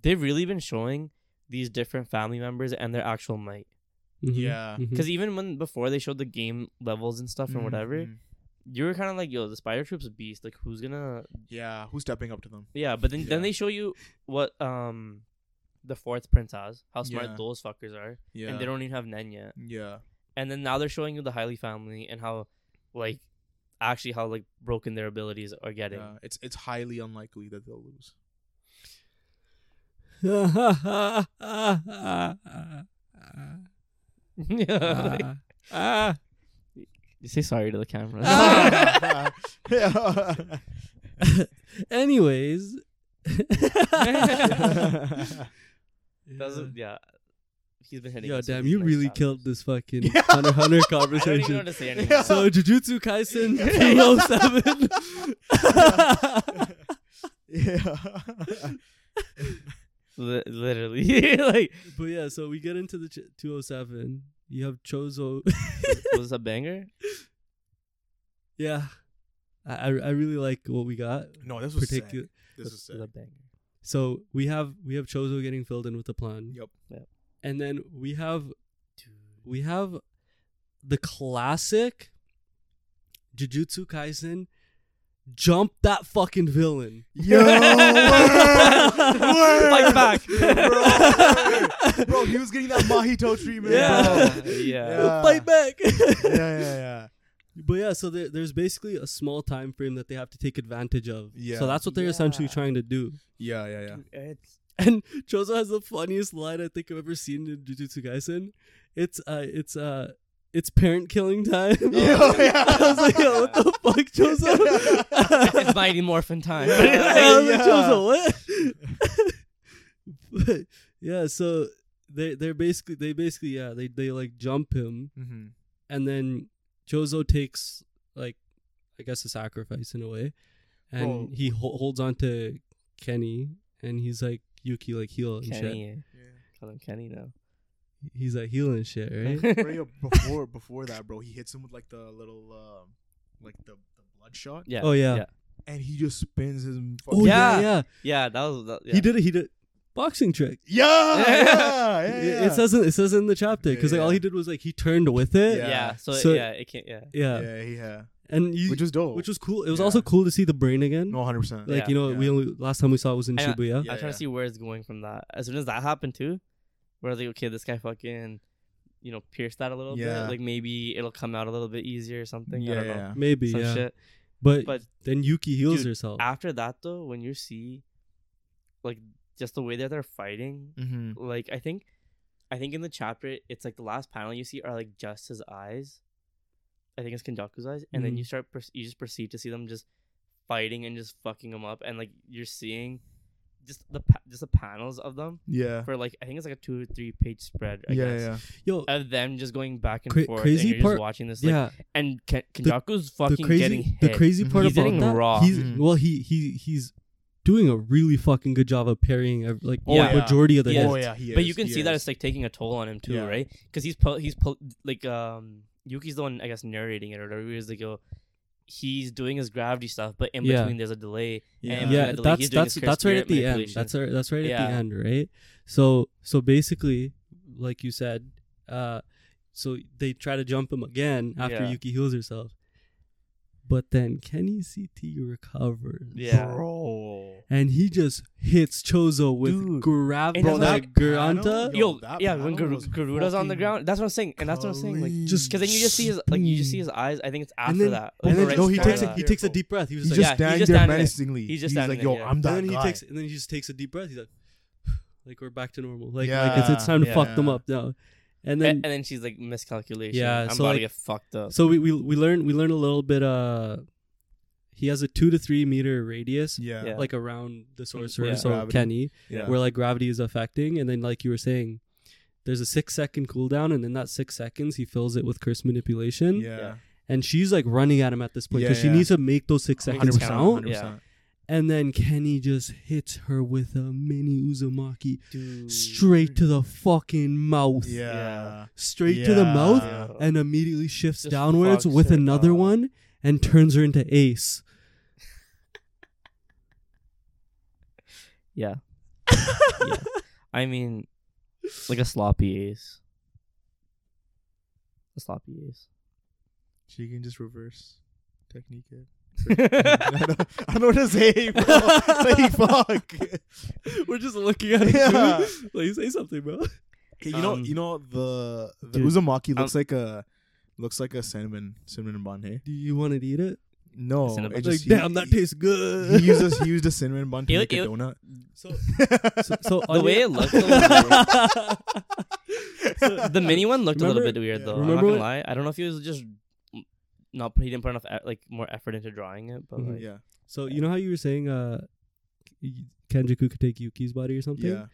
Speaker 2: they've really been showing these different family members and their actual might.
Speaker 3: Mhm,
Speaker 1: Yeah.
Speaker 2: Mm-hmm.
Speaker 3: mhm. Mm-hmm.
Speaker 2: Because even when before they showed the game levels and stuff and whatever,
Speaker 1: Mhm.
Speaker 2: you were kind of like, yo, the spider troop's a beast. Like, who's gonna?
Speaker 1: Yeah, who's stepping up to them?
Speaker 2: Yeah, but then
Speaker 1: Yeah.
Speaker 2: then they show you what um, the fourth prince has, how smart
Speaker 1: Yeah.
Speaker 2: those fuckers are,
Speaker 1: Yeah,
Speaker 2: and they don't even have Nen yet.
Speaker 1: Yeah,
Speaker 2: And then now they're showing you the Highly family and how, like, actually how like broken their abilities are getting.
Speaker 1: yeah. It's it's highly unlikely that they'll lose.
Speaker 3: Mm-hmm.
Speaker 2: yeah. like- you say sorry to the camera.
Speaker 3: Anyways.
Speaker 2: Doesn't yeah. He's been hitting.
Speaker 3: Yo,
Speaker 2: us with
Speaker 3: damn,
Speaker 2: these
Speaker 3: you
Speaker 2: nice
Speaker 3: really
Speaker 2: challenges.
Speaker 3: killed this fucking
Speaker 1: Yeah.
Speaker 3: Hunter x Hunter
Speaker 2: I don't even know
Speaker 3: conversation.
Speaker 2: to say anything.
Speaker 1: Yeah.
Speaker 3: So Jujutsu Kaisen 207.
Speaker 1: yeah.
Speaker 2: Li- literally, like
Speaker 3: but yeah, so we get into the ch- 207. You have Chozo.
Speaker 2: was this a banger.
Speaker 3: yeah. I, I I really like what we got.
Speaker 1: no, this was sick.
Speaker 3: Particular.
Speaker 1: This was
Speaker 2: This
Speaker 1: sick.
Speaker 2: was a banger.
Speaker 3: So we have we have Chozo getting filled in with the plan.
Speaker 1: Yep.
Speaker 2: Yep.
Speaker 3: And then we have we have the classic Jujutsu Kaisen jump that fucking villain.
Speaker 1: Yo, word, word.
Speaker 2: Fight back.
Speaker 1: bro. word. Bro, he was getting that Mahito treatment.
Speaker 3: Yeah.
Speaker 1: bro.
Speaker 2: yeah. yeah.
Speaker 1: Yeah.
Speaker 3: Fight back.
Speaker 1: yeah, yeah,
Speaker 3: But yeah, so there, there's basically a small time frame that they have to take advantage of.
Speaker 1: Yeah.
Speaker 3: So that's what they're essentially
Speaker 2: Yeah.
Speaker 3: trying to do.
Speaker 1: yeah, yeah, yeah, yeah.
Speaker 2: It's
Speaker 3: And Chozo has the funniest line I think I've ever seen in Jujutsu Kaisen. It's uh, it's uh, it's parent killing time.
Speaker 1: Yeah, Oh, yeah.
Speaker 3: I was like, yo, what the fuck, Chozo?
Speaker 2: it's Mighty Morphin time.
Speaker 3: I was like,
Speaker 1: Yeah.
Speaker 3: Chozo, what? but, yeah, so they they're basically they basically yeah they they like jump him
Speaker 1: Mm-hmm.
Speaker 3: and then Chozo takes like I guess a sacrifice in a way, and
Speaker 1: Bro.
Speaker 3: he ho- holds on to Kenny and he's like Yuki like heal and shit.
Speaker 2: Kenny, call him Kenny now.
Speaker 3: He's like healing shit, right?
Speaker 1: Bro, yo, before before that, bro, he hits him with like the little, um, like the, the blood shot,
Speaker 2: yeah.
Speaker 3: Oh, yeah.
Speaker 2: Yeah.
Speaker 1: and he just spins his.
Speaker 3: Oh
Speaker 1: fucking-
Speaker 3: yeah, yeah.
Speaker 2: Yeah. Yeah, That was. That, yeah.
Speaker 3: He did it. He did boxing trick.
Speaker 1: yeah, yeah, yeah,
Speaker 3: It-
Speaker 1: yeah.
Speaker 3: It says in, it says in the chapter because
Speaker 1: Yeah,
Speaker 3: like all
Speaker 1: yeah.
Speaker 3: he did was like he turned with it.
Speaker 2: Yeah.
Speaker 1: Yeah.
Speaker 2: so,
Speaker 3: So-
Speaker 2: yeah, it can't. Yeah.
Speaker 3: Yeah,
Speaker 1: yeah, yeah,
Speaker 3: and you,
Speaker 1: which
Speaker 3: which,
Speaker 1: was dope.
Speaker 3: was, cool. It was
Speaker 1: Yeah.
Speaker 3: also cool to see the brain again.
Speaker 1: no, hundred percent.
Speaker 3: Like
Speaker 2: Yeah.
Speaker 3: you know, we
Speaker 1: Yeah.
Speaker 3: only last time we saw it was in
Speaker 2: And I-
Speaker 3: Shibuya.
Speaker 1: Yeah,
Speaker 2: I'm trying
Speaker 1: yeah.
Speaker 2: to see where it's going from that. As soon as that happened too, where I was like, okay, this guy fucking, you know, pierced that a little
Speaker 1: Yeah.
Speaker 2: bit. Like maybe it'll come out a little bit easier or something. I
Speaker 1: Yeah,
Speaker 2: don't know.
Speaker 1: yeah,
Speaker 3: Maybe
Speaker 2: Some
Speaker 3: yeah,
Speaker 2: shit.
Speaker 3: But,
Speaker 2: But
Speaker 3: then Yuki heals
Speaker 2: dude,
Speaker 3: herself.
Speaker 2: after that though, when you see, like, just the way that they're fighting,
Speaker 1: Mm-hmm.
Speaker 2: like I think, I think in the chapter it's like the last panel you see are like just his eyes. I think it's Kenjaku's eyes, and then
Speaker 3: Mhm.
Speaker 2: you start per- you just proceed to see them just fighting and just fucking them up, and like you're seeing just the pa- just the panels of them
Speaker 1: Yeah,
Speaker 2: for like I think it's like a two or three page spread. I
Speaker 1: yeah,
Speaker 2: guess.
Speaker 1: yeah.
Speaker 3: Yo,
Speaker 2: Of them just going back and
Speaker 3: Cra-
Speaker 2: forth,
Speaker 3: crazy
Speaker 2: and you're
Speaker 3: part-
Speaker 2: just watching this. Like,
Speaker 3: yeah.
Speaker 2: and Ken- Kenjaku's fucking
Speaker 3: the crazy,
Speaker 2: getting hit.
Speaker 3: the crazy part
Speaker 1: He's
Speaker 3: about
Speaker 2: getting
Speaker 3: that,
Speaker 2: raw. Mm.
Speaker 3: he's
Speaker 1: Mhm.
Speaker 3: well, he he he's doing a really fucking good job of parrying ev- like
Speaker 2: Oh,
Speaker 3: the
Speaker 1: yeah.
Speaker 3: majority of the
Speaker 2: He is.
Speaker 1: Oh
Speaker 3: hits.
Speaker 1: yeah, he
Speaker 2: but
Speaker 1: is,
Speaker 2: you can
Speaker 1: he
Speaker 2: see that
Speaker 1: is.
Speaker 2: it's like taking a toll on him too,
Speaker 1: Yeah.
Speaker 2: right? Because he's pu- he's pu- like um Yuki's the one I guess narrating it or whatever. He's like, oh, he's doing his gravity stuff, but in
Speaker 3: Yeah.
Speaker 2: between there's a delay.
Speaker 1: Yeah.
Speaker 2: And
Speaker 3: Yeah,
Speaker 2: like,
Speaker 3: that's
Speaker 2: he's doing
Speaker 3: that's
Speaker 2: his
Speaker 3: that's right
Speaker 2: spirit
Speaker 3: at the end.
Speaker 2: manipulation.
Speaker 3: That's right, that's right at the
Speaker 2: Yeah.
Speaker 3: end, right? So so basically, like you said, uh, so they try to jump him again after
Speaker 2: Yeah.
Speaker 3: Yuki heals herself, but then Kenny CT recovers.
Speaker 2: Yeah.
Speaker 1: bro.
Speaker 3: And he just hits Chozo with
Speaker 1: Dude.
Speaker 3: gravity,
Speaker 2: Bro,
Speaker 3: like
Speaker 1: that
Speaker 3: Garanta.
Speaker 1: panel? Yo,
Speaker 2: Yo,
Speaker 1: that
Speaker 2: yeah, when
Speaker 1: battle
Speaker 2: Garu-
Speaker 1: was
Speaker 2: Garuda's on the
Speaker 1: fucking
Speaker 2: ground, that's what I'm saying, and that's what I'm saying. Like,
Speaker 1: Just
Speaker 2: because then you just see his like you just see his eyes. I think it's after
Speaker 3: then-
Speaker 2: that.
Speaker 3: And
Speaker 2: like,
Speaker 3: then
Speaker 1: Right
Speaker 3: no, he
Speaker 2: before
Speaker 3: takes a,
Speaker 2: that.
Speaker 3: he takes a deep breath. He was
Speaker 1: He's
Speaker 3: like,
Speaker 1: just
Speaker 2: Yeah, he's
Speaker 1: standing
Speaker 2: just
Speaker 1: there
Speaker 2: standing there.
Speaker 1: menacingly.
Speaker 2: He's
Speaker 1: He's just
Speaker 2: just standing
Speaker 1: like, yo,
Speaker 2: there, yeah.
Speaker 1: I'm that
Speaker 3: and then
Speaker 1: guy.
Speaker 3: he takes and then he just takes a deep breath. He's like, like we're back to normal. Like, like
Speaker 1: Yeah,
Speaker 3: it's, it's time to fuck them
Speaker 1: yeah.
Speaker 3: up now. And
Speaker 2: A-
Speaker 3: then
Speaker 2: and then she's like miscalculation.
Speaker 3: Yeah,
Speaker 2: I'm
Speaker 3: so,
Speaker 2: about
Speaker 3: like-
Speaker 2: to get fucked up.
Speaker 3: so we, we we learn we learn a little bit. Uh, he has a two to three meter radius,
Speaker 1: yeah,
Speaker 2: Yeah.
Speaker 3: like around the sorcerer,
Speaker 2: Yeah.
Speaker 3: so
Speaker 1: Gravity.
Speaker 3: Kenny,
Speaker 1: yeah.
Speaker 3: where like gravity is affecting. And then like you were saying, there's a six second cooldown, and in that six seconds, he fills it with curse manipulation.
Speaker 1: yeah,
Speaker 3: And she's like running at him at this point
Speaker 1: Yeah,
Speaker 3: because she
Speaker 1: yeah.
Speaker 3: needs to make those six seconds
Speaker 1: 100%,
Speaker 3: count.
Speaker 1: 100%.
Speaker 2: Yeah.
Speaker 3: And then Kenny just hits her with a mini Uzumaki
Speaker 2: Dude.
Speaker 3: straight to the fucking mouth.
Speaker 1: Yeah.
Speaker 3: Straight to the mouth
Speaker 1: Yeah.
Speaker 3: and immediately shifts
Speaker 2: Just
Speaker 3: downwards
Speaker 2: fucks
Speaker 3: with
Speaker 2: her
Speaker 3: another
Speaker 2: up.
Speaker 3: one and turns her into Ace.
Speaker 2: Yeah. yeah. I mean, like a sloppy ace. A sloppy ace.
Speaker 1: She can just reverse. Technique. eh? I, don't, I don't know what to say. Bro. like fuck.
Speaker 3: We're just looking at it.
Speaker 1: Yeah.
Speaker 3: dude. Like, say something, bro.
Speaker 1: Okay, you know,
Speaker 2: Um,
Speaker 1: you know the the
Speaker 3: dude,
Speaker 1: uzumaki looks like a looks like a cinnamon cinnamon bun. Hey,
Speaker 3: Do you want to eat it?
Speaker 1: no,
Speaker 2: Cinnamon
Speaker 1: it
Speaker 3: like,
Speaker 1: just- he-
Speaker 3: damn, that
Speaker 1: he-
Speaker 3: tastes good.
Speaker 1: He uses he used a cinnamon bun to
Speaker 2: Ew,
Speaker 1: make a
Speaker 2: ew.
Speaker 1: donut.
Speaker 3: so, so, so
Speaker 2: the
Speaker 3: on
Speaker 2: way
Speaker 3: your-
Speaker 2: it looked, a little weird. the mini one looked a
Speaker 3: Remember-
Speaker 2: little bit weird
Speaker 1: yeah.
Speaker 2: though. I'm not
Speaker 3: Remember
Speaker 2: gonna
Speaker 3: when-
Speaker 2: lie. I don't know if he was just not he didn't put enough e- like more effort into drawing it, but
Speaker 3: Mhm.
Speaker 2: like
Speaker 1: yeah,
Speaker 3: so you know how you were saying uh, Kenjaku could take Yuki's body or something.
Speaker 1: yeah.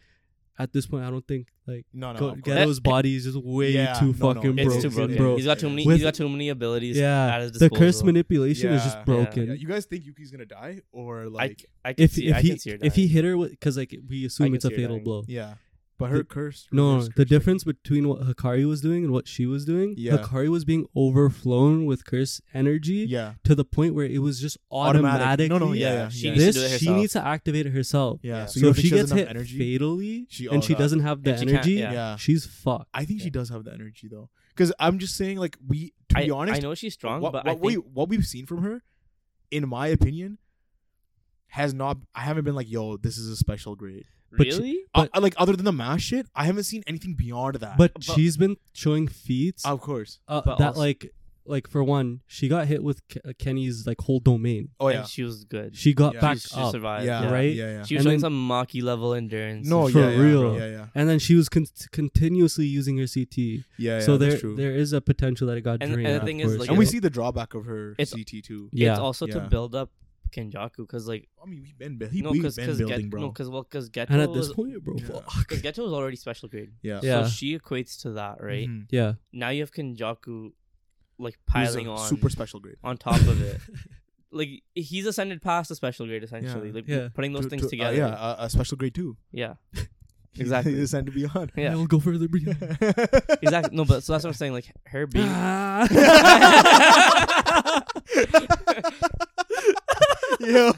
Speaker 3: At this point, I don't think like
Speaker 1: No, no.
Speaker 3: Go-
Speaker 1: of course.
Speaker 3: Ghetto's body is just way
Speaker 1: Yeah, no,
Speaker 3: too
Speaker 1: no,
Speaker 3: fucking
Speaker 2: it's
Speaker 3: broken,
Speaker 2: too broken.
Speaker 3: bro.
Speaker 2: He's got too many.
Speaker 3: With-
Speaker 2: he's got too many abilities.
Speaker 3: yeah,
Speaker 2: at his
Speaker 3: the
Speaker 2: disposal.
Speaker 3: curse manipulation is
Speaker 1: Yeah.
Speaker 3: just
Speaker 1: Yeah.
Speaker 3: broken.
Speaker 1: Yeah, you guys think Yuki's gonna die or like?
Speaker 2: I can
Speaker 3: If
Speaker 2: see.
Speaker 3: if
Speaker 2: I
Speaker 3: he
Speaker 2: can see her
Speaker 3: if he
Speaker 2: dying.
Speaker 3: hit her because like we assume
Speaker 2: can
Speaker 3: it's a
Speaker 2: see her
Speaker 3: fatal
Speaker 2: dying.
Speaker 3: blow.
Speaker 1: yeah, but her
Speaker 3: The-
Speaker 1: curse.
Speaker 3: No,
Speaker 1: reverse
Speaker 3: the
Speaker 1: curse, like-
Speaker 3: difference between what Hikari was doing and what she was doing,
Speaker 1: Yeah.
Speaker 3: Hikari was being overflown with curse energy
Speaker 1: Yeah,
Speaker 3: to the point where it was just
Speaker 1: Automatic.
Speaker 3: automatic.
Speaker 1: No, no, yeah,
Speaker 2: yeah,
Speaker 1: yeah.
Speaker 2: she
Speaker 1: yeah.
Speaker 2: needs to
Speaker 3: this
Speaker 2: do it
Speaker 3: she
Speaker 2: herself.
Speaker 3: needs to activate it herself.
Speaker 1: yeah.
Speaker 2: Yeah.
Speaker 1: So,
Speaker 3: So,
Speaker 1: you know,
Speaker 3: if she gets
Speaker 1: doesn't
Speaker 3: hit
Speaker 1: have energy,
Speaker 3: fatally
Speaker 1: she
Speaker 3: and she
Speaker 1: all-
Speaker 3: doesn't have the
Speaker 2: And she can't-
Speaker 3: energy,
Speaker 2: yeah.
Speaker 1: Yeah.
Speaker 3: she's fucked.
Speaker 1: I think she
Speaker 2: Yeah.
Speaker 1: does have the energy though, because I'm just saying, like we, to
Speaker 2: I,
Speaker 1: be honest,
Speaker 2: I know she's strong,
Speaker 1: what,
Speaker 2: but
Speaker 1: what
Speaker 2: I
Speaker 1: we
Speaker 2: think
Speaker 1: what we've seen from her, in my opinion, has not. I haven't been like, yo, this is a special grade.
Speaker 3: but she-
Speaker 2: really.
Speaker 1: Uh,
Speaker 3: But-
Speaker 1: uh, like other than the mash shit, I haven't seen anything beyond that.
Speaker 3: But,
Speaker 2: but-
Speaker 3: she's been showing feats
Speaker 1: of course,
Speaker 3: uh,
Speaker 2: but
Speaker 3: that
Speaker 2: also-
Speaker 3: like like for one, she got hit with Ke- uh, Kenny's like whole domain.
Speaker 1: oh
Speaker 2: and
Speaker 1: yeah,
Speaker 2: she was good.
Speaker 3: She got
Speaker 1: Yeah.
Speaker 3: back
Speaker 2: she,
Speaker 3: up,
Speaker 2: survived.
Speaker 1: yeah,
Speaker 2: Yeah,
Speaker 3: right?
Speaker 1: Yeah, yeah.
Speaker 2: She
Speaker 3: And
Speaker 2: was showing
Speaker 3: then-
Speaker 2: some Maki level endurance.
Speaker 1: no,
Speaker 3: for
Speaker 1: yeah, yeah,
Speaker 3: real.
Speaker 1: yeah, yeah,
Speaker 3: and then she was con- continuously using her CT.
Speaker 1: yeah. yeah
Speaker 3: so
Speaker 1: that's
Speaker 3: there
Speaker 1: true.
Speaker 3: there is a potential that it got
Speaker 2: And-
Speaker 3: drained.
Speaker 2: and the
Speaker 3: of
Speaker 2: thing is,
Speaker 3: course.
Speaker 2: like,
Speaker 1: and we
Speaker 2: it-
Speaker 1: see the drawback of her
Speaker 2: It's-
Speaker 1: CT too.
Speaker 3: yeah,
Speaker 2: It's also
Speaker 1: Yeah.
Speaker 2: to build up Kenjaku because like
Speaker 1: I mean, we've been, bu-
Speaker 2: no,
Speaker 1: we've
Speaker 2: because
Speaker 1: been building, bro.
Speaker 2: no, because well, because
Speaker 3: and
Speaker 2: Geto
Speaker 3: at this
Speaker 2: was
Speaker 3: point, bro,
Speaker 1: Yeah.
Speaker 3: fuck.
Speaker 2: 'cause Geto was already special grade.
Speaker 1: yeah,
Speaker 3: Yeah.
Speaker 2: So she equates to that, right?
Speaker 1: Mhm.
Speaker 3: Yeah,
Speaker 2: Now you have Kenjaku like
Speaker 1: Who's a
Speaker 2: piling on
Speaker 1: super special grade.
Speaker 2: on top of it. like he's ascended past the special grade essentially.
Speaker 1: Yeah.
Speaker 2: Like
Speaker 3: Yeah.
Speaker 2: putting those
Speaker 1: To-
Speaker 2: things
Speaker 1: to- uh,
Speaker 2: together.
Speaker 1: yeah, uh, a special grade too.
Speaker 2: yeah. Exactly.
Speaker 1: This and to be on.
Speaker 2: Yeah.
Speaker 3: I'll go further beyond.
Speaker 2: Exactly. No, but so that's what I'm saying. Like her being
Speaker 3: Ah.
Speaker 1: Yo.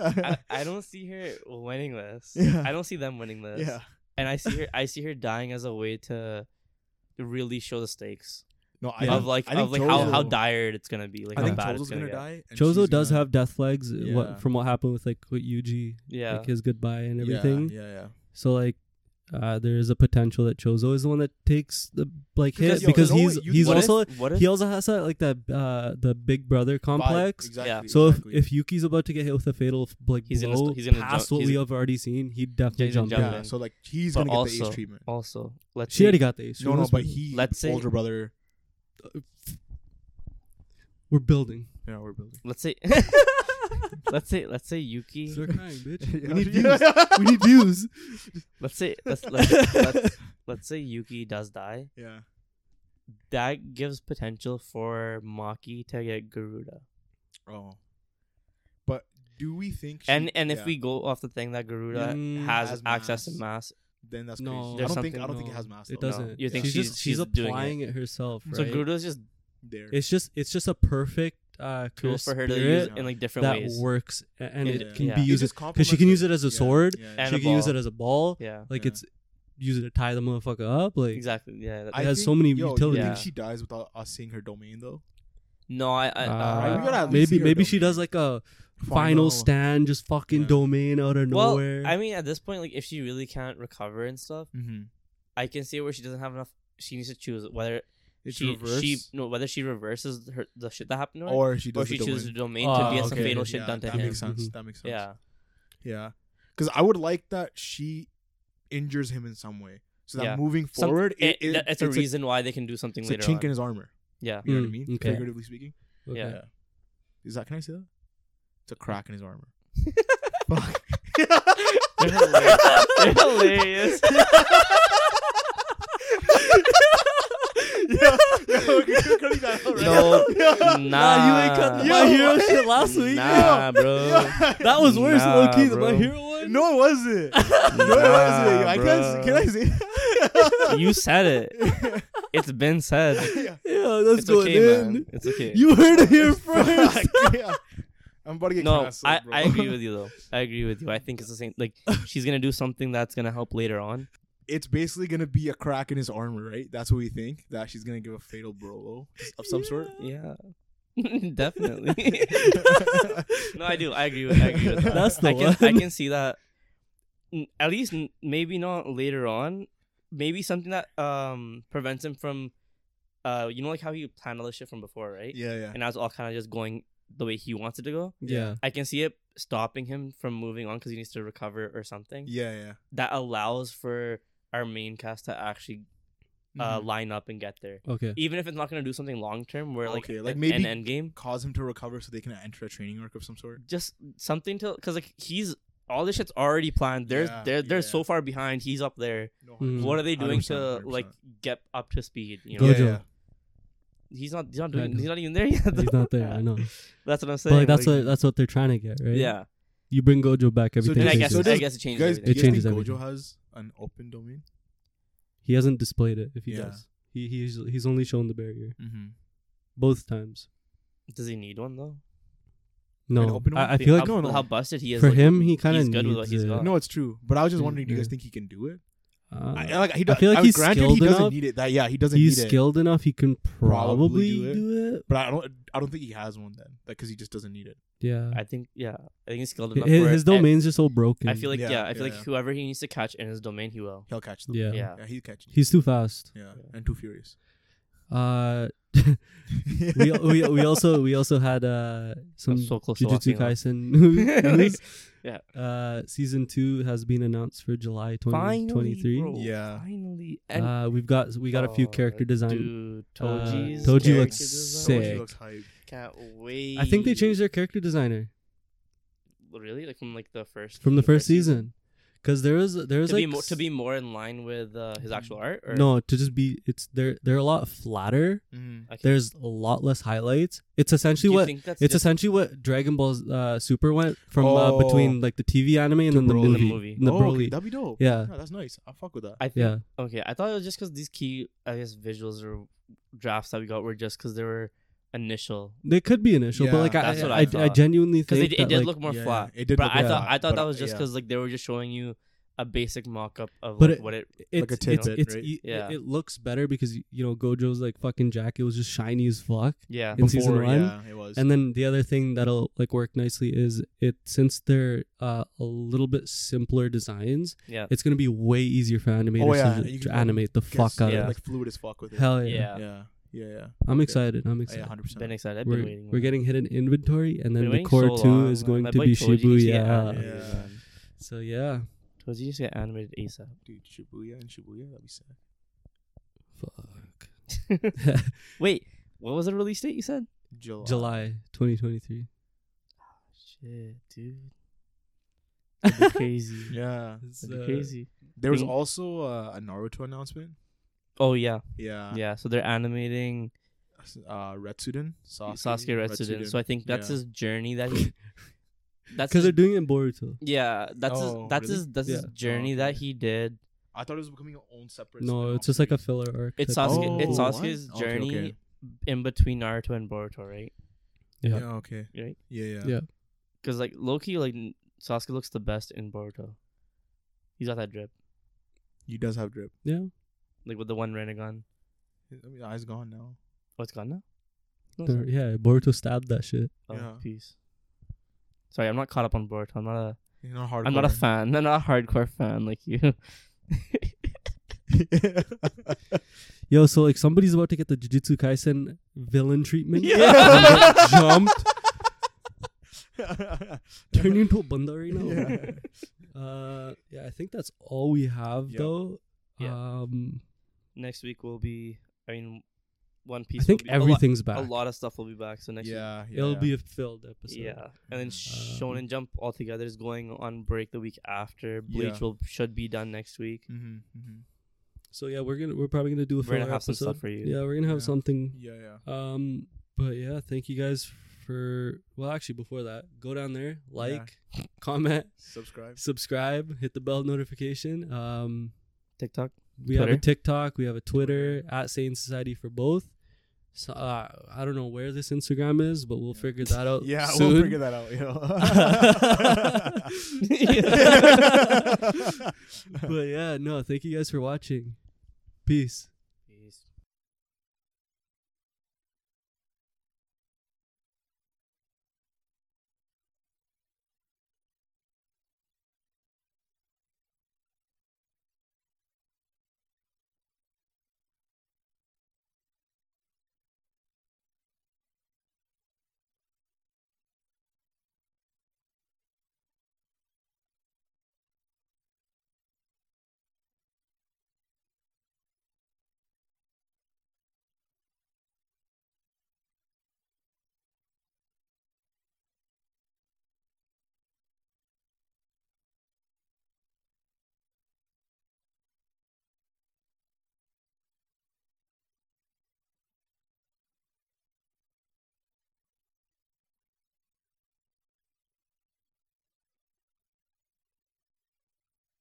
Speaker 2: I, I don't see her winning this.
Speaker 1: Yeah.
Speaker 2: I don't see them winning this.
Speaker 1: yeah.
Speaker 2: And I see her I see her dying as a way to really show the stakes.
Speaker 1: No, I
Speaker 3: Yeah.
Speaker 2: Of like
Speaker 1: I think
Speaker 2: of like how, how
Speaker 1: Chozo-
Speaker 2: dire it's gonna be. Like
Speaker 1: I
Speaker 2: how
Speaker 1: think
Speaker 2: bad
Speaker 1: Chozo's
Speaker 2: it's
Speaker 1: gonna,
Speaker 2: gonna, get.
Speaker 1: die. and she's
Speaker 3: Chozo does
Speaker 1: gonna-
Speaker 3: have death flags. uh,
Speaker 1: Yeah.
Speaker 3: What from what happened with like with Yuji,
Speaker 2: Yeah.
Speaker 3: like his goodbye and
Speaker 1: Yeah,
Speaker 3: everything.
Speaker 1: Yeah, yeah.
Speaker 3: So like. Uh, there is a potential that Chozo is the one that takes the like
Speaker 1: Because,
Speaker 3: hit
Speaker 1: yo, there's
Speaker 3: because
Speaker 1: no
Speaker 3: he's
Speaker 1: way you-
Speaker 3: he's
Speaker 2: what
Speaker 3: also
Speaker 2: if, what if
Speaker 3: he also has that like that uh the big brother complex.
Speaker 1: Vibe, Exactly.
Speaker 3: So
Speaker 1: exactly.
Speaker 3: if if Yuki's about to get hit with a fatal f- like
Speaker 2: He's gonna
Speaker 3: blow
Speaker 2: st- he's gonna
Speaker 3: past
Speaker 2: jump-
Speaker 3: what
Speaker 2: he's-
Speaker 3: we have already seen, he'd definitely
Speaker 2: he's gonna
Speaker 3: jump.
Speaker 2: jump
Speaker 3: in.
Speaker 1: yeah,
Speaker 2: Jonathan.
Speaker 1: so like he's
Speaker 2: But
Speaker 1: gonna get the
Speaker 2: also-
Speaker 1: ace treatment.
Speaker 2: also let's
Speaker 3: She
Speaker 2: say-
Speaker 3: already got the issue.
Speaker 1: No, no, but he
Speaker 2: Let's say-
Speaker 1: older brother.
Speaker 3: we're building.
Speaker 1: Yeah, we're building.
Speaker 2: let's say let's say let's say Yuki
Speaker 3: Start crying, bitch.
Speaker 1: Yeah.
Speaker 3: We need views. We need views.
Speaker 2: let's say let's let's, let's let's say Yuki does die.
Speaker 1: Yeah.
Speaker 2: That gives potential for Maki to get Garuda.
Speaker 1: Oh. But do we think? She,
Speaker 2: And and if
Speaker 1: yeah,
Speaker 2: we go off the thing that Garuda
Speaker 3: Mm,
Speaker 2: has,
Speaker 1: has
Speaker 2: access
Speaker 1: mass.
Speaker 2: to mass,
Speaker 1: then that's
Speaker 3: No.
Speaker 1: crazy. I
Speaker 2: There's
Speaker 1: don't think I
Speaker 2: something-
Speaker 1: don't think it
Speaker 3: no,
Speaker 1: has mass.
Speaker 3: It
Speaker 1: though.
Speaker 3: doesn't.
Speaker 2: You think
Speaker 3: she's,
Speaker 2: she's-
Speaker 3: just,
Speaker 2: she's
Speaker 3: she's
Speaker 2: doing
Speaker 3: applying it. herself, right?
Speaker 2: so Garuda's just
Speaker 1: There.
Speaker 3: it's just it's just a perfect uh
Speaker 2: cool
Speaker 3: curse
Speaker 2: for her to use
Speaker 3: spirit
Speaker 2: in like different
Speaker 3: that
Speaker 2: ways.
Speaker 3: works a- and
Speaker 2: Yeah.
Speaker 3: it can
Speaker 2: Yeah.
Speaker 3: be
Speaker 2: It
Speaker 3: used
Speaker 1: because
Speaker 3: she can use it as a sword,
Speaker 1: Yeah, yeah.
Speaker 2: and
Speaker 3: she
Speaker 2: a
Speaker 3: can use
Speaker 2: ball.
Speaker 3: it as a ball.
Speaker 2: Yeah,
Speaker 3: Like
Speaker 1: Yeah.
Speaker 3: it's use it to tie the motherfucker up. Like
Speaker 2: exactly. Yeah. that-
Speaker 1: I
Speaker 3: has
Speaker 1: think-
Speaker 3: so many
Speaker 1: yo, You
Speaker 3: utilities.
Speaker 1: think she dies without us seeing her domain though?
Speaker 2: no, I. I
Speaker 3: Uh,
Speaker 2: uh,
Speaker 1: we gotta at least see
Speaker 3: maybe
Speaker 1: her
Speaker 3: maybe she
Speaker 1: domain.
Speaker 3: does like a final,
Speaker 1: Final.
Speaker 3: stand, just fucking
Speaker 1: Yeah.
Speaker 3: domain out of
Speaker 2: well,
Speaker 3: nowhere.
Speaker 2: I mean, at this point, like if she really can't recover and stuff,
Speaker 1: Mm-hmm.
Speaker 2: I can see where she doesn't have enough. She needs to choose whether
Speaker 1: It's
Speaker 2: she
Speaker 1: reverse.
Speaker 2: she no whether she reverses her the shit that happened to her,
Speaker 1: or she does
Speaker 2: or she
Speaker 1: the
Speaker 2: chooses
Speaker 1: domain.
Speaker 2: the domain
Speaker 3: Oh,
Speaker 2: to get some
Speaker 3: okay.
Speaker 2: fatal shit
Speaker 1: Ah, yeah,
Speaker 2: done to
Speaker 1: that
Speaker 2: him.
Speaker 1: makes sense.
Speaker 3: Mhm.
Speaker 1: That makes sense.
Speaker 2: yeah,
Speaker 1: Yeah. Because I would like that she injures him in some way. So that
Speaker 2: Yeah.
Speaker 1: moving
Speaker 2: Some-
Speaker 1: forward,
Speaker 2: it-
Speaker 1: it, it-
Speaker 2: that- it's, a reason why they can do something
Speaker 1: It's a
Speaker 2: later
Speaker 1: chink
Speaker 2: on.
Speaker 1: in his armor.
Speaker 2: yeah,
Speaker 1: You know what I
Speaker 3: Mm,
Speaker 1: mean?
Speaker 3: okay.
Speaker 1: Figuratively speaking.
Speaker 3: Okay.
Speaker 2: yeah.
Speaker 1: Yeah. Is that, can I say that? It's a crack in his armor. Fuck.
Speaker 2: They're hilarious. They're hilarious.
Speaker 1: yeah, yeah, we can cut it out, right?
Speaker 2: No.
Speaker 1: Yeah.
Speaker 2: Nah,
Speaker 3: you ain't cut the
Speaker 1: Yo,
Speaker 3: My Hero shit last week.
Speaker 2: Nah, bro.
Speaker 1: Yeah.
Speaker 3: That was worse,
Speaker 2: Nah,
Speaker 3: low key, than my
Speaker 2: bro.
Speaker 3: hero one.
Speaker 1: No, it wasn't. No, it wasn't.
Speaker 2: Nah,
Speaker 1: I can't. Can I say?
Speaker 2: You said it. It's been said.
Speaker 1: yeah.
Speaker 3: Yeah, that's
Speaker 2: It's
Speaker 3: going
Speaker 2: okay,
Speaker 3: in.
Speaker 2: man. It's okay.
Speaker 3: You heard it here first.
Speaker 1: Fuck, yeah. I'm about to get
Speaker 2: no,
Speaker 1: canceled,
Speaker 2: I,
Speaker 1: bro.
Speaker 2: I agree with you though. I agree with you. I think it's the same. Like she's gonna do something that's gonna help later on.
Speaker 1: It's basically gonna be a crack in his armor, right? That's what we think. That she's gonna give a fatal blow of some sort.
Speaker 2: Yeah, Definitely. no, I do. I agree. With, I agree with that.
Speaker 3: That's the
Speaker 2: I can, I
Speaker 3: one.
Speaker 2: can see that. N- At least, n- maybe not later on. Maybe something that um prevents him from, uh, you know, like how he planned all this shit from before, right?
Speaker 1: Yeah, yeah.
Speaker 2: And now it's all kind of just going the way he wants it to go.
Speaker 3: yeah.
Speaker 2: I can see it stopping him from moving on because he needs to recover or something.
Speaker 1: Yeah, yeah.
Speaker 2: That allows for our main cast to actually uh,
Speaker 1: Mhm.
Speaker 2: line up and get there,
Speaker 3: Okay.
Speaker 2: even if it's not gonna do something long term, where like
Speaker 1: Okay, like
Speaker 2: an-
Speaker 1: maybe-
Speaker 2: an end game.
Speaker 1: Cause him to recover so they can enter a training arc of some sort.
Speaker 2: just something to because like he's all this shit's already planned. They're
Speaker 1: Yeah,
Speaker 2: they're they're so
Speaker 1: yeah.
Speaker 2: far behind. He's up there.
Speaker 1: No,
Speaker 3: Mm.
Speaker 2: What are they doing
Speaker 1: 100%,
Speaker 2: to like
Speaker 1: 100%.
Speaker 2: get up to speed? You know,
Speaker 1: Yeah,
Speaker 3: Gojo.
Speaker 1: yeah.
Speaker 2: he's not he's not
Speaker 3: I
Speaker 2: doing
Speaker 3: know.
Speaker 2: he's not even there yet.
Speaker 3: He's not there. I know.
Speaker 2: that's what I'm
Speaker 3: But
Speaker 2: saying.
Speaker 3: like that's what that's what they're trying to get, right?
Speaker 2: yeah.
Speaker 3: You bring Gojo back.
Speaker 1: So
Speaker 3: Everything.
Speaker 2: And I
Speaker 1: does-
Speaker 2: guess
Speaker 1: so
Speaker 3: changes.
Speaker 2: I
Speaker 1: does-
Speaker 2: guess it
Speaker 1: You guys,
Speaker 2: changes. everything.
Speaker 1: do you guys
Speaker 3: changes
Speaker 1: think
Speaker 3: everything.
Speaker 1: Gojo has an open domain?
Speaker 3: he hasn't displayed it. If he
Speaker 1: Yeah.
Speaker 3: does, he he's he's only shown the barrier
Speaker 1: Mm-hmm.
Speaker 3: both times.
Speaker 2: Does he need one though?
Speaker 3: No,
Speaker 1: open one?
Speaker 3: I, I
Speaker 2: Think
Speaker 3: feel like
Speaker 2: how,
Speaker 1: no, no.
Speaker 2: how busted he is
Speaker 3: for
Speaker 2: like,
Speaker 3: him, he kind
Speaker 2: he's
Speaker 3: of
Speaker 2: good with what he's got.
Speaker 1: No, it's true. But I was just
Speaker 3: Yeah,
Speaker 1: wondering, do you guys
Speaker 3: yeah.
Speaker 1: think he can do it?
Speaker 3: Uh,
Speaker 1: I, like he does,
Speaker 3: feel like
Speaker 1: I,
Speaker 3: he's
Speaker 1: granted
Speaker 3: skilled
Speaker 1: he doesn't
Speaker 3: enough.
Speaker 1: need it. That yeah, he doesn't
Speaker 3: he's
Speaker 1: need
Speaker 3: skilled enough. He can
Speaker 1: Probably
Speaker 3: probably,
Speaker 1: do it.
Speaker 3: do it.
Speaker 1: it. But I don't I don't think he has one then. Like cuz he just doesn't need it.
Speaker 3: Yeah,
Speaker 2: I think yeah. I think he's skilled
Speaker 3: Hi-
Speaker 2: enough.
Speaker 3: his,
Speaker 2: for
Speaker 3: his
Speaker 2: it. And
Speaker 3: domain's just so broken.
Speaker 2: I feel like yeah.
Speaker 1: Yeah,
Speaker 2: I feel
Speaker 1: yeah,
Speaker 2: like
Speaker 1: yeah.
Speaker 2: whoever he needs to catch in his domain, he will.
Speaker 1: He'll catch them.
Speaker 3: yeah.
Speaker 2: Yeah.
Speaker 1: Yeah, he'll catch. them.
Speaker 3: he's too fast.
Speaker 1: yeah, and too furious.
Speaker 3: Uh, we, we we also we also had uh some
Speaker 2: I'm so close to
Speaker 3: Jujutsu
Speaker 2: walking off.
Speaker 3: Kaisen
Speaker 2: Like,
Speaker 3: news.
Speaker 2: yeah.
Speaker 3: Uh, season two has been announced for July
Speaker 2: Finally,
Speaker 3: twenty twenty
Speaker 2: bro.
Speaker 3: three.
Speaker 1: Yeah.
Speaker 2: Finally, and
Speaker 3: Uh, we've got we got a few
Speaker 2: Oh,
Speaker 3: character design.
Speaker 2: Dude,
Speaker 3: uh,
Speaker 2: Toji's
Speaker 3: Toji looks
Speaker 2: character
Speaker 1: So
Speaker 2: design.
Speaker 1: much he
Speaker 3: sick.
Speaker 1: looks hype.
Speaker 2: Can't wait.
Speaker 3: I think they changed their character designer
Speaker 2: really like from like the first
Speaker 3: from the first season, because there was there was
Speaker 2: To
Speaker 3: like
Speaker 2: be more
Speaker 3: s- Mm.
Speaker 2: to be more in line with uh, his actual art. Or?
Speaker 3: no to just be it's they're they're a lot flatter.
Speaker 1: Mm.
Speaker 2: Okay.
Speaker 3: There's a lot less highlights. It's
Speaker 2: Do
Speaker 3: essentially
Speaker 2: you
Speaker 3: what
Speaker 2: think that's
Speaker 3: It's
Speaker 2: just
Speaker 3: essentially what Dragon Ball uh, Super went from uh, between
Speaker 1: Oh.
Speaker 3: like the TV anime and then the
Speaker 1: Broly.
Speaker 3: movie.
Speaker 2: The movie.
Speaker 3: and the
Speaker 1: oh, okay,
Speaker 3: Broly.
Speaker 1: that'd be dope.
Speaker 3: Yeah.
Speaker 1: No, that's nice. I fuck with that.
Speaker 2: I think,
Speaker 3: Yeah,
Speaker 2: Okay, I thought it was just because these key I guess visuals or drafts that we got were just because they were initial
Speaker 3: they could be initial, but
Speaker 1: Yeah,
Speaker 3: like I,
Speaker 2: that's what I
Speaker 3: I, I,
Speaker 2: thought.
Speaker 3: genuinely
Speaker 2: because
Speaker 3: think
Speaker 2: it, it
Speaker 3: that,
Speaker 2: did
Speaker 3: like-
Speaker 2: look more
Speaker 1: Yeah,
Speaker 2: flat.
Speaker 1: yeah, It did
Speaker 2: But
Speaker 1: look
Speaker 2: I
Speaker 1: more
Speaker 2: thought
Speaker 1: flat,
Speaker 2: I thought
Speaker 1: but,
Speaker 2: that was just
Speaker 1: yeah.
Speaker 2: because like they were just showing you a basic mock up of
Speaker 3: But
Speaker 2: like,
Speaker 3: it-
Speaker 2: what it
Speaker 3: it's,
Speaker 1: like a
Speaker 3: it's,
Speaker 1: tidbit,
Speaker 3: it's,
Speaker 1: right?
Speaker 3: it-
Speaker 2: Yeah.
Speaker 3: it, looks better because you know Gojo's like fucking jacket was just shiny as fuck,
Speaker 2: yeah
Speaker 3: in season
Speaker 1: Before,
Speaker 3: one,
Speaker 1: yeah, it was.
Speaker 3: and then the other thing that'll like work nicely is it since they're uh, a little bit simpler designs,
Speaker 2: yeah
Speaker 3: it's gonna be way easier for animators
Speaker 1: Oh, yeah,
Speaker 3: to,
Speaker 1: you
Speaker 3: to
Speaker 1: can
Speaker 3: animate the
Speaker 1: Guess-
Speaker 3: fuck out
Speaker 1: yeah,
Speaker 3: of.
Speaker 1: like fluid as fuck with
Speaker 3: it.
Speaker 1: it.
Speaker 3: Hell yeah.
Speaker 2: yeah.
Speaker 1: Yeah. Yeah, yeah.
Speaker 3: I'm
Speaker 1: Okay.
Speaker 3: excited. I'm
Speaker 1: Yeah,
Speaker 3: excited.
Speaker 1: 100%.
Speaker 2: Been excited. Oh, I've
Speaker 3: we're,
Speaker 2: been waiting.
Speaker 3: we're getting hidden inventory, and then the
Speaker 2: Been waiting
Speaker 3: core
Speaker 2: so
Speaker 3: two
Speaker 2: long,
Speaker 3: is
Speaker 2: man.
Speaker 3: going
Speaker 2: My
Speaker 3: to
Speaker 2: boy
Speaker 3: be
Speaker 2: Toji needs to get
Speaker 3: Shibuya.
Speaker 2: animated,
Speaker 1: Yeah.
Speaker 2: man.
Speaker 3: So yeah,
Speaker 2: Toji needs to get animated ASAP.
Speaker 1: Dude, Shibuya and Shibuya, that'd be sick.
Speaker 3: fuck.
Speaker 2: Wait, what was the release date you said?
Speaker 1: July.
Speaker 3: July 2023.
Speaker 2: Shit, dude.
Speaker 3: It's,
Speaker 2: Crazy.
Speaker 1: Yeah.
Speaker 3: uh,
Speaker 2: crazy.
Speaker 1: There was
Speaker 2: Think-
Speaker 1: also uh, a Naruto announcement.
Speaker 2: Oh yeah,
Speaker 1: Yeah.
Speaker 2: yeah. So they're animating
Speaker 1: Uh, Retsuden. Sasuke,
Speaker 2: Sasuke Retsuden. So I think that's
Speaker 1: Yeah.
Speaker 2: his journey that he. That's
Speaker 3: Because they're
Speaker 2: his,
Speaker 3: doing it in Boruto.
Speaker 2: yeah. That's
Speaker 1: Oh,
Speaker 2: his. That's
Speaker 1: really?
Speaker 2: his. That's his
Speaker 3: Yeah.
Speaker 2: journey
Speaker 1: Oh,
Speaker 2: that
Speaker 1: okay.
Speaker 2: he did.
Speaker 1: I thought it was becoming its own separate.
Speaker 3: No,
Speaker 1: spin-off
Speaker 3: it's just like a
Speaker 1: series.
Speaker 3: filler arc.
Speaker 2: It's
Speaker 3: type of
Speaker 2: Sasuke.
Speaker 3: thing.
Speaker 2: it's
Speaker 1: Oh, what?
Speaker 2: Sasuke's
Speaker 1: Okay,
Speaker 2: journey
Speaker 1: okay.
Speaker 2: in between Naruto and Boruto, right?
Speaker 3: Yeah.
Speaker 1: Yeah, okay.
Speaker 2: Right.
Speaker 1: Yeah, yeah.
Speaker 3: Yeah.
Speaker 2: Because like Loki, like n- Sasuke looks the best in Boruto. He's got that drip,
Speaker 1: He does have drip.
Speaker 3: Yeah.
Speaker 2: like with the one Renegon.
Speaker 1: I mean, eyes gone now.
Speaker 2: Oh, it's gone now. No, it's
Speaker 3: They're-
Speaker 2: not.
Speaker 3: Yeah. Boruto stabbed that shit.
Speaker 2: Oh,
Speaker 1: Yeah.
Speaker 2: peace. Sorry, I'm not caught up on Boruto. I'm not a.
Speaker 1: You know, hard.
Speaker 2: am not a fan. I'm not a hardcore fan like you.
Speaker 3: Yo, so like somebody's about to get the Jujutsu Kaisen villain treatment.
Speaker 1: Yeah.
Speaker 3: And get jumped. Turn you into a bunda right now.
Speaker 1: Yeah.
Speaker 3: Uh, yeah, I think that's all we have
Speaker 1: Yep.
Speaker 3: though.
Speaker 2: Yeah.
Speaker 3: Um,
Speaker 2: next week will be. I mean, One Piece.
Speaker 3: I think
Speaker 2: will be,
Speaker 3: everything's
Speaker 2: A
Speaker 3: back.
Speaker 2: lot, a lot of stuff will be back. So next
Speaker 1: yeah, yeah.
Speaker 3: It'll
Speaker 1: yeah.
Speaker 3: be a filled episode.
Speaker 2: week. Yeah, and then
Speaker 3: Um,
Speaker 2: Shonen Jump altogether is going on break the week after. Bleach
Speaker 1: Yeah.
Speaker 2: will should be done next week.
Speaker 1: Mm-hmm, mm-hmm.
Speaker 3: So yeah, we're gonna we're probably gonna do a
Speaker 2: We're
Speaker 3: filler
Speaker 2: gonna have some
Speaker 3: episode.
Speaker 2: stuff for you.
Speaker 3: Yeah, we're gonna have
Speaker 1: Yeah.
Speaker 3: something.
Speaker 1: Yeah, yeah.
Speaker 3: Um, but yeah, thank you guys for. Well, actually, before that, go down there, like, comment,
Speaker 1: Subscribe.
Speaker 3: subscribe, hit the bell notification. Um,
Speaker 2: TikTok.
Speaker 3: we have a
Speaker 2: Twitter?
Speaker 3: TikTok, we have a Twitter at Satan Society for both. So uh, I don't know where this Instagram is, but we'll
Speaker 1: Yeah.
Speaker 3: figure that out.
Speaker 1: Yeah,
Speaker 3: soon.
Speaker 1: we'll figure that out. You know?
Speaker 3: But yeah, no, thank you guys for watching. Peace.